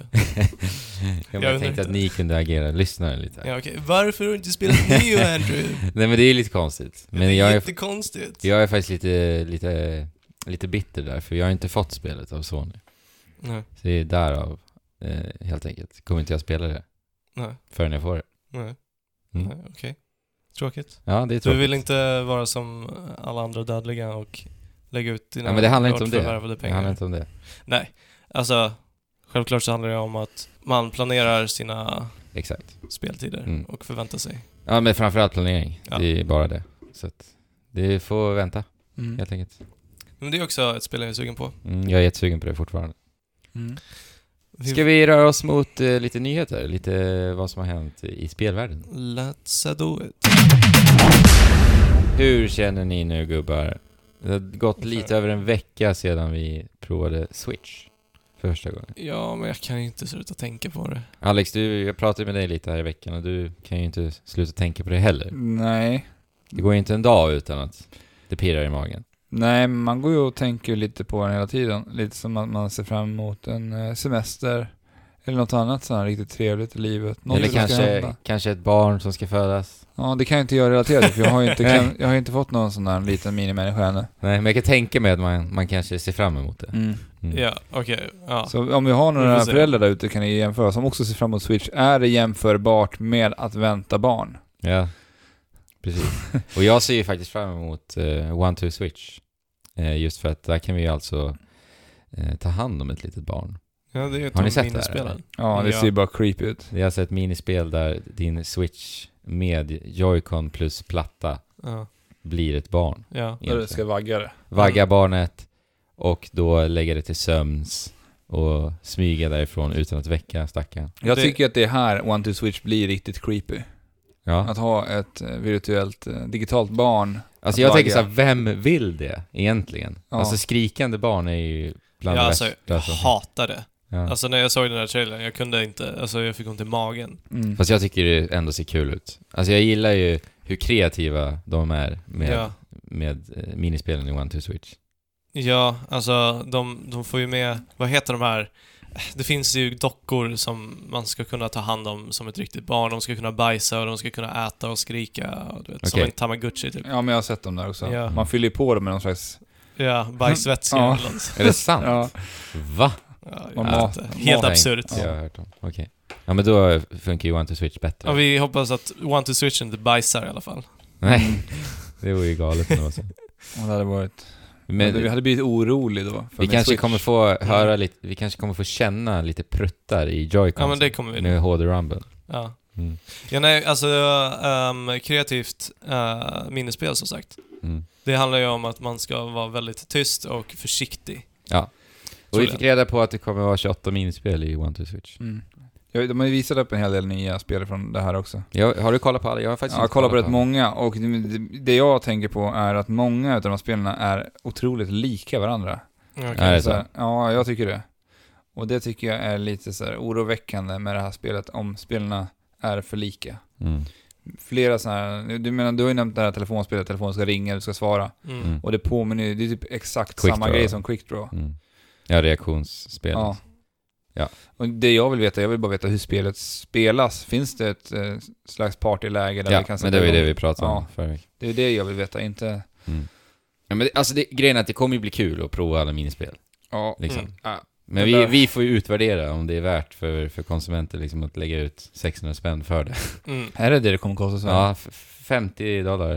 Speaker 2: jag
Speaker 3: jag
Speaker 2: bara
Speaker 3: undrar
Speaker 2: tänkte att
Speaker 3: inte.
Speaker 2: ni kunde agera lyssnare lite.
Speaker 3: Ja, okej. Varför har du inte spelat Neo, Andrew?
Speaker 2: Nej men det är lite konstigt.
Speaker 3: det
Speaker 2: Men
Speaker 3: är
Speaker 2: jag är,
Speaker 3: jättekonstigt.
Speaker 2: jag är faktiskt lite, lite, lite bitter där, för jag har inte fått spelet av Sony.
Speaker 3: Nej,
Speaker 2: Så det är därav, eh, helt enkelt. Kommer inte jag spela det
Speaker 3: nej,
Speaker 2: förrän jag får det.
Speaker 3: nej.
Speaker 2: Mm.
Speaker 3: nej okej. Tråkigt.
Speaker 2: Ja, det är
Speaker 3: Du
Speaker 2: tråkigt.
Speaker 3: vill inte vara som alla andra dödliga och lägga ut dina
Speaker 2: Ja, men det handlar inte om det.
Speaker 3: hårt förvärvade
Speaker 2: Det
Speaker 3: pengar.
Speaker 2: handlar inte om det.
Speaker 3: Nej, alltså självklart så handlar det om att man planerar sina
Speaker 2: Exakt.
Speaker 3: speltider
Speaker 2: Mm.
Speaker 3: och förväntar sig.
Speaker 2: Ja, men framförallt planering.
Speaker 3: Ja.
Speaker 2: Det är bara det. Så att det får vänta,
Speaker 1: Mm.
Speaker 2: helt enkelt.
Speaker 3: Men det är också ett spel jag är sugen på.
Speaker 2: Mm, jag är jättesugen på det fortfarande.
Speaker 1: Mm.
Speaker 2: Typ. Ska vi röra oss mot eh, lite nyheter? Lite vad som har hänt i spelvärlden?
Speaker 3: Let's do it.
Speaker 2: Hur känner ni nu gubbar? Det har gått lite över en vecka sedan vi provade Switch för första gången.
Speaker 3: Ja, men jag kan inte sluta tänka på det.
Speaker 2: Alex, du, jag pratade med dig lite här i veckan och du kan ju inte sluta tänka på det heller.
Speaker 1: Nej.
Speaker 2: Det går ju inte en dag utan att det pirrar i magen.
Speaker 1: Nej, men man går ju och tänker ju lite på den hela tiden. Lite som att man ser fram emot en eh, semester Eller något annat så här riktigt trevligt i livet. Något
Speaker 2: Eller
Speaker 1: som ska
Speaker 2: kanske,
Speaker 1: hända.
Speaker 2: kanske ett barn som ska födas.
Speaker 1: Ja, det kan ju inte jag relatera till för jag har ju inte,
Speaker 2: Nej.
Speaker 1: kan, jag har ju inte fått någon sån där liten minimänniska ännu.
Speaker 2: Nej, men jag kan tänka mig att man, man kanske ser fram emot det. Mm.
Speaker 3: Ja, okej. ja.
Speaker 1: Så om vi har
Speaker 3: Vi
Speaker 1: några
Speaker 3: får se.
Speaker 1: föräldrar där ute kan ni jämföra, som också ser fram emot Switch. Är det jämförbart med att vänta barn?
Speaker 2: Ja, precis. Och jag ser ju faktiskt fram emot eh, One Two Switch. Eh, just för att där kan vi ju alltså eh, ta hand om ett litet barn.
Speaker 3: ja, det är ju
Speaker 2: Har ni
Speaker 3: ett
Speaker 2: sett det här,
Speaker 3: minispel.
Speaker 2: eller?
Speaker 1: Ja, det
Speaker 3: Ja.
Speaker 1: ser ju bara creepy ut.
Speaker 2: Det är alltså ett minispel där din Switch med Joy-Con plus platta
Speaker 3: Ja,
Speaker 2: blir ett barn.
Speaker 3: ja.
Speaker 1: Där du
Speaker 2: egentligen.
Speaker 1: ska vagga det.
Speaker 2: Vagga barnet och då lägga det till sömns och smyga därifrån utan att väcka stackaren.
Speaker 1: Jag
Speaker 3: Det-
Speaker 1: tycker att det är här One Two Switch blir riktigt creepy.
Speaker 2: Ja.
Speaker 1: Att ha ett eh, virtuellt, eh, digitalt barn.
Speaker 2: Alltså jag
Speaker 1: att
Speaker 2: tänker
Speaker 1: vagga.
Speaker 2: såhär, vem vill det egentligen?
Speaker 1: Ja.
Speaker 2: Alltså skrikande barn är ju bland
Speaker 3: Ja,
Speaker 2: det
Speaker 3: alltså,
Speaker 2: värsta.
Speaker 3: jag
Speaker 2: som-
Speaker 3: hatar det.
Speaker 2: Ja.
Speaker 3: Alltså när jag såg den här trailern, jag kunde inte, alltså jag fick ont i magen.
Speaker 1: Mm.
Speaker 2: Fast jag tycker det ändå ser kul ut. Alltså jag gillar ju hur kreativa de är med,
Speaker 3: Ja,
Speaker 2: med eh, minispelen i One Two Switch.
Speaker 3: ja alltså de, de får ju med, vad heter de här? Det finns ju dockor som man ska kunna ta hand om som ett riktigt barn. De ska kunna bajsa och de ska kunna äta och skrika. Och du vet, Som
Speaker 2: Okej.
Speaker 3: en tamagotchi typ.
Speaker 1: Ja, men jag har sett dem där också.
Speaker 3: Ja.
Speaker 1: Man fyller ju på dem med någon slags...
Speaker 3: Ja, bajsvätska
Speaker 1: Ja.
Speaker 3: eller något.
Speaker 2: Är det sant?
Speaker 1: Ja,
Speaker 2: Va?
Speaker 3: Ja, jag
Speaker 1: Man
Speaker 3: vet
Speaker 1: mat-
Speaker 3: inte.
Speaker 1: mat-
Speaker 3: Helt
Speaker 2: Nej,
Speaker 3: absurt.
Speaker 2: inte Jag har hört om. Okej. Ja men då funkar ju One Two Switch bättre.
Speaker 3: Ja, vi hoppas att One to Switch inte bajsar i alla fall.
Speaker 2: Nej, det vore ju galet om det var så.
Speaker 1: och det hade varit... Men
Speaker 2: Men
Speaker 1: du hade blivit orolig då. för
Speaker 2: vi
Speaker 1: min
Speaker 2: kanske
Speaker 1: Switch.
Speaker 2: kommer få höra lite, vi kanske kommer få känna lite pruttar i Joy-Con.
Speaker 3: Ja, men det kommer vi.
Speaker 2: Nu är HD Rumble.
Speaker 3: Ja.
Speaker 2: Mm.
Speaker 3: Ja, nej, alltså ehm, kreativt uh, minnespel som sagt.
Speaker 2: Mm.
Speaker 3: Det handlar ju om att man ska vara väldigt tyst och försiktig.
Speaker 2: Och vi
Speaker 3: Så
Speaker 2: fick reda på att det kommer vara 28 minispel i One Two Switch.
Speaker 1: Mm. Ja, de har ju visat upp en hel del nya spel från det här också.
Speaker 2: Jag, har du kollat på alla? Jag har
Speaker 1: Ja,
Speaker 2: faktiskt
Speaker 1: jag har
Speaker 2: inte
Speaker 1: kollat på rätt
Speaker 2: alla.
Speaker 1: många och det, det jag tänker på är att många av de här spelen är otroligt lika varandra.
Speaker 2: Ja, det är så.
Speaker 1: här, ja, jag tycker det. Och det tycker jag är lite så här oroväckande med det här spelet, om spelen är för lika.
Speaker 2: Mm.
Speaker 1: Flera så här, du menar, du har ju nämnt det här telefonspelet, telefonen ska ringa, du ska svara.
Speaker 3: Mm.
Speaker 2: Mm.
Speaker 1: Och det påminner ju, det är typ exakt
Speaker 2: Quick
Speaker 1: samma
Speaker 2: draw.
Speaker 1: grej som Quick Draw.
Speaker 2: Mm. Ja, reaktionsspel.
Speaker 1: Ja.
Speaker 2: Ja.
Speaker 1: Och det jag vill veta, jag vill bara veta hur spelet spelas. Finns det ett eh, slags partyläge där
Speaker 2: Ja,
Speaker 1: vi kan sätta
Speaker 2: men det var ju
Speaker 1: igång?
Speaker 2: det vi pratade om
Speaker 1: Ja.
Speaker 2: förra veckan. Mm.
Speaker 1: Det är det jag vill veta, inte...
Speaker 2: Ja, men det, alltså det, grejen är att det kommer ju bli kul att prova alla minispel.
Speaker 1: Ja,
Speaker 2: Liksom.
Speaker 3: Mm.
Speaker 1: Ja.
Speaker 2: Men
Speaker 1: Den där-
Speaker 2: vi, vi får ju utvärdera om det är värt för, för konsumenter liksom att lägga ut 600 spänn för det.
Speaker 3: Mm.
Speaker 1: är det det det kommer kosta Sverige?
Speaker 2: Ja, f- 50 dollar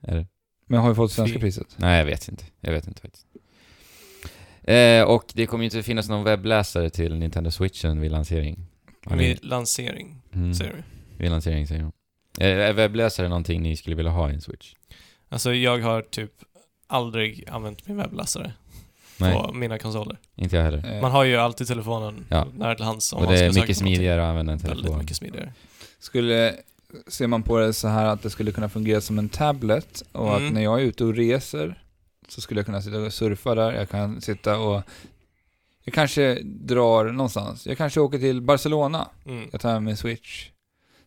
Speaker 2: är det.
Speaker 1: Men har vi fått svenska
Speaker 3: Fy.
Speaker 1: priset?
Speaker 2: Nej, jag vet inte. Jag vet inte faktiskt. Eh, och det kommer ju inte finnas någon webbläsare till Nintendo Switchen vid lansering. Har ni-
Speaker 3: Vid lansering,
Speaker 2: Mm,
Speaker 3: säger du.
Speaker 2: vid lansering säger jag. Eh, Är webbläsare någonting ni skulle vilja ha i en Switch?
Speaker 3: Alltså jag har typ aldrig använt min webbläsare
Speaker 2: Nej,
Speaker 3: på mina konsoler.
Speaker 2: inte jag heller.
Speaker 1: Eh,
Speaker 3: Man har ju alltid telefonen
Speaker 2: Ja.
Speaker 3: nära till hands om
Speaker 2: Och
Speaker 3: man
Speaker 2: det
Speaker 3: ska
Speaker 2: är
Speaker 3: söka
Speaker 2: mycket
Speaker 3: på någonting.
Speaker 2: smidigare att använda en
Speaker 3: Väldigt
Speaker 2: telefon.
Speaker 3: mycket smidigare.
Speaker 1: Skulle, ser man på det så här att det skulle kunna fungera som en tablet och
Speaker 3: Mm.
Speaker 1: att när jag är ute och reser så skulle jag kunna sitta och surfa där, jag kan sitta och... Jag kanske drar någonstans, jag kanske åker till Barcelona,
Speaker 3: Mm.
Speaker 1: jag tar med min switch,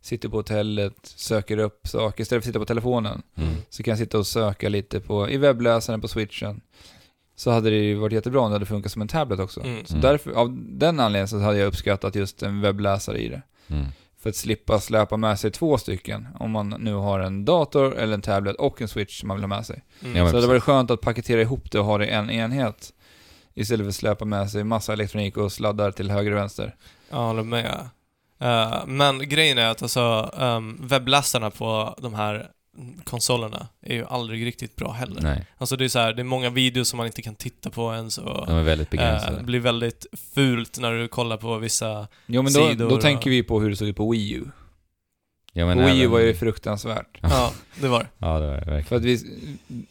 Speaker 1: sitter på hotellet, söker upp saker, istället för att sitta på telefonen
Speaker 2: Mm.
Speaker 1: så kan jag sitta och söka lite på, i webbläsaren på switchen. Så hade det ju varit jättebra om det hade funkat som en tablet också.
Speaker 3: Mm.
Speaker 1: Så
Speaker 2: Mm.
Speaker 1: därför, av den anledningen så hade jag uppskattat just en webbläsare i det.
Speaker 2: Mm.
Speaker 1: För att slippa släpa med sig två stycken. Om man nu har en dator eller en tablet och en switch som man vill ha med sig.
Speaker 3: Mm.
Speaker 2: Ja, men-
Speaker 1: Så det hade
Speaker 2: precis.
Speaker 1: varit skönt att paketera ihop det och ha det i en enhet. Istället för att släpa med sig massa elektronik och sladdar till höger och vänster.
Speaker 3: Jag håller med. Eh, men grejen är att alltså, um, webbläsarna på de här konsolerna är ju aldrig riktigt bra heller.
Speaker 2: Nej,
Speaker 3: Alltså det är så här, det är många videos som man inte kan titta på ens och
Speaker 2: de är väldigt
Speaker 3: eh, det
Speaker 2: begränsade.
Speaker 3: blir väldigt fult när du kollar på vissa...
Speaker 1: Jo men då,
Speaker 3: Sidor
Speaker 1: då
Speaker 3: och-
Speaker 1: tänker vi på hur det såg ut på Wii U.
Speaker 2: Ja, men
Speaker 1: på Wii U
Speaker 2: även-
Speaker 1: var ju fruktansvärt.
Speaker 3: Ja, det var det.
Speaker 2: Ja, det var det verkligen.
Speaker 1: För att vi,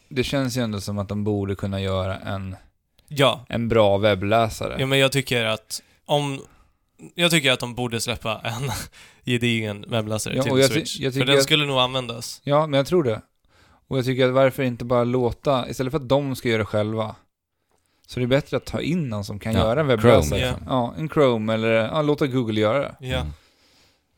Speaker 1: det känns ju ändå som att de borde kunna göra en,
Speaker 3: Ja.
Speaker 1: en bra webbläsare.
Speaker 3: ja, men jag tycker att om... Jag tycker att de borde släppa en gedigen webbläsare
Speaker 1: Ja, och
Speaker 3: till
Speaker 1: jag ty-
Speaker 3: Switch.
Speaker 1: jag
Speaker 3: För
Speaker 1: tycker
Speaker 3: den
Speaker 1: att-
Speaker 3: skulle nog användas.
Speaker 1: Ja, men jag tror det. Och jag tycker att varför inte bara låta, istället för att de ska göra det själva, så är det bättre att ta in någon som kan
Speaker 2: Ja,
Speaker 1: göra en
Speaker 2: Chrome
Speaker 1: webbläsare.
Speaker 3: Ja.
Speaker 2: liksom.
Speaker 1: Ja, en Chrome eller ja, låta Google göra det.
Speaker 3: Ja.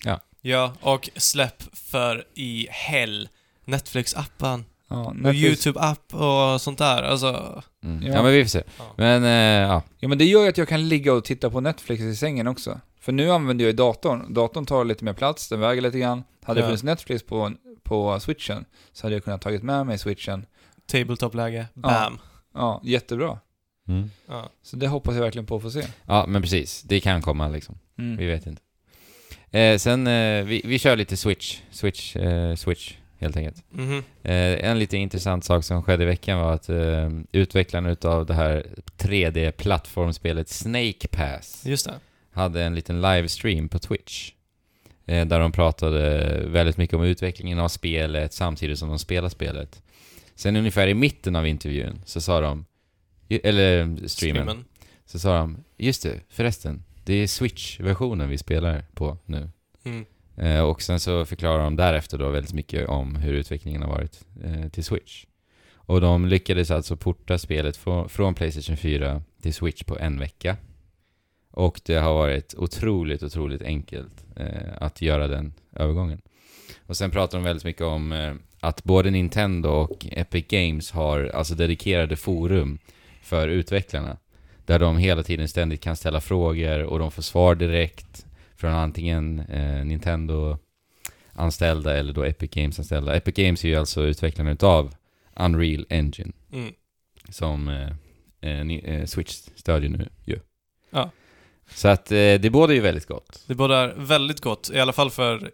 Speaker 2: Mm.
Speaker 3: ja, och släpp för i hell Netflix-appen.
Speaker 1: Ja,
Speaker 3: Och
Speaker 1: Netflix-
Speaker 3: YouTube-app och sånt där. Alltså,
Speaker 2: Mm.
Speaker 1: Ja.
Speaker 2: Ja. men vi får se.
Speaker 3: Ja.
Speaker 2: Men, eh, ja.
Speaker 1: Ja, men det gör ju att jag kan ligga och titta på Netflix i sängen också. För nu använder jag ju datorn. Datorn tar lite mer plats, den väger lite grann. Hade det
Speaker 3: Ja.
Speaker 1: funnits Netflix på, på switchen så hade jag kunnat tagit med mig switchen.
Speaker 3: Tabletop-läge, bam.
Speaker 1: Ja, jättebra.
Speaker 2: Mm.
Speaker 3: Ja.
Speaker 1: Så det hoppas jag verkligen på att få se.
Speaker 2: Ja, men precis. Det kan komma liksom.
Speaker 1: Mm.
Speaker 2: Vi vet inte. Eh, sen, eh, vi, vi kör lite switch. Switch, eh, switch helt enkelt.
Speaker 3: Mhm.
Speaker 2: Eh, en lite intressant sak som skedde i veckan var att eh, utvecklaren utav det här 3D-plattformspelet Snake Pass
Speaker 3: Just det.
Speaker 2: hade en liten livestream på Twitch. Eh, där de pratade väldigt mycket om utvecklingen av spelet samtidigt som de spelade spelet. Sen ungefär i mitten av intervjun så sa de, ju- eller streamen,
Speaker 3: Streamen.
Speaker 2: så sa de, just det, förresten, det är Switch-versionen vi spelar på nu.
Speaker 3: Mm.
Speaker 2: Eh, och sen så förklarar de därefter då väldigt mycket om hur utvecklingen har varit eh, till Switch. Och de lyckades alltså porta spelet från, från Playstation 4 till Switch på en vecka. Och det har varit otroligt, otroligt enkelt eh, att göra den övergången. Och sen pratar de väldigt mycket om eh, att både Nintendo och Epic Games har alltså dedikerade forum för utvecklarna. Där de hela tiden ständigt kan ställa frågor och de får svar direkt från antingen eh, Nintendo-anställda eller då Epic Games-anställda. Epic Games är ju alltså utvecklarna utav Unreal Engine
Speaker 3: Mm.
Speaker 2: som eh, eh, ni- eh, Switch stödjer nu ju.
Speaker 3: Ja.
Speaker 2: Så att eh, det båda är ju väldigt gott.
Speaker 3: Det bådar väldigt gott, i alla fall för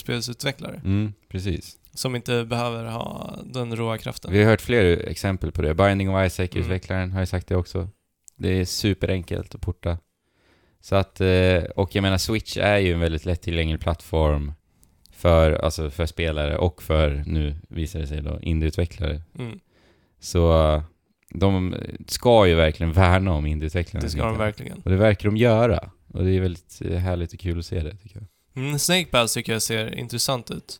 Speaker 3: indiespelsutvecklare
Speaker 2: Mm, precis.
Speaker 3: som inte behöver ha den råa kraften.
Speaker 2: Vi har hört fler exempel på det. Binding of Isaac-utvecklaren har ju sagt det också. Det är superenkelt att porta. Så att, eh, och jag menar Switch är ju en väldigt lättillgänglig plattform för, alltså för spelare och för, nu visar det sig då, indieutvecklare.
Speaker 3: Mm.
Speaker 2: Så eh, de ska ju verkligen värna om indieutvecklarna.
Speaker 3: Det ska de verkligen.
Speaker 2: Och det verkar de göra. Och det är väldigt eh, härligt och kul att se det tycker jag.
Speaker 3: Mm, Snake Pass tycker jag ser intressant ut.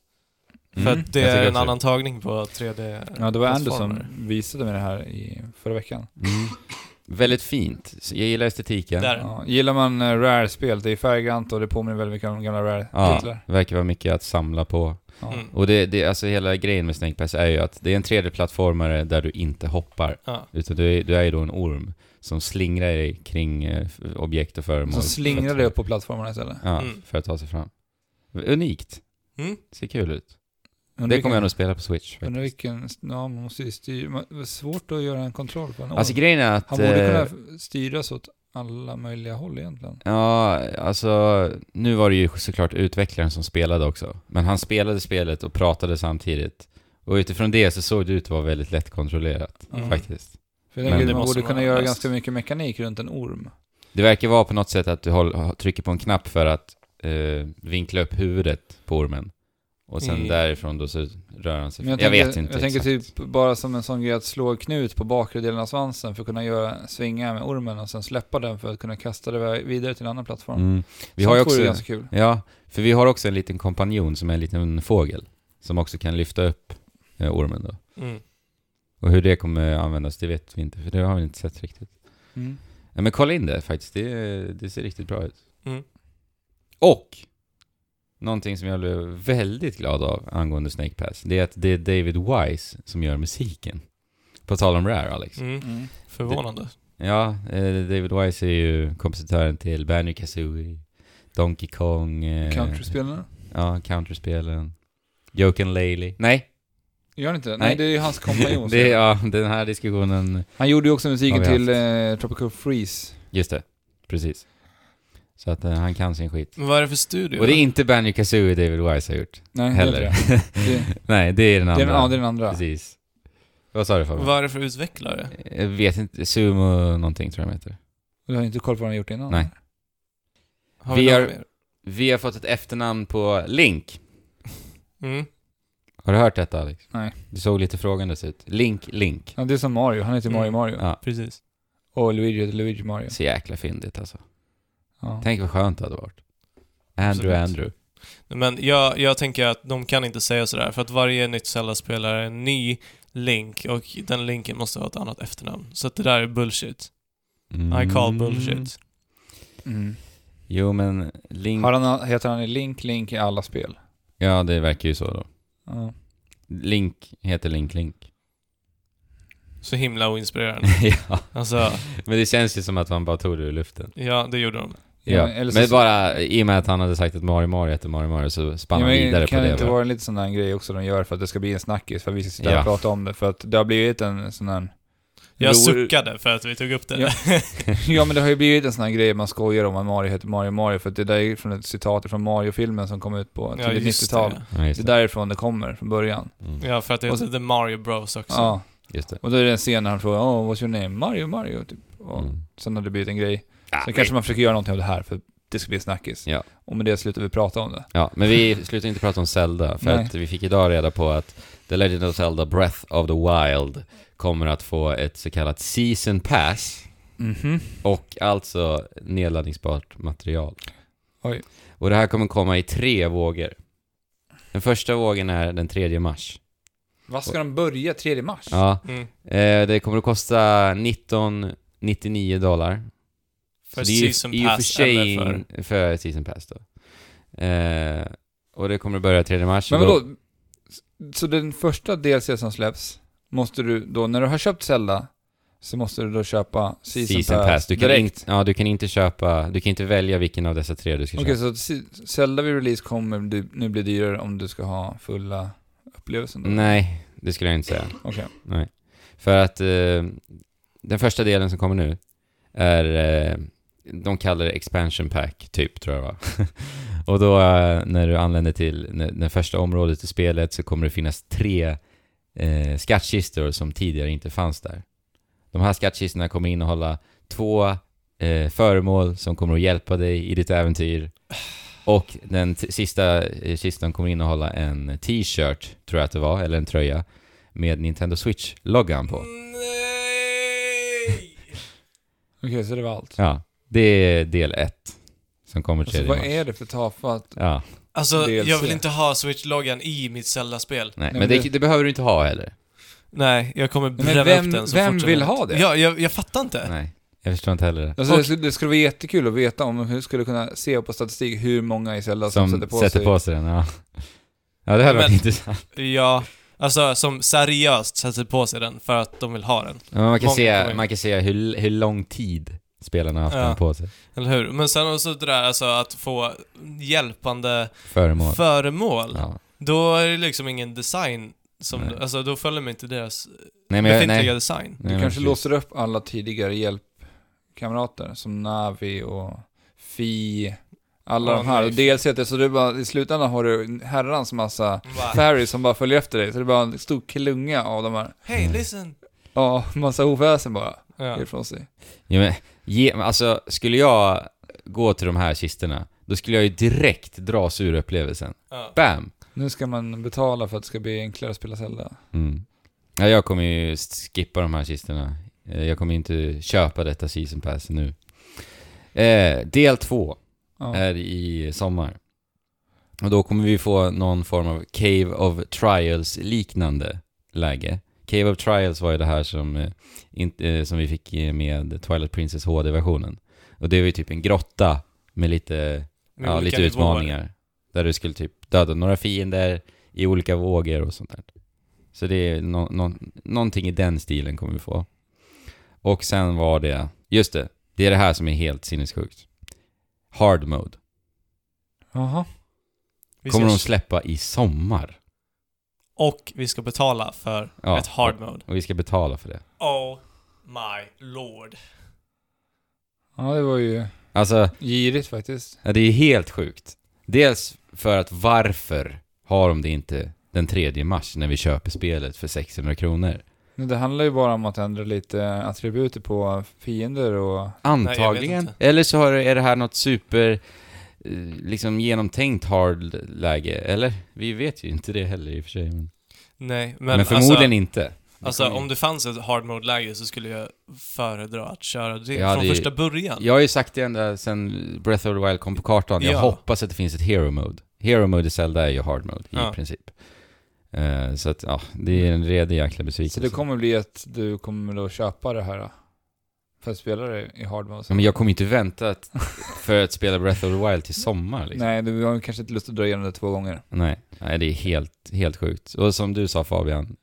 Speaker 1: Mm.
Speaker 3: För att det
Speaker 2: Jag tycker
Speaker 3: är en
Speaker 2: också det.
Speaker 3: annan tagning på 3D.
Speaker 1: Ja, det var Andy som
Speaker 3: plattformar.
Speaker 1: visade mig det här i förra veckan.
Speaker 2: Mm. väldigt fint. Så Jag gillar estetiken.
Speaker 3: Där.
Speaker 1: Ja, gillar man eh, Rare-spel, det är färggrant och det påminner väldigt mycket om gamla
Speaker 2: Ja,
Speaker 1: Rare-titlar.
Speaker 2: verkar vara mycket att samla på.
Speaker 1: Ja.
Speaker 3: Mm.
Speaker 2: Och det, det, alltså hela grejen med Snake Pass är ju att det är en 3D-plattformare där du inte hoppar.
Speaker 3: Ja.
Speaker 2: Utan du är, du är ju då en orm som slingrar dig kring eh, f- objekt och föremål.
Speaker 1: Som slingrar
Speaker 2: för
Speaker 1: det
Speaker 2: att,
Speaker 1: upp på plattformarna istället.
Speaker 2: Ja,
Speaker 3: Mm.
Speaker 2: för att ta sig fram. Unikt.
Speaker 3: Mm.
Speaker 2: Ser kul ut.
Speaker 1: Undrar
Speaker 2: Det kommer jag nog
Speaker 1: vilken-
Speaker 2: spela på Switch.
Speaker 1: Undrar
Speaker 2: faktiskt.
Speaker 1: vilken... Ja, man måste ju styra... man- Det är svårt att göra en kontroll på en orm.
Speaker 2: Alltså grejen är att...
Speaker 1: Han borde kunna
Speaker 2: eh,
Speaker 1: f- styras åt alla möjliga håll egentligen.
Speaker 2: Ja, alltså nu var det ju såklart utvecklaren som spelade också. Men han spelade spelet och pratade samtidigt. Och utifrån det så såg det ut att vara väldigt lättkontrollerat
Speaker 1: Mm.
Speaker 2: faktiskt.
Speaker 1: För
Speaker 2: Men
Speaker 1: jag tänker
Speaker 2: det
Speaker 1: att man
Speaker 3: måste
Speaker 1: borde
Speaker 3: vara
Speaker 1: kunna göra
Speaker 3: bäst.
Speaker 1: ganska mycket mekanik runt en orm.
Speaker 2: Det verkar vara på något sätt att du håll, trycker på en knapp för att eh, vinkla upp huvudet på ormen. Och sen
Speaker 3: Mm.
Speaker 2: därifrån då så rör han sig.
Speaker 1: Men
Speaker 2: Jag,
Speaker 1: tänker,
Speaker 2: vet inte
Speaker 1: Jag tänker
Speaker 2: exakt.
Speaker 1: typ bara som en sån grej att slå knut på bakre delen av svansen för att kunna göra, svinga med ormen och sen släppa den för att kunna kasta det vä- vidare till en annan plattform.
Speaker 2: Mm. Vi
Speaker 1: Sånt
Speaker 2: har ju
Speaker 1: vore
Speaker 2: också...
Speaker 1: ganska kul.
Speaker 2: Ja, för vi har också en liten kompanjon som är en liten fågel. Som också kan lyfta upp eh, ormen då.
Speaker 3: Mm.
Speaker 2: Och hur det kommer användas, det vet vi inte. För det har vi inte sett riktigt.
Speaker 1: Mm.
Speaker 2: Ja, men kolla in det faktiskt. Det, det ser riktigt bra ut.
Speaker 3: Mm.
Speaker 2: Och någonting som jag blev väldigt glad av angående Snake Pass, det är att det är David Wise som gör musiken. På tal om Rare, Alex.
Speaker 3: Mm.
Speaker 1: Mm.
Speaker 3: Förvånande.
Speaker 2: Ja, eh, David Wise är ju kompositören till Banjo Kazooie, Donkey Kong... Eh,
Speaker 1: Country-spelarna?
Speaker 2: Ja, Counterspelen. Joke and Laley. Nej,
Speaker 1: Gör han inte det?
Speaker 2: Nej.
Speaker 1: Nej, det är ju hans kompanjon.
Speaker 2: det, ja, den här diskussionen...
Speaker 1: Han gjorde ju också musiken
Speaker 2: Har vi
Speaker 1: till eh, Tropical Freeze.
Speaker 2: Just det, precis. Så att eh, han kan sin skit.
Speaker 3: Men vad är det för studio?
Speaker 2: Och det är inte Banjo Kazooie David Wise har gjort.
Speaker 1: Nej,
Speaker 2: Heller.
Speaker 1: det är inte det.
Speaker 2: Nej, det är den
Speaker 1: Det- det är
Speaker 2: andra.
Speaker 1: den- ja, det är den andra.
Speaker 2: Precis. Vad sa du Fabian?
Speaker 3: Vad är det för utvecklare?
Speaker 2: Jag vet inte. Sumo någonting tror jag de heter.
Speaker 1: Du har inte koll på vad han har gjort innan?
Speaker 2: Nej.
Speaker 3: Har
Speaker 2: Vi
Speaker 3: vi några
Speaker 2: har-
Speaker 3: mer?
Speaker 2: Vi har fått ett efternamn på Link.
Speaker 3: Mm.
Speaker 2: Har du hört detta Alex?
Speaker 1: Nej.
Speaker 2: Du såg lite frågandes ut. Link, Link.
Speaker 1: Ja, det är som Mario. Han heter Mario
Speaker 3: Mm.
Speaker 1: Mario.
Speaker 2: Ja.
Speaker 3: Precis.
Speaker 1: Och Luigi heter Luigi Mario.
Speaker 2: Så jäkla fyndigt alltså.
Speaker 1: Ja.
Speaker 2: Tänk vad skönt det hade varit. Andrew,
Speaker 3: Absolut.
Speaker 2: Andrew.
Speaker 3: Men jag, jag tänker att de kan inte säga sådär, för att varje nytt Zelda-spel är en ny link och den linken måste ha ett annat efternamn. Så att det där är bullshit. I call
Speaker 2: Mm.
Speaker 3: bullshit.
Speaker 1: Mm.
Speaker 2: Jo men, Link...
Speaker 1: Har han, heter han i Link Link i alla spel?
Speaker 2: Ja, det verkar ju så då.
Speaker 1: Ja.
Speaker 2: Link heter Link, Link.
Speaker 3: Så
Speaker 1: Mm.
Speaker 3: himla oinspirerande.
Speaker 2: ja.
Speaker 3: Alltså,
Speaker 2: Men det känns ju som att man bara tog det ur luften.
Speaker 3: ja, det gjorde de.
Speaker 2: Ja.
Speaker 1: Eh, eller så-
Speaker 2: Men bara i och med att han hade sagt att Mario Mario hette Mario Mario så spann
Speaker 1: Ja,
Speaker 2: han
Speaker 1: men
Speaker 2: vidare på
Speaker 1: Kan det
Speaker 2: det.
Speaker 1: inte
Speaker 2: va?
Speaker 1: vara en lite sån där grej också de gör för att det ska bli en snackis, för att vi ska sitta
Speaker 2: Ja.
Speaker 1: och prata om det? För att det har blivit en sån här...
Speaker 3: Jag
Speaker 1: Ro-
Speaker 3: suckade för att vi tog upp det.
Speaker 1: Ja. Ja, men det har ju blivit en sån här grej man skojar om att Mario heter Mario Mario, för att det där är från ett citat från Mario-filmen som kom ut på
Speaker 3: Ja,
Speaker 1: tidigt
Speaker 3: just
Speaker 1: 90-tal. Det.
Speaker 3: det.
Speaker 2: Ja, just
Speaker 1: det
Speaker 2: det.
Speaker 1: är därifrån det kommer, från början.
Speaker 2: Mm,
Speaker 3: Ja, för att det
Speaker 1: Och så-
Speaker 3: heter The Mario Bros också.
Speaker 1: Ja,
Speaker 2: just det.
Speaker 1: och då är det en scen när han frågar oh, what's your name? Mario, Mario, typ. Och
Speaker 2: Mm.
Speaker 1: sen har det blivit en grej.
Speaker 2: Ja,
Speaker 1: Sen kanske man försöker göra någonting av det här, för att det ska bli en snackis.
Speaker 2: Ja.
Speaker 1: Och med det slutar vi prata om det.
Speaker 2: Ja, men vi slutar inte prata om Zelda, för
Speaker 1: Nej.
Speaker 2: att vi fick idag reda på att The Legend of Zelda Breath of the Wild kommer att få ett så kallat Season Pass
Speaker 1: Mhm.
Speaker 2: och alltså nedladdningsbart material.
Speaker 1: Oj.
Speaker 2: Och det här kommer komma i tre vågor. Den första vågen är den 3 mars.
Speaker 1: Vad ska de börja 3 mars?
Speaker 2: Ja,
Speaker 3: Mm.
Speaker 2: eh, det kommer att kosta 19,99 dollar.
Speaker 3: För
Speaker 2: Så det är ju-
Speaker 3: season
Speaker 2: är ju
Speaker 3: pass
Speaker 2: för sig
Speaker 3: eller för...
Speaker 2: in- för season pass då. Eh, och det kommer att börja 3 mars.
Speaker 1: Men
Speaker 2: och då-
Speaker 1: vadå? Så den första DLC som släpps, måste du då, när du har köpt Zelda, så måste du då köpa Season, Pass,
Speaker 2: Du kan,
Speaker 1: direkt?
Speaker 2: inte, ja, du kan inte köpa, du kan inte välja vilken av dessa tre du ska
Speaker 1: Okej,
Speaker 2: köpa.
Speaker 1: så att Se- Zelda vid release kommer du, nu bli dyrare om du ska ha fulla upplevelsen då?
Speaker 2: Nej, det skulle jag inte säga.
Speaker 1: Okej.
Speaker 2: Nej. För att eh, den första delen som kommer nu är, eh, de kallar det expansion pack, typ, tror jag va? Och då eh, när du anländer till när, när första området i spelet så kommer det finnas tre eh, skattkistor som tidigare inte fanns där. De här skattkistorna kommer innehålla två eh, föremål som kommer att hjälpa dig i ditt äventyr. Och den t- sista eh, kistan kommer innehålla en t-shirt, tror jag att det var, eller en tröja, med Nintendo Switch-loggan på.
Speaker 3: Nej!
Speaker 1: Okej, så det var allt.
Speaker 2: Ja, det är del ett som kommer
Speaker 1: Alltså,
Speaker 2: tredje
Speaker 1: vad
Speaker 2: mars.
Speaker 1: är det för tafatt?
Speaker 2: Ja,
Speaker 3: Alltså,
Speaker 1: DLC.
Speaker 3: jag vill inte ha Switch-loggan i mitt Zelda-spel.
Speaker 2: nej,
Speaker 1: men
Speaker 2: men det,
Speaker 1: det-
Speaker 2: det behöver du inte ha heller.
Speaker 3: Nej, jag kommer
Speaker 1: Men
Speaker 3: bränna
Speaker 1: vem-
Speaker 3: upp den så
Speaker 1: vem
Speaker 3: fort som
Speaker 1: vill
Speaker 3: möjligt.
Speaker 1: ha det?
Speaker 3: Ja, jag, jag fattar inte.
Speaker 2: Nej, jag förstår inte heller det.
Speaker 1: Alltså,
Speaker 3: Och-
Speaker 1: det, skulle, det skulle vara jättekul att veta om hur skulle kunna se på statistik hur många i Zelda som,
Speaker 2: Som
Speaker 1: alltså, sätter på sig.
Speaker 2: den, ja. Ja, det hade varit
Speaker 3: Men-
Speaker 2: intressant.
Speaker 3: Ja, alltså som seriöst sätter på sig den för att de vill ha den.
Speaker 2: Ja, man, kan
Speaker 3: Många
Speaker 2: se,
Speaker 3: poäng.
Speaker 2: man kan se hur, hur lång tid spelarna har haft
Speaker 3: Ja.
Speaker 2: den på sig.
Speaker 3: Eller hur? Men sen också det där alltså att få hjälpande
Speaker 2: Föremål.
Speaker 3: föremål.
Speaker 2: Ja.
Speaker 3: Då är det liksom ingen design som...
Speaker 2: Nej.
Speaker 3: Alltså då följer man inte deras
Speaker 2: Nej, men jag, nej,
Speaker 3: befintliga
Speaker 2: nej,
Speaker 3: design.
Speaker 1: Du
Speaker 2: men
Speaker 1: kanske
Speaker 2: precis.
Speaker 1: låser upp alla tidigare hjälpkamrater, som Navi och Fi, alla
Speaker 3: Ja,
Speaker 1: de här.
Speaker 3: nej.
Speaker 1: Och dels heter så du bara, i slutändan har du herrans massa
Speaker 3: Bara,
Speaker 1: fairies som bara följer efter dig, så det är bara en stor klunga av de här.
Speaker 2: Mm.
Speaker 3: Hey, listen!
Speaker 1: Ja, massa oväsen bara
Speaker 3: Ja.
Speaker 1: ifrån sig.
Speaker 2: Ja, men, ge, men alltså, skulle jag gå till de här kistorna, då skulle jag ju direkt dras ur upplevelsen.
Speaker 3: Ja.
Speaker 2: Bam!
Speaker 1: Nu ska man betala för att det ska bli enklare att spela Zelda.
Speaker 2: Mm. Ja, jag kommer ju skippa de här kistorna. Eh, Jag kommer inte köpa detta season pass nu. Eh, del två
Speaker 1: Ja.
Speaker 2: är i sommar. Och då kommer vi få någon form av Cave of Trials-liknande läge. Cave of Trials var ju det här som, eh, inte- eh, som vi fick eh, med Twilight Princess HD-versionen. Och det var ju typ en grotta med lite
Speaker 3: Med
Speaker 2: ja,
Speaker 3: olika
Speaker 2: lite
Speaker 3: nivåer.
Speaker 2: utmaningar. Där du skulle typ döda några fiender i olika vågor och sånt där. Så det är nå- nå- någonting i den stilen kommer vi få. Och sen var det, just det, det är det här som är helt sinnessjukt. Hard mode.
Speaker 1: Jaha.
Speaker 3: Vi
Speaker 2: Kommer de
Speaker 3: ska,
Speaker 2: släppa i sommar.
Speaker 3: och vi ska betala för
Speaker 2: Ja.
Speaker 3: ett hard mode.
Speaker 2: Och vi ska betala för det.
Speaker 3: Oh my lord.
Speaker 1: Ja, det var ju
Speaker 2: Alltså,
Speaker 1: girigt faktiskt.
Speaker 2: ja, det är helt sjukt. Dels för att varför har de det inte den 3 mars när vi köper spelet för 600 kronor?
Speaker 1: Men Det handlar ju bara om att ändra lite attributer på fiender och...
Speaker 3: Nej, jag
Speaker 2: Antagligen.
Speaker 3: vet
Speaker 2: eller så har- är det här något super eh, liksom genomtänkt hard-läge, eller? Vi vet ju inte det heller i och för sig. Men,
Speaker 3: Nej, men,
Speaker 2: men,
Speaker 3: alltså-
Speaker 2: förmodligen inte.
Speaker 3: Alltså om det fanns ett hard mode-läge så skulle jag föredra att köra det
Speaker 2: Ja,
Speaker 3: från
Speaker 2: det-
Speaker 3: första början.
Speaker 2: Jag har ju sagt det ända sedan Breath of the Wild kom på kartan. Jag
Speaker 3: Ja.
Speaker 2: hoppas att det finns ett hero mode. Hero mode i Zelda är ju hard mode i
Speaker 3: Ja.
Speaker 2: princip. Eh, så att, ja, det är en redig jäkla
Speaker 1: Så
Speaker 2: besvikelse.
Speaker 1: det kommer bli att du kommer då köpa det här då? för att spela det i hard mode?
Speaker 2: Ja, Men jag kommer ju inte vänta att, för att spela Breath of the Wild till sommar liksom.
Speaker 1: Nej, du har ju kanske inte lust att dra igenom det två gånger.
Speaker 2: Nej, nej det är helt, helt sjukt. Och som du sa Fabian,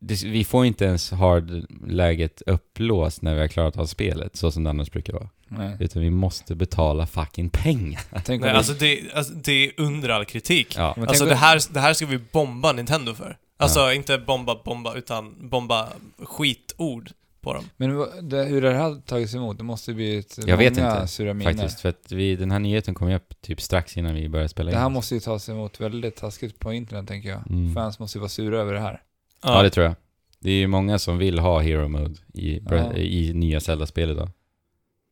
Speaker 2: det, vi får inte ens hard-läget upplåst när vi har klarat av spelet, så som det annars brukar vara.
Speaker 1: Nej.
Speaker 2: Utan vi måste betala fucking pengar.
Speaker 1: Tänk om
Speaker 3: Nej,
Speaker 1: vi-
Speaker 3: alltså det, alltså det är under all kritik.
Speaker 2: Ja.
Speaker 1: men tänk
Speaker 3: Alltså
Speaker 1: om-
Speaker 3: det här, det här ska vi bomba Nintendo för. Alltså inte bomba bomba, utan bomba skitord på dem.
Speaker 1: Men vad- det, hur det här har tagits emot, det måste ju blivit
Speaker 2: Jag vet
Speaker 1: många
Speaker 2: inte,
Speaker 1: sura miner.
Speaker 2: Faktiskt, för att vi, den här nyheten kom ju upp typ strax innan vi började spela
Speaker 1: Det här
Speaker 2: in.
Speaker 1: måste ju tas emot väldigt taskigt på internet, tänker jag.
Speaker 2: Mm.
Speaker 1: Fans måste ju vara sura över det här.
Speaker 2: Ja, det tror jag. Det är ju många som vill ha Hero Mode i,
Speaker 1: Ja.
Speaker 2: i nya Zelda-spel idag.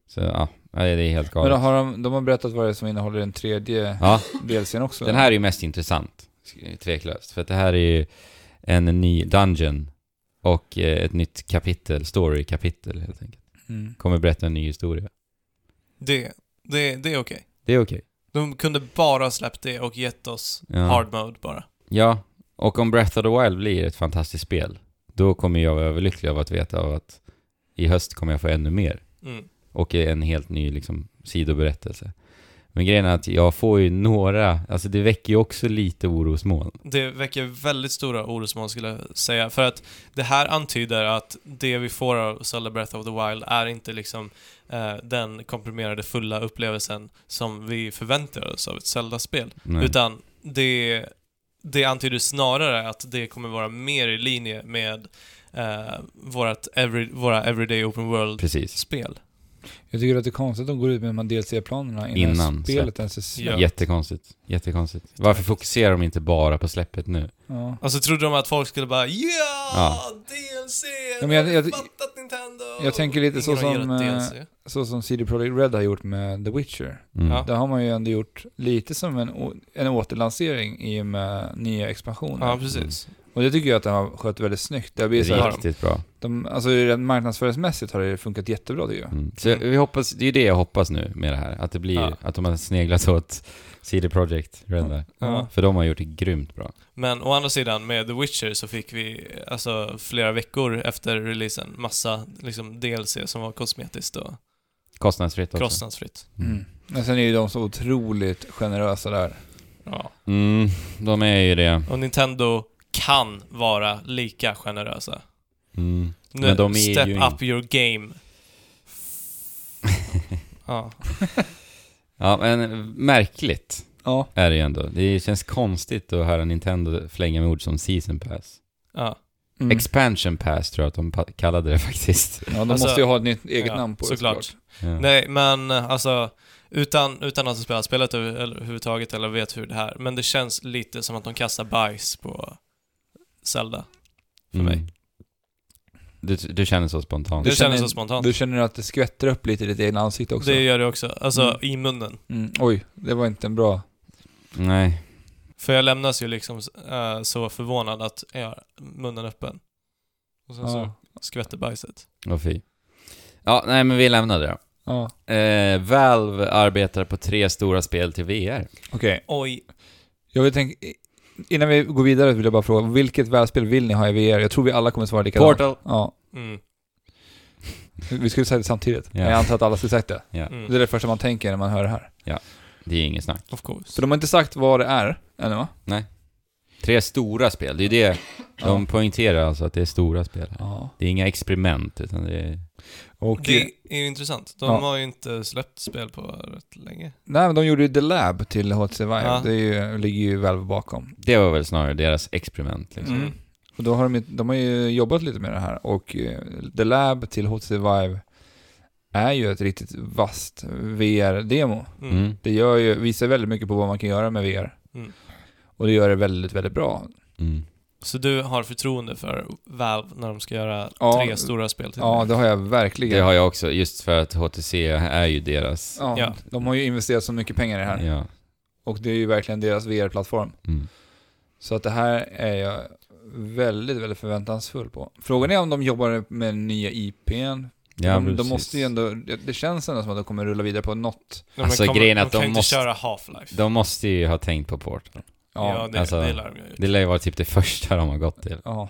Speaker 2: Så ja, nej, det är helt
Speaker 1: Men
Speaker 2: galet.
Speaker 1: då har de, de har berättat vad det är som innehåller den tredje
Speaker 2: Ja,
Speaker 1: delsen också.
Speaker 2: den här är ju mest intressant, sk- tveklöst. För att det här är ju en ny dungeon och eh, ett nytt kapitel, story-kapitel helt enkelt.
Speaker 1: Mm.
Speaker 2: Kommer berätta en ny historia.
Speaker 3: det, det, det är okej.
Speaker 2: Det är okej.
Speaker 3: De kunde bara ha släppt det och gett oss
Speaker 2: Ja.
Speaker 3: hard mode bara.
Speaker 2: Ja, och om Breath of the Wild blir ett fantastiskt spel, då kommer jag vara överlycklig av att veta av att i höst kommer jag få ännu mer.
Speaker 3: Mm.
Speaker 2: Och en helt ny liksom, sidoberättelse. Men grejen är att jag får ju några, alltså det väcker ju också lite orosmoln.
Speaker 3: Det väcker väldigt stora orosmoln skulle jag säga. För att det här antyder att det vi får av Zelda Breath of the Wild är inte liksom eh, den komprimerade fulla upplevelsen som vi förväntar oss av ett Zelda-spel.
Speaker 2: Nej.
Speaker 3: Utan det, det antyder snarare att det kommer vara mer i linje med eh, vårat every, våra Everyday Open
Speaker 2: Precis.
Speaker 3: World-spel.
Speaker 1: Jag tycker att det är konstigt att de går ut med de här DLC-planerna innan,
Speaker 2: Innan
Speaker 1: spelet ens är släppt.
Speaker 3: Ja.
Speaker 2: Jättekonstigt. Jättekonstigt. Varför fokuserar de inte bara på släppet nu?
Speaker 1: Ja.
Speaker 3: Och så Alltså, trodde de att folk skulle bara yeah,
Speaker 2: Ja.
Speaker 3: DLC!
Speaker 1: Ja, men jag- jag-
Speaker 3: fattat Nintendo!
Speaker 1: jag tänker lite så
Speaker 3: Ingen har
Speaker 1: som,
Speaker 3: gillat
Speaker 1: eh,
Speaker 3: DLC.
Speaker 1: Så som CD Projekt Red har gjort med The Witcher.
Speaker 2: Mm.
Speaker 3: Ja.
Speaker 1: Där har man ju ändå gjort lite som en, å- en återlansering i och med nya expansioner.
Speaker 3: Ja, precis.
Speaker 1: Och det tycker jag att de har skött väldigt snyggt. Det har blivit så här,
Speaker 2: Riktigt bra.
Speaker 1: de, alltså rent marknadsföringsmässigt har det funkat jättebra tycker jag.
Speaker 2: Mm. Så jag- vi hoppas, det är ju det jag hoppas nu med det här. Att det blir,
Speaker 1: Ja.
Speaker 2: att de har sneglat åt CD Projekt Red där.
Speaker 1: Mm.
Speaker 3: Ja.
Speaker 2: För de har gjort det grymt bra.
Speaker 3: Men å andra sidan, med The Witcher så fick vi alltså flera veckor efter releasen massa liksom, DLC som var kosmetiskt och
Speaker 2: Kostnadsfritt också.
Speaker 3: kostnadsfritt.
Speaker 1: Mm. Men sen är ju de så otroligt generösa där.
Speaker 3: Ja.
Speaker 2: Mm, de är ju det.
Speaker 3: Och Nintendo kan vara lika generösa.
Speaker 2: Mm.
Speaker 3: Nu,
Speaker 2: Men de är
Speaker 3: step
Speaker 2: ju in-
Speaker 3: up your game. Ja.
Speaker 2: Ja, men märkligt
Speaker 1: Ja.
Speaker 2: är det ju ändå. Det känns konstigt att höra Nintendo flänga med ord som Season Pass.
Speaker 3: ja.
Speaker 1: Mm.
Speaker 2: Expansion Pass tror jag att de pa- kallade det faktiskt.
Speaker 1: Ja, de
Speaker 3: Alltså,
Speaker 1: måste ju ha ett nytt eget
Speaker 3: ja,
Speaker 1: namn på det
Speaker 3: såklart.
Speaker 2: Ja.
Speaker 3: Nej, men eh, alltså utan, utan att ha spelat spelet över- eller överhuvudtaget eller vet hur det här, men det känns lite som att de kastar bajs på Zelda. för
Speaker 1: Mm.
Speaker 3: mig.
Speaker 2: Du, du känner så spontant?
Speaker 1: Du
Speaker 3: Det
Speaker 1: känner-
Speaker 3: känns så spontant.
Speaker 1: Du känner att det skvätter upp lite i ditt egna ansikte också?
Speaker 3: Det gör det också. Alltså
Speaker 1: Mm.
Speaker 3: i munnen.
Speaker 1: Mm. Oj, det var inte en bra...
Speaker 2: Nej.
Speaker 3: För jag lämnas ju liksom eh, så förvånad att jag har munnen öppen. Och sen
Speaker 1: Ja.
Speaker 3: så skvätter bajset.
Speaker 2: Vad fy. Ja, nej men vi lämnar det då.
Speaker 1: ja.
Speaker 2: Eh, Valve arbetar på tre stora spel till VR.
Speaker 1: Okej,
Speaker 3: Oj.
Speaker 1: jag vill tänka... Innan vi går vidare vill jag bara fråga, vilket välspel vill ni ha i VR? Jag tror vi alla kommer svara likadant.
Speaker 2: Portal.
Speaker 1: Ja,
Speaker 3: Mm.
Speaker 1: vi skulle säga det samtidigt.
Speaker 2: Ja.
Speaker 1: Men jag antar att alla skulle sagt det. Det är
Speaker 3: Mm.
Speaker 1: det första man tänker när man hör det här.
Speaker 2: Det är inget snack.
Speaker 3: Of
Speaker 1: Så
Speaker 3: course.
Speaker 1: de har inte sagt vad det är ännu va?
Speaker 2: Tre stora spel, det är det de poängterar alltså att det är stora spel. här.
Speaker 1: Ja.
Speaker 2: Det är inga experiment, utan det är...
Speaker 1: Och...
Speaker 3: Det är ju intressant. De
Speaker 1: Ja.
Speaker 3: har ju inte släppt spel på rätt länge.
Speaker 1: Nej, men de gjorde ju The Lab till HTC Vive.
Speaker 3: Ja.
Speaker 1: Det är ju, ligger ju Valve bakom.
Speaker 2: Det var väl snarare deras experiment liksom.
Speaker 1: Mm. Och då har de, ju- de har ju jobbat lite med det här och eh, The Lab till HTC Vive är ju ett riktigt vasst VR-demo.
Speaker 3: Mm. Mm.
Speaker 1: Det gör ju, visar väldigt mycket på vad man kan göra med VR.
Speaker 3: Mm.
Speaker 1: Och det gör det väldigt, väldigt bra.
Speaker 2: Mm.
Speaker 3: Så du har förtroende för Valve när de ska göra
Speaker 1: Ja.
Speaker 3: tre stora spel till
Speaker 1: Ja, det har jag
Speaker 2: Det
Speaker 1: verkligen.
Speaker 2: har jag också, just för att HTC är ju deras...
Speaker 1: ja,
Speaker 3: Ja.
Speaker 1: De har ju investerat så mycket pengar i det här.
Speaker 2: Ja.
Speaker 1: Och det är ju verkligen deras VR-plattform.
Speaker 2: Mm.
Speaker 1: Så att det här är jag väldigt, väldigt förväntansfull på. Frågan är om de jobbar med nya IPn.
Speaker 2: Ja,
Speaker 1: de, de
Speaker 2: precis.
Speaker 1: måste ju ändå, det, det känns ändå som att de kommer rulla vidare på något.
Speaker 3: Nej, men
Speaker 2: Alltså,
Speaker 3: kommer-
Speaker 2: grejen är att
Speaker 3: de
Speaker 2: de
Speaker 3: kan ju
Speaker 2: måste-
Speaker 3: inte köra Half-Life.
Speaker 2: De måste ju ha tänkt på Portal.
Speaker 3: ja,
Speaker 1: Ja.
Speaker 3: det,
Speaker 2: alltså-
Speaker 3: det lär de ju ha gjort.
Speaker 2: Det lär ju vara typ det första de har gått till.
Speaker 1: ja.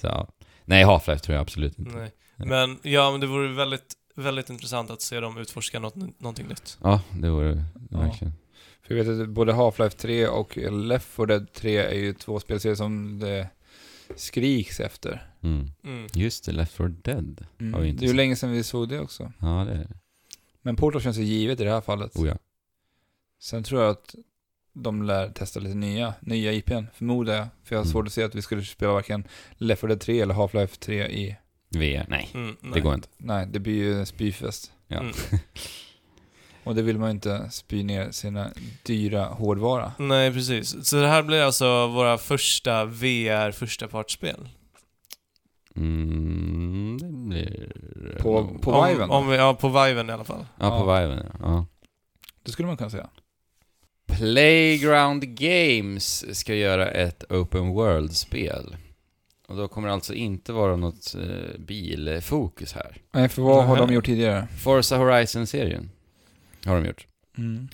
Speaker 2: Så, ja. Nej, Half-Life tror jag absolut inte.
Speaker 3: Nej. Men ja, men det vore väldigt, väldigt intressant att se dem utforska något, någonting nytt.
Speaker 2: Ja, det vore det verkligen.
Speaker 1: För jag vet att både Half-Life 3 och Left 4 Dead 3 är ju två spelserier som det skriks efter.
Speaker 2: Mm.
Speaker 3: Mm.
Speaker 2: Just det, Left 4 Dead.
Speaker 1: Mm.
Speaker 2: Har vi inte
Speaker 1: det är ju
Speaker 2: sett.
Speaker 1: länge sedan vi såg det också.
Speaker 2: Ja, det är det.
Speaker 1: Men Portal känns ju givet i det här fallet.
Speaker 2: Oh, ja.
Speaker 1: Sen tror jag att de lär testa lite nya, nya IPn, förmodar jag. För jag har
Speaker 2: Mm.
Speaker 1: svårt att se att vi skulle spela varken Left 4 Dead 3 eller Half-Life 3 i...
Speaker 2: VR, nej.
Speaker 3: Mm, nej.
Speaker 2: Det går inte.
Speaker 1: Nej, det blir ju en spyfest.
Speaker 2: Ja.
Speaker 3: Mm.
Speaker 1: Och det vill man ju inte spy ner sina dyra hårdvara.
Speaker 3: Nej, precis. Så det här blir alltså våra första VR förstapartsspel?
Speaker 2: Mm, det blir...
Speaker 1: På, på
Speaker 3: om,
Speaker 1: Viven,
Speaker 3: Om vi, ja, på Viven i alla fall.
Speaker 2: Ja, på Viven, ja.
Speaker 1: det skulle man kunna säga.
Speaker 2: Playground Games ska göra ett Open World-spel. Och då kommer det alltså inte vara något eh, bilfokus här.
Speaker 1: Nej, för vad har
Speaker 3: Nähä.
Speaker 1: de gjort tidigare?
Speaker 2: Forza Horizon-serien har de gjort.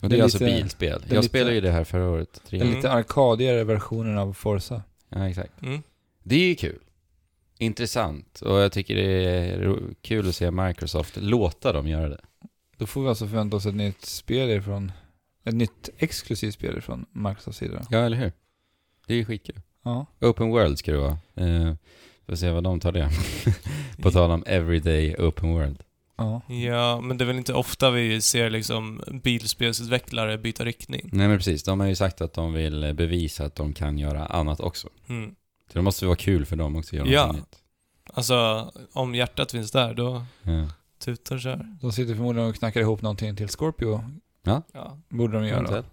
Speaker 2: Och det, är, alltså bilspel.
Speaker 1: det är
Speaker 2: Jag
Speaker 1: lite-
Speaker 2: spelade ju det här förra året.
Speaker 1: Den
Speaker 2: Tre.
Speaker 3: Mm.
Speaker 1: lite arkadigare versionen av Forza.
Speaker 2: Ja, exakt.
Speaker 3: Mm.
Speaker 2: Det är ju kul. Intressant. Och jag tycker det är ro- kul att se Microsoft låta dem göra det.
Speaker 1: Då får vi alltså förvänta oss ett nytt spel ifrån, ett nytt exklusivt spel ifrån Microsofts sida.
Speaker 2: Ja, eller hur? Det är ju skitkul.
Speaker 1: Ja.
Speaker 2: Open World ska det vara. Eh, får se vad de tar det. På tal om Everyday Open World.
Speaker 1: ja.
Speaker 3: Ja, men det är väl inte ofta vi ser liksom bilspelsutvecklare byta riktning?
Speaker 2: Nej men precis, de har ju sagt att de vill bevisa att de kan göra annat också.
Speaker 3: Mm.
Speaker 2: Så det måste vara kul för dem också att göra
Speaker 3: Ja.
Speaker 2: något nytt.
Speaker 3: Alltså, om hjärtat finns där, då tutar och kör.
Speaker 1: De sitter förmodligen och knackar ihop någonting till Scorpio,
Speaker 3: Ja,
Speaker 1: borde de
Speaker 2: Ja,
Speaker 1: göra.
Speaker 2: eventuellt.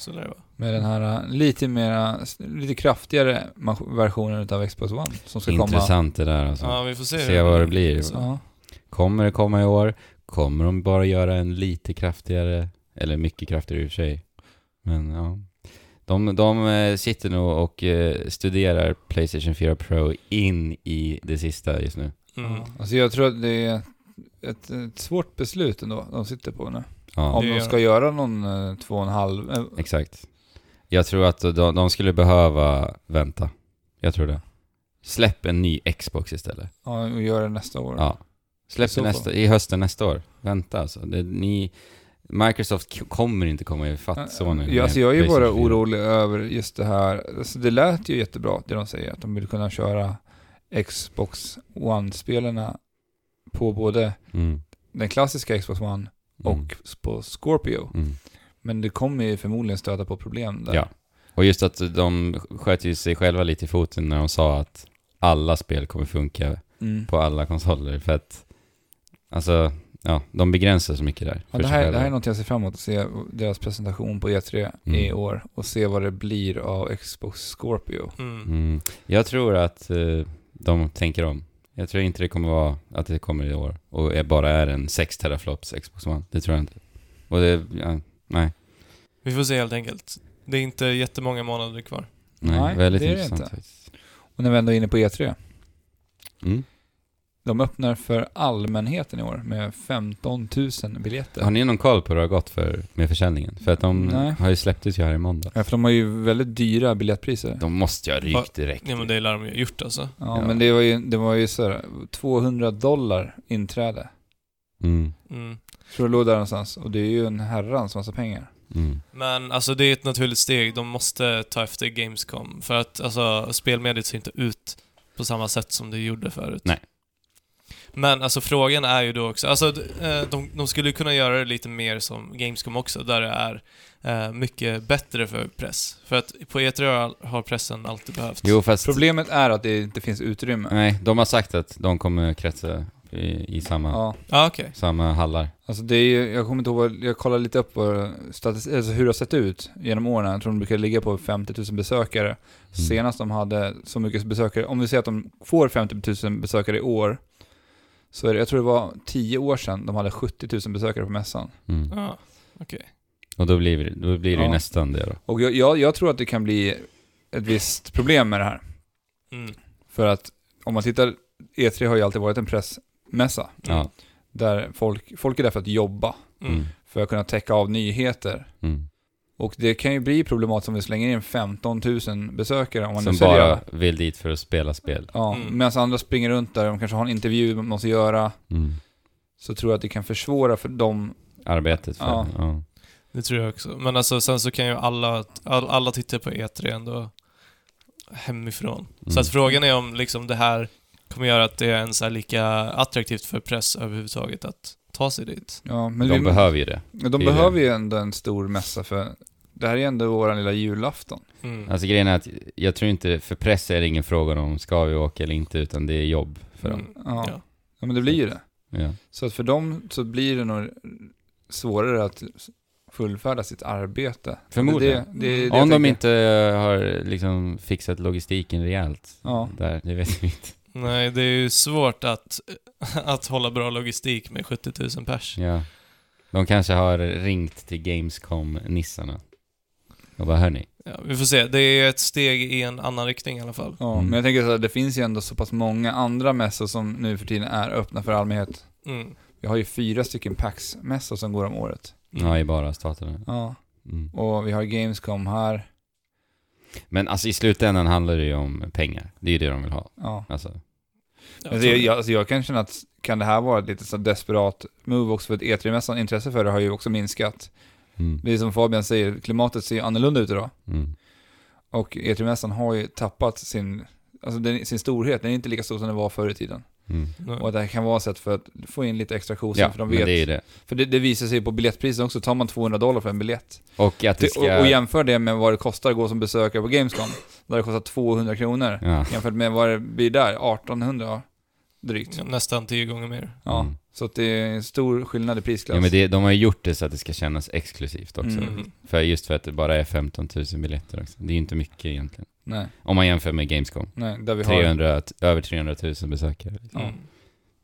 Speaker 3: så lär det vara.
Speaker 1: Med den här äh, lite mera, lite kraftigare mas- versionen utav Xbox One som ska komma.
Speaker 2: Intressant det där alltså.
Speaker 3: Ja, vi får se.
Speaker 2: Se vad det blir.
Speaker 1: Ja.
Speaker 2: Kommer det komma i år? Kommer de bara göra en lite kraftigare, eller mycket kraftigare i och för sig. Men ja. De, de eh, sitter nog och eh, studerar Playstation 4 Pro in i det sista just nu.
Speaker 3: Mm.
Speaker 1: Alltså jag tror att det är ett, ett svårt beslut ändå de sitter på nu.
Speaker 2: Ja,
Speaker 1: Om
Speaker 3: Det
Speaker 1: de
Speaker 3: gör
Speaker 1: ska göra någon eh, två och en halv, eh,
Speaker 2: exakt. Jag tror att de, de skulle behöva vänta. Jag tror det. Släpp en ny Xbox istället.
Speaker 1: ja, och göra det nästa år.
Speaker 2: Ja.
Speaker 1: I
Speaker 2: Släpp
Speaker 1: så
Speaker 2: det nästa,
Speaker 1: fall.
Speaker 2: i hösten nästa år. Vänta alltså. Det, ni, Microsoft k- kommer inte komma ifatt Sony.
Speaker 1: Ja,
Speaker 2: med
Speaker 1: alltså jag är ju bara
Speaker 2: PlayStation 4.
Speaker 1: orolig över just det här. Alltså det lät ju jättebra det de säger, att de vill kunna köra Xbox One-spelarna på både
Speaker 2: Mm.
Speaker 1: den klassiska Xbox One och
Speaker 2: Mm.
Speaker 1: på Scorpio.
Speaker 2: Mm.
Speaker 1: Men det kommer ju förmodligen stöta på problem där.
Speaker 2: Ja. Och just att de sköt ju sig själva lite i foten när de sa att alla spel kommer funka
Speaker 1: Mm.
Speaker 2: på alla konsoler för att alltså, ja, de begränsar så mycket där.
Speaker 1: Ja,
Speaker 2: för
Speaker 1: det,
Speaker 2: sig
Speaker 1: här, det
Speaker 2: själva.
Speaker 1: här är något jag ser fram emot, att se deras presentation på E3 i
Speaker 2: Mm.
Speaker 1: år och se vad det blir av Xbox Scorpio.
Speaker 3: Mm.
Speaker 2: mm. Jag tror att eh, de tänker om. Jag tror inte det kommer vara att det kommer i år och är bara är en 6 teraflops Xbox One. Det tror jag inte. Och det, ja, nej,
Speaker 3: Vi får se helt enkelt. Det är inte jättemånga månader kvar.
Speaker 2: nej,
Speaker 1: Nej,
Speaker 2: väldigt
Speaker 1: det är det
Speaker 2: intressant
Speaker 1: inte.
Speaker 2: faktiskt.
Speaker 1: Och när vi ändå är inne på E3,
Speaker 2: Mm.
Speaker 1: de öppnar för allmänheten i år med 15 000 biljetter.
Speaker 2: Har ni någon koll på hur det har gått för, med försäljningen? För att de
Speaker 1: Nej.
Speaker 2: har ju släppt ut ju här i måndag.
Speaker 1: Ja, för de har ju väldigt dyra biljettpriser.
Speaker 2: De måste ju ha rykt direkt.
Speaker 3: Ja, men det lär de ju ha gjort alltså.
Speaker 1: Ja,
Speaker 2: Ja.
Speaker 1: men det var ju, det var ju så här, 200 dollar inträde.
Speaker 2: Mm.
Speaker 3: Mm.
Speaker 1: Så det låg där någonstans. Och det är ju en herrans massa pengar.
Speaker 2: Mm.
Speaker 3: Men alltså det är ett naturligt steg. De måste ta efter Gamescom. För att alltså spelmediet ser inte ut på samma sätt som det gjorde förut.
Speaker 2: Nej.
Speaker 3: Men alltså frågan är ju då också, alltså d- eh, de, de skulle ju kunna göra det lite mer som Gamescom också, där det är eh, mycket bättre för press. För att på E3 har- har pressen alltid behövts.
Speaker 2: Jo, fast...
Speaker 1: Problemet är att det inte finns utrymme.
Speaker 2: Nej, de har sagt att de kommer kretsa i, i samma,
Speaker 1: Ja,
Speaker 3: Ja, okej.
Speaker 2: samma hallar.
Speaker 1: alltså det är ju, jag kommer inte ihåg, vad- jag kollade lite upp på statistik, alltså hur det har sett ut genom åren. Jag tror de brukar ligga på 50 000 besökare.
Speaker 2: Mm.
Speaker 1: Senast de hade så mycket besökare, om vi säger att de får 50 000 besökare i år, så är det, jag tror det var 10 år sedan de hade 70 000 besökare på mässan.
Speaker 2: Mm.
Speaker 3: Ja.
Speaker 2: Och då blir, det- då blir det ju
Speaker 1: Ja. Mm.
Speaker 2: nästan det då.
Speaker 1: Och jag, jag, jag tror att det kan bli ett visst problem med det här.
Speaker 3: Mm.
Speaker 1: För att om man tittar, E3 har ju alltid varit en pressmässa.
Speaker 2: Ja.
Speaker 1: Där folk, folk är där för att jobba,
Speaker 3: Mm.
Speaker 2: Mm.
Speaker 3: Mm.
Speaker 1: för att kunna täcka av nyheter.
Speaker 2: Mm.
Speaker 1: Och det kan ju bli problematiskt om vi slänger in 15 000 besökare om man
Speaker 2: Som
Speaker 1: nu säljer.
Speaker 2: bara
Speaker 1: alla.
Speaker 2: vill dit för att spela spel.
Speaker 1: Ja,
Speaker 3: Mm.
Speaker 1: Medan andra springer runt där, de kanske har en intervju de måste göra,
Speaker 2: Mm.
Speaker 1: så tror jag att det kan försvåra för dem.
Speaker 2: Arbetet för...
Speaker 1: Ja.
Speaker 2: Ja.
Speaker 3: Det tror jag också. Men alltså sen så kan ju alla, all, alla tittar på E3 E ändå hemifrån.
Speaker 2: Mm.
Speaker 3: Så att frågan är om liksom det här kommer göra att det är ens är lika attraktivt för press överhuvudtaget att ta sig dit.
Speaker 1: Ja, men
Speaker 2: De
Speaker 1: vi,
Speaker 2: behöver ju det.
Speaker 1: ja,
Speaker 2: det
Speaker 1: de
Speaker 2: är
Speaker 1: behöver ju ändå en stor mässa för det här är ändå våran lilla julafton.
Speaker 3: Mm.
Speaker 2: Alltså grejen är att jag tror inte, för press är det ingen fråga om ska vi åka eller inte, utan det är jobb för dem.
Speaker 3: Mm.
Speaker 1: Ja.
Speaker 3: Ja.
Speaker 1: Ja. men det blir ju det.
Speaker 2: Ja.
Speaker 1: Så att för dem så blir det nog svårare att fullfärda sitt arbete.
Speaker 2: Förmodligen. Mm.
Speaker 1: Det, det, det, är det
Speaker 2: Om
Speaker 1: jag
Speaker 2: de
Speaker 1: tänker.
Speaker 2: inte eh, har liksom fixat logistiken rejält
Speaker 1: Ja.
Speaker 2: där, det vet vi inte.
Speaker 3: Nej, det är ju svårt att, att hålla bra logistik med 70 000 pers.
Speaker 2: Ja. De kanske har ringt till Gamescom-nissarna och bara hörni,
Speaker 3: Ja, vi får se. Det är ett steg i en annan riktning i alla fall.
Speaker 1: Ja,
Speaker 2: Mm.
Speaker 1: men jag tänker så här, det finns ju ändå så pass många andra mässor som nu för tiden är öppna för allmänhet.
Speaker 3: Mm.
Speaker 1: Vi har ju fyra stycken PAX-mässor som går om året.
Speaker 3: Mm.
Speaker 2: ja i bara staterna.
Speaker 1: Ja,
Speaker 2: Mm.
Speaker 1: och vi har Gamescom här.
Speaker 2: Men alltså i slutändan handlar det ju om pengar. Det är ju det de vill ha.
Speaker 1: Ja.
Speaker 2: Alltså,
Speaker 3: Jag
Speaker 1: Alltså,
Speaker 3: tror
Speaker 1: jag,
Speaker 3: det.
Speaker 1: jag, alltså jag kan känna att kan det här vara ett lite så desperat move också för att E3-mässan, intresse för det har ju också minskat.
Speaker 2: mm,
Speaker 1: Det är som Fabian säger, klimatet ser ju annorlunda ut idag.
Speaker 2: mm.
Speaker 1: Och E E3-mässan har ju tappat sin, alltså den, sin storhet, den är inte lika stor som den var förr i tiden.
Speaker 2: Mm.
Speaker 3: Nej.
Speaker 1: Och det här kan vara ett sätt för att få in lite extra kosor,
Speaker 2: Ja,
Speaker 1: för de
Speaker 2: men
Speaker 1: vet.
Speaker 2: det är ju det.
Speaker 1: För det, det visar sig på biljettpriset också, tar man 200 dollar för en biljett.
Speaker 2: Och att det
Speaker 1: Det,
Speaker 2: ska...
Speaker 1: och, och jämför det med vad det kostar att gå som besökare på Gamescom, där det kostar 200 kronor.
Speaker 2: ja.
Speaker 1: Jämfört med vad det blir där, 1800 drygt.
Speaker 3: Ja, Nästan tio gånger mer.
Speaker 1: Ja,
Speaker 2: Mm.
Speaker 1: så att det är en stor skillnad i prisklass.
Speaker 2: ja, men det, de har ju gjort det så att det ska kännas exklusivt också.
Speaker 1: Mm.
Speaker 2: För just för att det bara är 15 000 biljetter också. Det är ju inte mycket egentligen.
Speaker 1: Nej,
Speaker 2: Om man jämför med Gamescom.
Speaker 1: nej, där vi har...
Speaker 2: 300, över 300 000 besökare. liksom.
Speaker 3: Mm.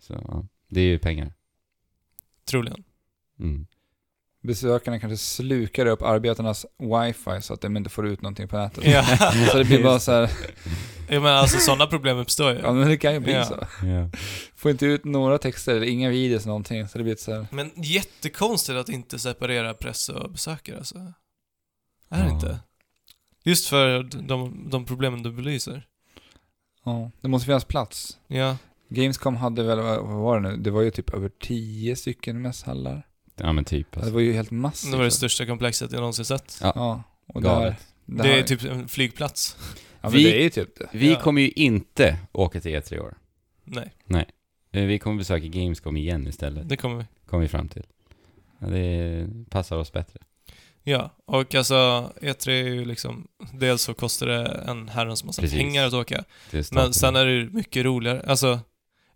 Speaker 2: Så, ja. Det är ju pengar.
Speaker 3: Troligen.
Speaker 2: Mm.
Speaker 1: Besökarna kanske slukar upp arbetarnas wifi så att de inte får ut någonting på nätet.
Speaker 3: Ja.
Speaker 1: Så det blir bara så här,
Speaker 3: ja, men alltså sådana problem uppstår ju.
Speaker 1: ja men det kan ju bli
Speaker 3: Ja.
Speaker 1: så.
Speaker 2: Ja.
Speaker 1: Får inte ut några texter eller inga videos någonting, så det blir ett så här,
Speaker 3: Men jättekonstigt att inte separera press och besökare alltså. Är det
Speaker 2: Ja.
Speaker 3: inte? Just för de, de problemen du belyser.
Speaker 1: ja, det måste finnas plats.
Speaker 3: Ja.
Speaker 1: Gamescom hade väl, vad vad var det nu, det var ju typ över 10 stycken mässhallar.
Speaker 2: ja, men typ
Speaker 1: Det
Speaker 2: alltså.
Speaker 1: var ju helt massivt.
Speaker 3: Det var det största komplexet jag någonsin sett.
Speaker 2: Ja.
Speaker 1: Ja, och där,
Speaker 2: Galet.
Speaker 1: där...
Speaker 3: Det är typ en flygplats.
Speaker 1: Ja, men
Speaker 2: Vi-
Speaker 1: det är ju typ det.
Speaker 2: Vi
Speaker 3: Ja.
Speaker 2: kommer ju inte åka till E3 i år.
Speaker 3: Nej,
Speaker 2: Eh, Vi kommer besöka Gamescom igen istället.
Speaker 3: det kommer vi.
Speaker 2: Kom vi fram till. Ja, det passar oss bättre.
Speaker 3: Ja, och alltså E3 är ju liksom... Dels så kostar det en herrans massa
Speaker 2: Precis.
Speaker 3: pengar att åka.
Speaker 2: Det är
Speaker 3: Men
Speaker 2: staten.
Speaker 3: sen är det ju mycket roligare. Alltså,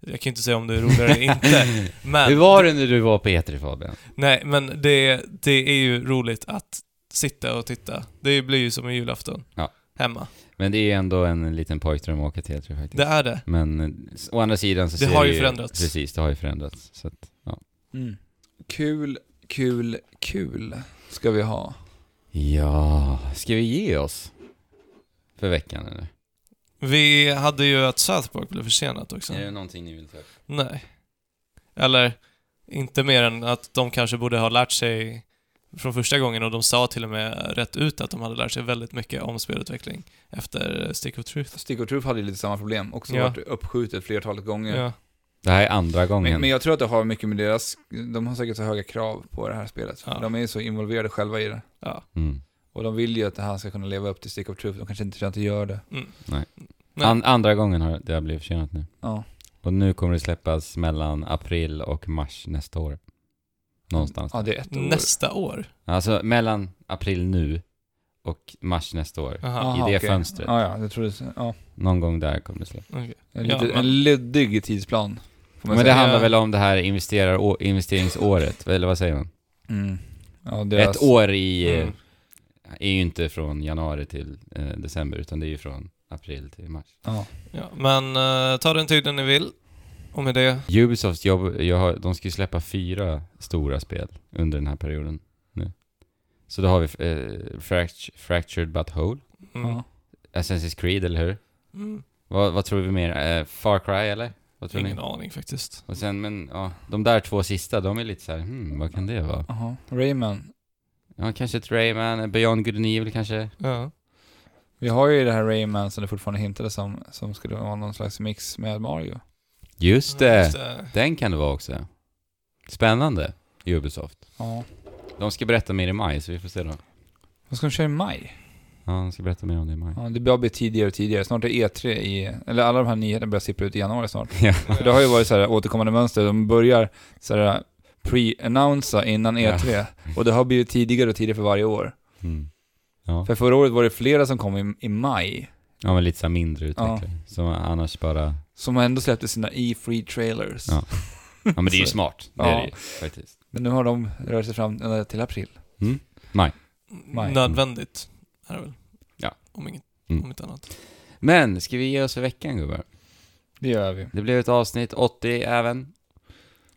Speaker 3: jag kan ju inte säga om det är roligare eller inte. Men...
Speaker 2: Hur var det när du var på E3 Fabian?
Speaker 3: Nej, men det, det är ju roligt att sitta och titta. Det blir ju som en julafton.
Speaker 2: Ja.
Speaker 3: Hemma.
Speaker 2: Men det är ju ändå en liten pojkdröm att åka till E3 faktiskt.
Speaker 3: Det är det.
Speaker 2: Men eh, å andra sidan så
Speaker 3: Det
Speaker 2: ser
Speaker 3: har ju förändrats.
Speaker 2: Precis, det har ju förändrats. Så att,
Speaker 1: Mm. Kul, kul, kul ska vi ha.
Speaker 2: ja, ska vi ge oss? För veckan eller?
Speaker 3: Vi hade ju att South Park blev försenat också.
Speaker 2: Är det någonting ni vill ta upp?
Speaker 3: Nej. Eller, inte mer än att de kanske borde ha lärt sig från första gången och de sa till och med rätt ut att de hade lärt sig väldigt mycket om spelutveckling efter Stick of Truth.
Speaker 1: Stick och Truth hade ju lite samma problem, också
Speaker 3: Ja.
Speaker 1: varit uppskjutet flertalet gånger.
Speaker 3: Ja.
Speaker 2: Det här är andra gången.
Speaker 1: Men, men jag tror att det har mycket med deras, de har säkert så höga krav på det här spelet. För
Speaker 3: Ja.
Speaker 1: De är ju så involverade själva i det.
Speaker 3: ja.
Speaker 2: mm.
Speaker 1: Och de vill ju att det här ska kunna leva upp till Stick of Truth, de kanske inte känner att det gör det.
Speaker 3: Mm. Nej.
Speaker 2: An- andra gången har det har blivit försenat nu.
Speaker 1: Ja.
Speaker 2: Och nu kommer det släppas mellan april och mars nästa år. Någonstans.
Speaker 1: Ja, det är ett år.
Speaker 3: Nästa år?
Speaker 2: Alltså mellan april nu och mars nästa år.
Speaker 3: Aha.
Speaker 2: I det
Speaker 1: okej.
Speaker 2: fönstret.
Speaker 1: Ja, ja, jag tror det. Ja.
Speaker 2: Någon gång där kommer det släppas.
Speaker 3: okej.
Speaker 1: En,
Speaker 3: Ja,
Speaker 1: lite,
Speaker 3: men-
Speaker 1: en luddig tidsplan. får man
Speaker 2: Men det
Speaker 1: säga.
Speaker 2: handlar väl om det här investerar, å- investeringsåret, eller vad säger man?
Speaker 1: Mm. Ja, deras,
Speaker 2: Ett år i, eh,
Speaker 3: Mm.
Speaker 2: är ju inte från januari till eh, december, utan det är ju från april till mars.
Speaker 1: Ja.
Speaker 3: Ja, men eh, ta den tiden ni vill. Och med det
Speaker 2: Ubisofts jobb, jag har, de ska ju släppa fyra stora spel under den här perioden nu. Så då har vi eh, Fract- Fractured But Whole,
Speaker 3: Mm.
Speaker 1: Ja.
Speaker 2: Assassin's Creed, eller hur?
Speaker 3: Mm.
Speaker 2: Vad, vad tror vi mer? Eh, Far Cry, eller? Vad tror
Speaker 3: Ingen
Speaker 2: ni?
Speaker 3: aning faktiskt.
Speaker 2: Och sen, men ja, de där två sista, de är lite så här, hmm, vad kan det vara?
Speaker 1: Aha. Rayman.
Speaker 2: Ja, kanske ett Rayman, eh, Beyond Good and Evil kanske?
Speaker 3: Ja.
Speaker 1: Vi har ju det här Rayman som det fortfarande hintades om, som skulle vara någon slags mix med Mario.
Speaker 2: Just det!
Speaker 3: Just det.
Speaker 2: Den kan det vara också. Spännande, Ubisoft.
Speaker 1: Ja.
Speaker 2: De ska berätta mer i maj, så vi får se då.
Speaker 1: Vad ska de köra i maj?
Speaker 2: Ja, han ska berätta mer om det i maj.
Speaker 1: Ja, det bara blir tidigare och tidigare. Snart är E3 i... Eller alla de här nyheterna börjar sippra ut i januari snart.
Speaker 2: Ja.
Speaker 1: För det har ju varit så här återkommande mönster. De börjar så här pre-annonsa innan
Speaker 2: Ja.
Speaker 1: E3. Och det har blivit tidigare och tidigare för varje år.
Speaker 2: Mm. Ja.
Speaker 1: För förra året var det flera som kom i, i maj.
Speaker 2: ja, men lite så här mindre utvecklare. Som annars bara...
Speaker 1: Som ändå släppte sina E3 trailers.
Speaker 2: Ja. Ja, men det är ju
Speaker 1: Så-
Speaker 2: smart. Det
Speaker 1: Ja.
Speaker 2: är det ju, faktiskt.
Speaker 1: Men nu har de rört sig fram ända till april. Maj.
Speaker 3: Nödvändigt, är det väl?
Speaker 2: Ja.
Speaker 3: Om inget,
Speaker 2: Mm.
Speaker 3: om inte annat.
Speaker 2: Men, ska vi ge oss för veckan gubbar?
Speaker 1: Det gör vi.
Speaker 2: Det blev ett avsnitt 80 även.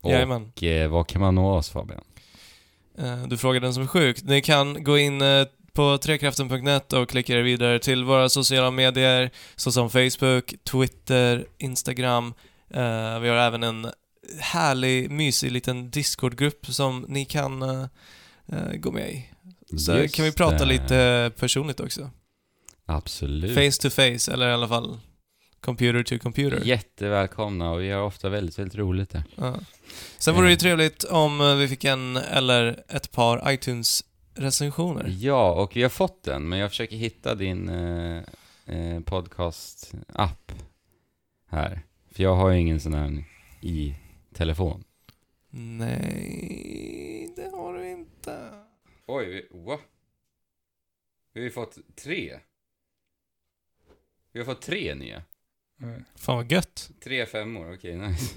Speaker 2: Och
Speaker 3: Jajamän.
Speaker 2: eh, var kan man nå oss Fabian?
Speaker 3: Eh, Du frågar den som är sjuk. Ni kan gå in eh, på trekraften.net och klicka er vidare till våra sociala medier såsom Facebook, Twitter, Instagram. Eh, Vi har även en härlig, mysig liten Discord-grupp som ni kan eh, eh, gå med i. Så
Speaker 2: Just
Speaker 3: kan vi prata
Speaker 2: det.
Speaker 3: lite personligt också.
Speaker 2: Absolut.
Speaker 3: Face to face, eller i alla fall computer to computer.
Speaker 2: Jättevälkomna och vi har ofta väldigt, väldigt roligt där.
Speaker 3: Ja. Sen vore det ju
Speaker 2: Eh.
Speaker 3: trevligt om eh, vi fick en eller ett par iTunes-recensioner.
Speaker 2: Ja, och vi har fått den, men jag försöker hitta din eh, eh, podcast-app här. För jag har ju ingen sån här i telefon.
Speaker 3: Nej, det har du inte.
Speaker 2: Oj, vi, what? Vi har ju fått tre. Vi har fått tre nya.
Speaker 1: Mm.
Speaker 3: Fan vad gött.
Speaker 2: Tre femmor, okej, nice.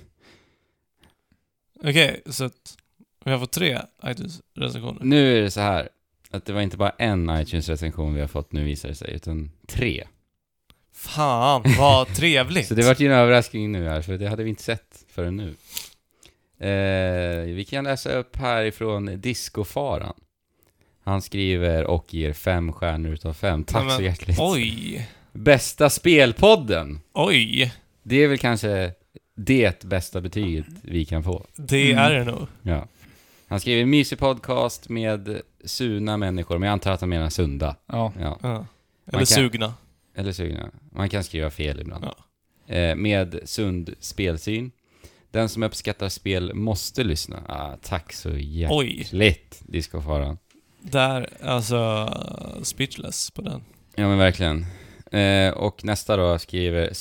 Speaker 3: Okej, så att vi har fått tre iTunes-recensioner.
Speaker 2: Nu är det så här, att det var inte bara en iTunes-recension vi har fått nu visar det sig, utan tre.
Speaker 3: Fan vad trevligt.
Speaker 2: Så det vart ju en överraskning nu här, för det hade vi inte sett förrän nu. Eh, vi kan läsa upp härifrån Discofaran. Han skriver och ger fem stjärnor utav fem. Tack
Speaker 3: Nej, men-
Speaker 2: så hjärtligt.
Speaker 3: Oj,
Speaker 2: Bästa spelpodden!
Speaker 3: oj.
Speaker 2: Det är väl kanske det bästa betyget vi kan få.
Speaker 3: Det
Speaker 1: Mm.
Speaker 3: är det nog.
Speaker 2: Ja. Han skriver mysig podcast med suna människor, men jag antar att han menar sunda.
Speaker 1: Ja.
Speaker 2: Ja.
Speaker 3: Ja. Eller
Speaker 2: kan-
Speaker 3: sugna.
Speaker 2: Eller sugna. Man kan skriva fel ibland.
Speaker 3: Ja.
Speaker 2: Eh, med sund spelsyn. Den som uppskattar spel måste lyssna. Ah, tack så
Speaker 3: Oj,
Speaker 2: hjärtligt, discofaran.
Speaker 3: där, alltså, speechless på den.
Speaker 2: Ja men verkligen. Eh, och nästa då skriver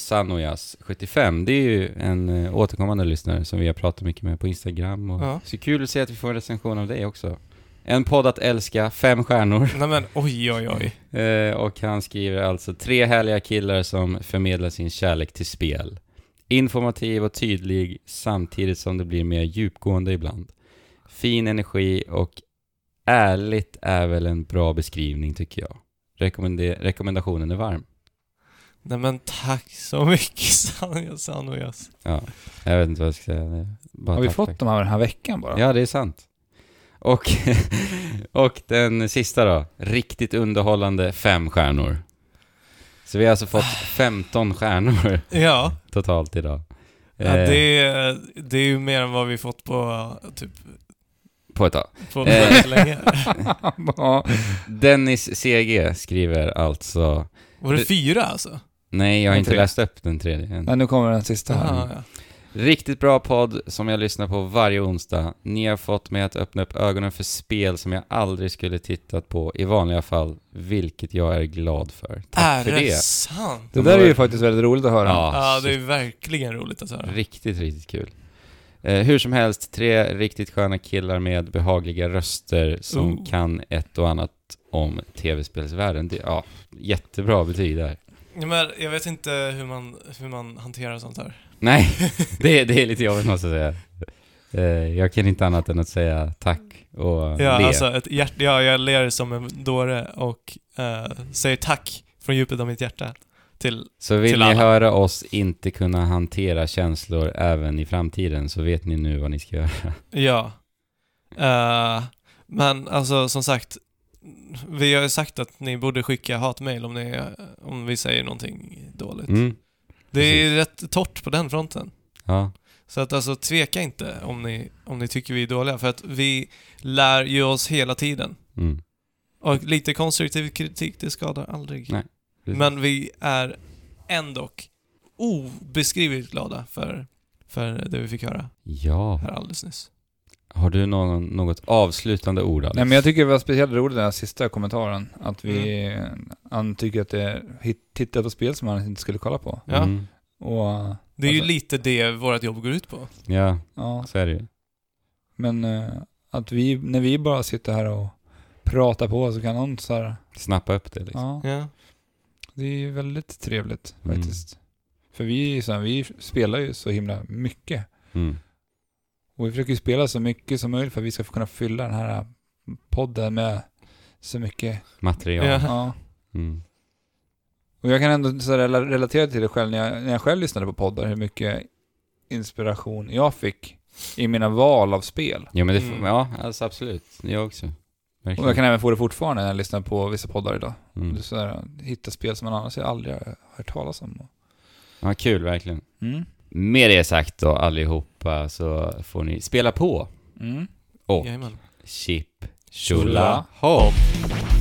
Speaker 2: Sanojas75. Det är ju en eh, återkommande lyssnare som vi har pratat mycket med på Instagram. Och
Speaker 3: Ja.
Speaker 2: Så kul att se att vi får en recension av dig också. En podd att älska, fem stjärnor.
Speaker 3: Nej men oj, oj, oj.
Speaker 2: Eh, och han skriver alltså tre härliga killar som förmedlar sin kärlek till spel. Informativ och tydlig samtidigt som det blir mer djupgående ibland. Fin energi och ärligt är väl en bra beskrivning tycker jag. Rekommende- rekommendationen är varm.
Speaker 3: Nej men tack så mycket Sanja Sanojas.
Speaker 2: Ja, jag vet inte vad jag ska säga. Det är Bara
Speaker 1: Har vi
Speaker 2: tack,
Speaker 1: fått
Speaker 2: tack.
Speaker 1: de här den här veckan bara?
Speaker 2: Ja, det är sant. Och, och den sista då. Riktigt underhållande fem stjärnor. Så vi har alltså fått 15 stjärnor.
Speaker 3: Ja,
Speaker 2: totalt idag.
Speaker 3: ja
Speaker 2: Eh,
Speaker 3: det, är, det är ju mer än vad vi fått på typ
Speaker 2: På ett tag.
Speaker 3: på
Speaker 2: Eh.
Speaker 3: väldigt länge.
Speaker 1: Ja.
Speaker 2: Dennis CG skriver alltså...
Speaker 3: Var det
Speaker 2: Det-
Speaker 3: fyra alltså?
Speaker 2: Nej, jag har
Speaker 1: Den
Speaker 2: inte
Speaker 1: tredje.
Speaker 2: läst upp den tredje än.
Speaker 1: Nej, nu kommer den sista här.
Speaker 3: Aha, ja.
Speaker 2: Riktigt bra podd som jag lyssnar på varje onsdag. Ni har fått mig att öppna upp ögonen för spel som jag aldrig skulle tittat på i vanliga fall, vilket jag är glad för. Tack
Speaker 3: Är
Speaker 2: för
Speaker 3: det,
Speaker 2: det. Ah,
Speaker 3: sant?
Speaker 1: Det där är ju faktiskt väldigt roligt att höra.
Speaker 2: Ja,
Speaker 3: Ja, det är verkligen roligt att höra.
Speaker 2: Riktigt, riktigt kul. Eh, hur som helst, tre riktigt sköna killar med behagliga röster som
Speaker 3: Ooh.
Speaker 2: kan ett och annat om tv-spelsvärlden. Det, ja, jättebra betyg där.
Speaker 3: Ja, Men jag vet inte hur man, hur man hanterar sånt här.
Speaker 2: Nej, det, det är lite jobbigt måste jag säga. Eh, jag kan inte annat än att säga tack och
Speaker 3: Ja,
Speaker 2: le.
Speaker 3: alltså ett hjärta, ja, jag ler som en dåre och eh, säger tack från djupet av mitt hjärta till
Speaker 2: så vill
Speaker 3: till
Speaker 2: ni
Speaker 3: alla.
Speaker 2: höra oss inte kunna hantera känslor även i framtiden så vet ni nu vad ni ska göra.
Speaker 3: Ja. Eh, men alltså som sagt, vi har ju sagt att ni borde skicka hatmejl om, ni, om vi säger någonting dåligt.
Speaker 2: Mm,
Speaker 3: det är ju rätt torrt på den fronten.
Speaker 2: ja,
Speaker 3: Så att alltså tveka inte om ni, om ni tycker vi är dåliga, för att vi lär ju oss hela tiden.
Speaker 2: mm,
Speaker 3: Och lite konstruktiv kritik, det skadar aldrig.
Speaker 2: Nej, precis.
Speaker 3: men vi är ändå obeskrivligt glada för, för det vi fick höra
Speaker 2: ja.
Speaker 3: här alldeles nyss.
Speaker 2: Har du någon, något avslutande ord Alex?
Speaker 1: Nej, men jag tycker det var speciellt roligt den här sista kommentaren. Att vi, han tycker att det hit- tittar på spel som han inte skulle kolla på.
Speaker 3: Ja.
Speaker 2: Mm.
Speaker 1: Och,
Speaker 3: Det är ju
Speaker 1: Alltså-
Speaker 3: lite det vårt jobb går ut på.
Speaker 2: Ja,
Speaker 1: ja,
Speaker 2: så är det ju.
Speaker 1: men eh, att vi, när vi bara sitter här och pratar på så kan någon så här,
Speaker 2: Snappa upp det liksom.
Speaker 1: ja,
Speaker 3: Ja.
Speaker 1: det är ju väldigt trevligt
Speaker 2: Mm.
Speaker 1: faktiskt. För vi, är ju så här, vi spelar ju så himla mycket.
Speaker 2: Mm.
Speaker 1: Och vi försöker ju spela så mycket som möjligt för att vi ska kunna fylla den här podden med så mycket.
Speaker 2: Material.
Speaker 3: Ja.
Speaker 1: Ja.
Speaker 2: Mm.
Speaker 1: Och jag kan ändå så här rela- relatera till det själv när jag, när jag själv lyssnade på poddar, hur mycket inspiration jag fick i mina val av spel.
Speaker 2: Ja, men det,
Speaker 3: Mm.
Speaker 2: ja, alltså absolut. Jag också.
Speaker 1: Och jag kan även få det fortfarande när jag lyssnar på vissa poddar idag.
Speaker 2: Mm.
Speaker 1: Det är så här, hitta spel som man annars aldrig har hört talas om.
Speaker 2: Ja, kul verkligen.
Speaker 1: Mm.
Speaker 2: Med det sagt då allihopa så får ni spela på
Speaker 1: Mm.
Speaker 2: och
Speaker 3: Jajamän.
Speaker 2: chip
Speaker 1: Chula
Speaker 2: chula hopp.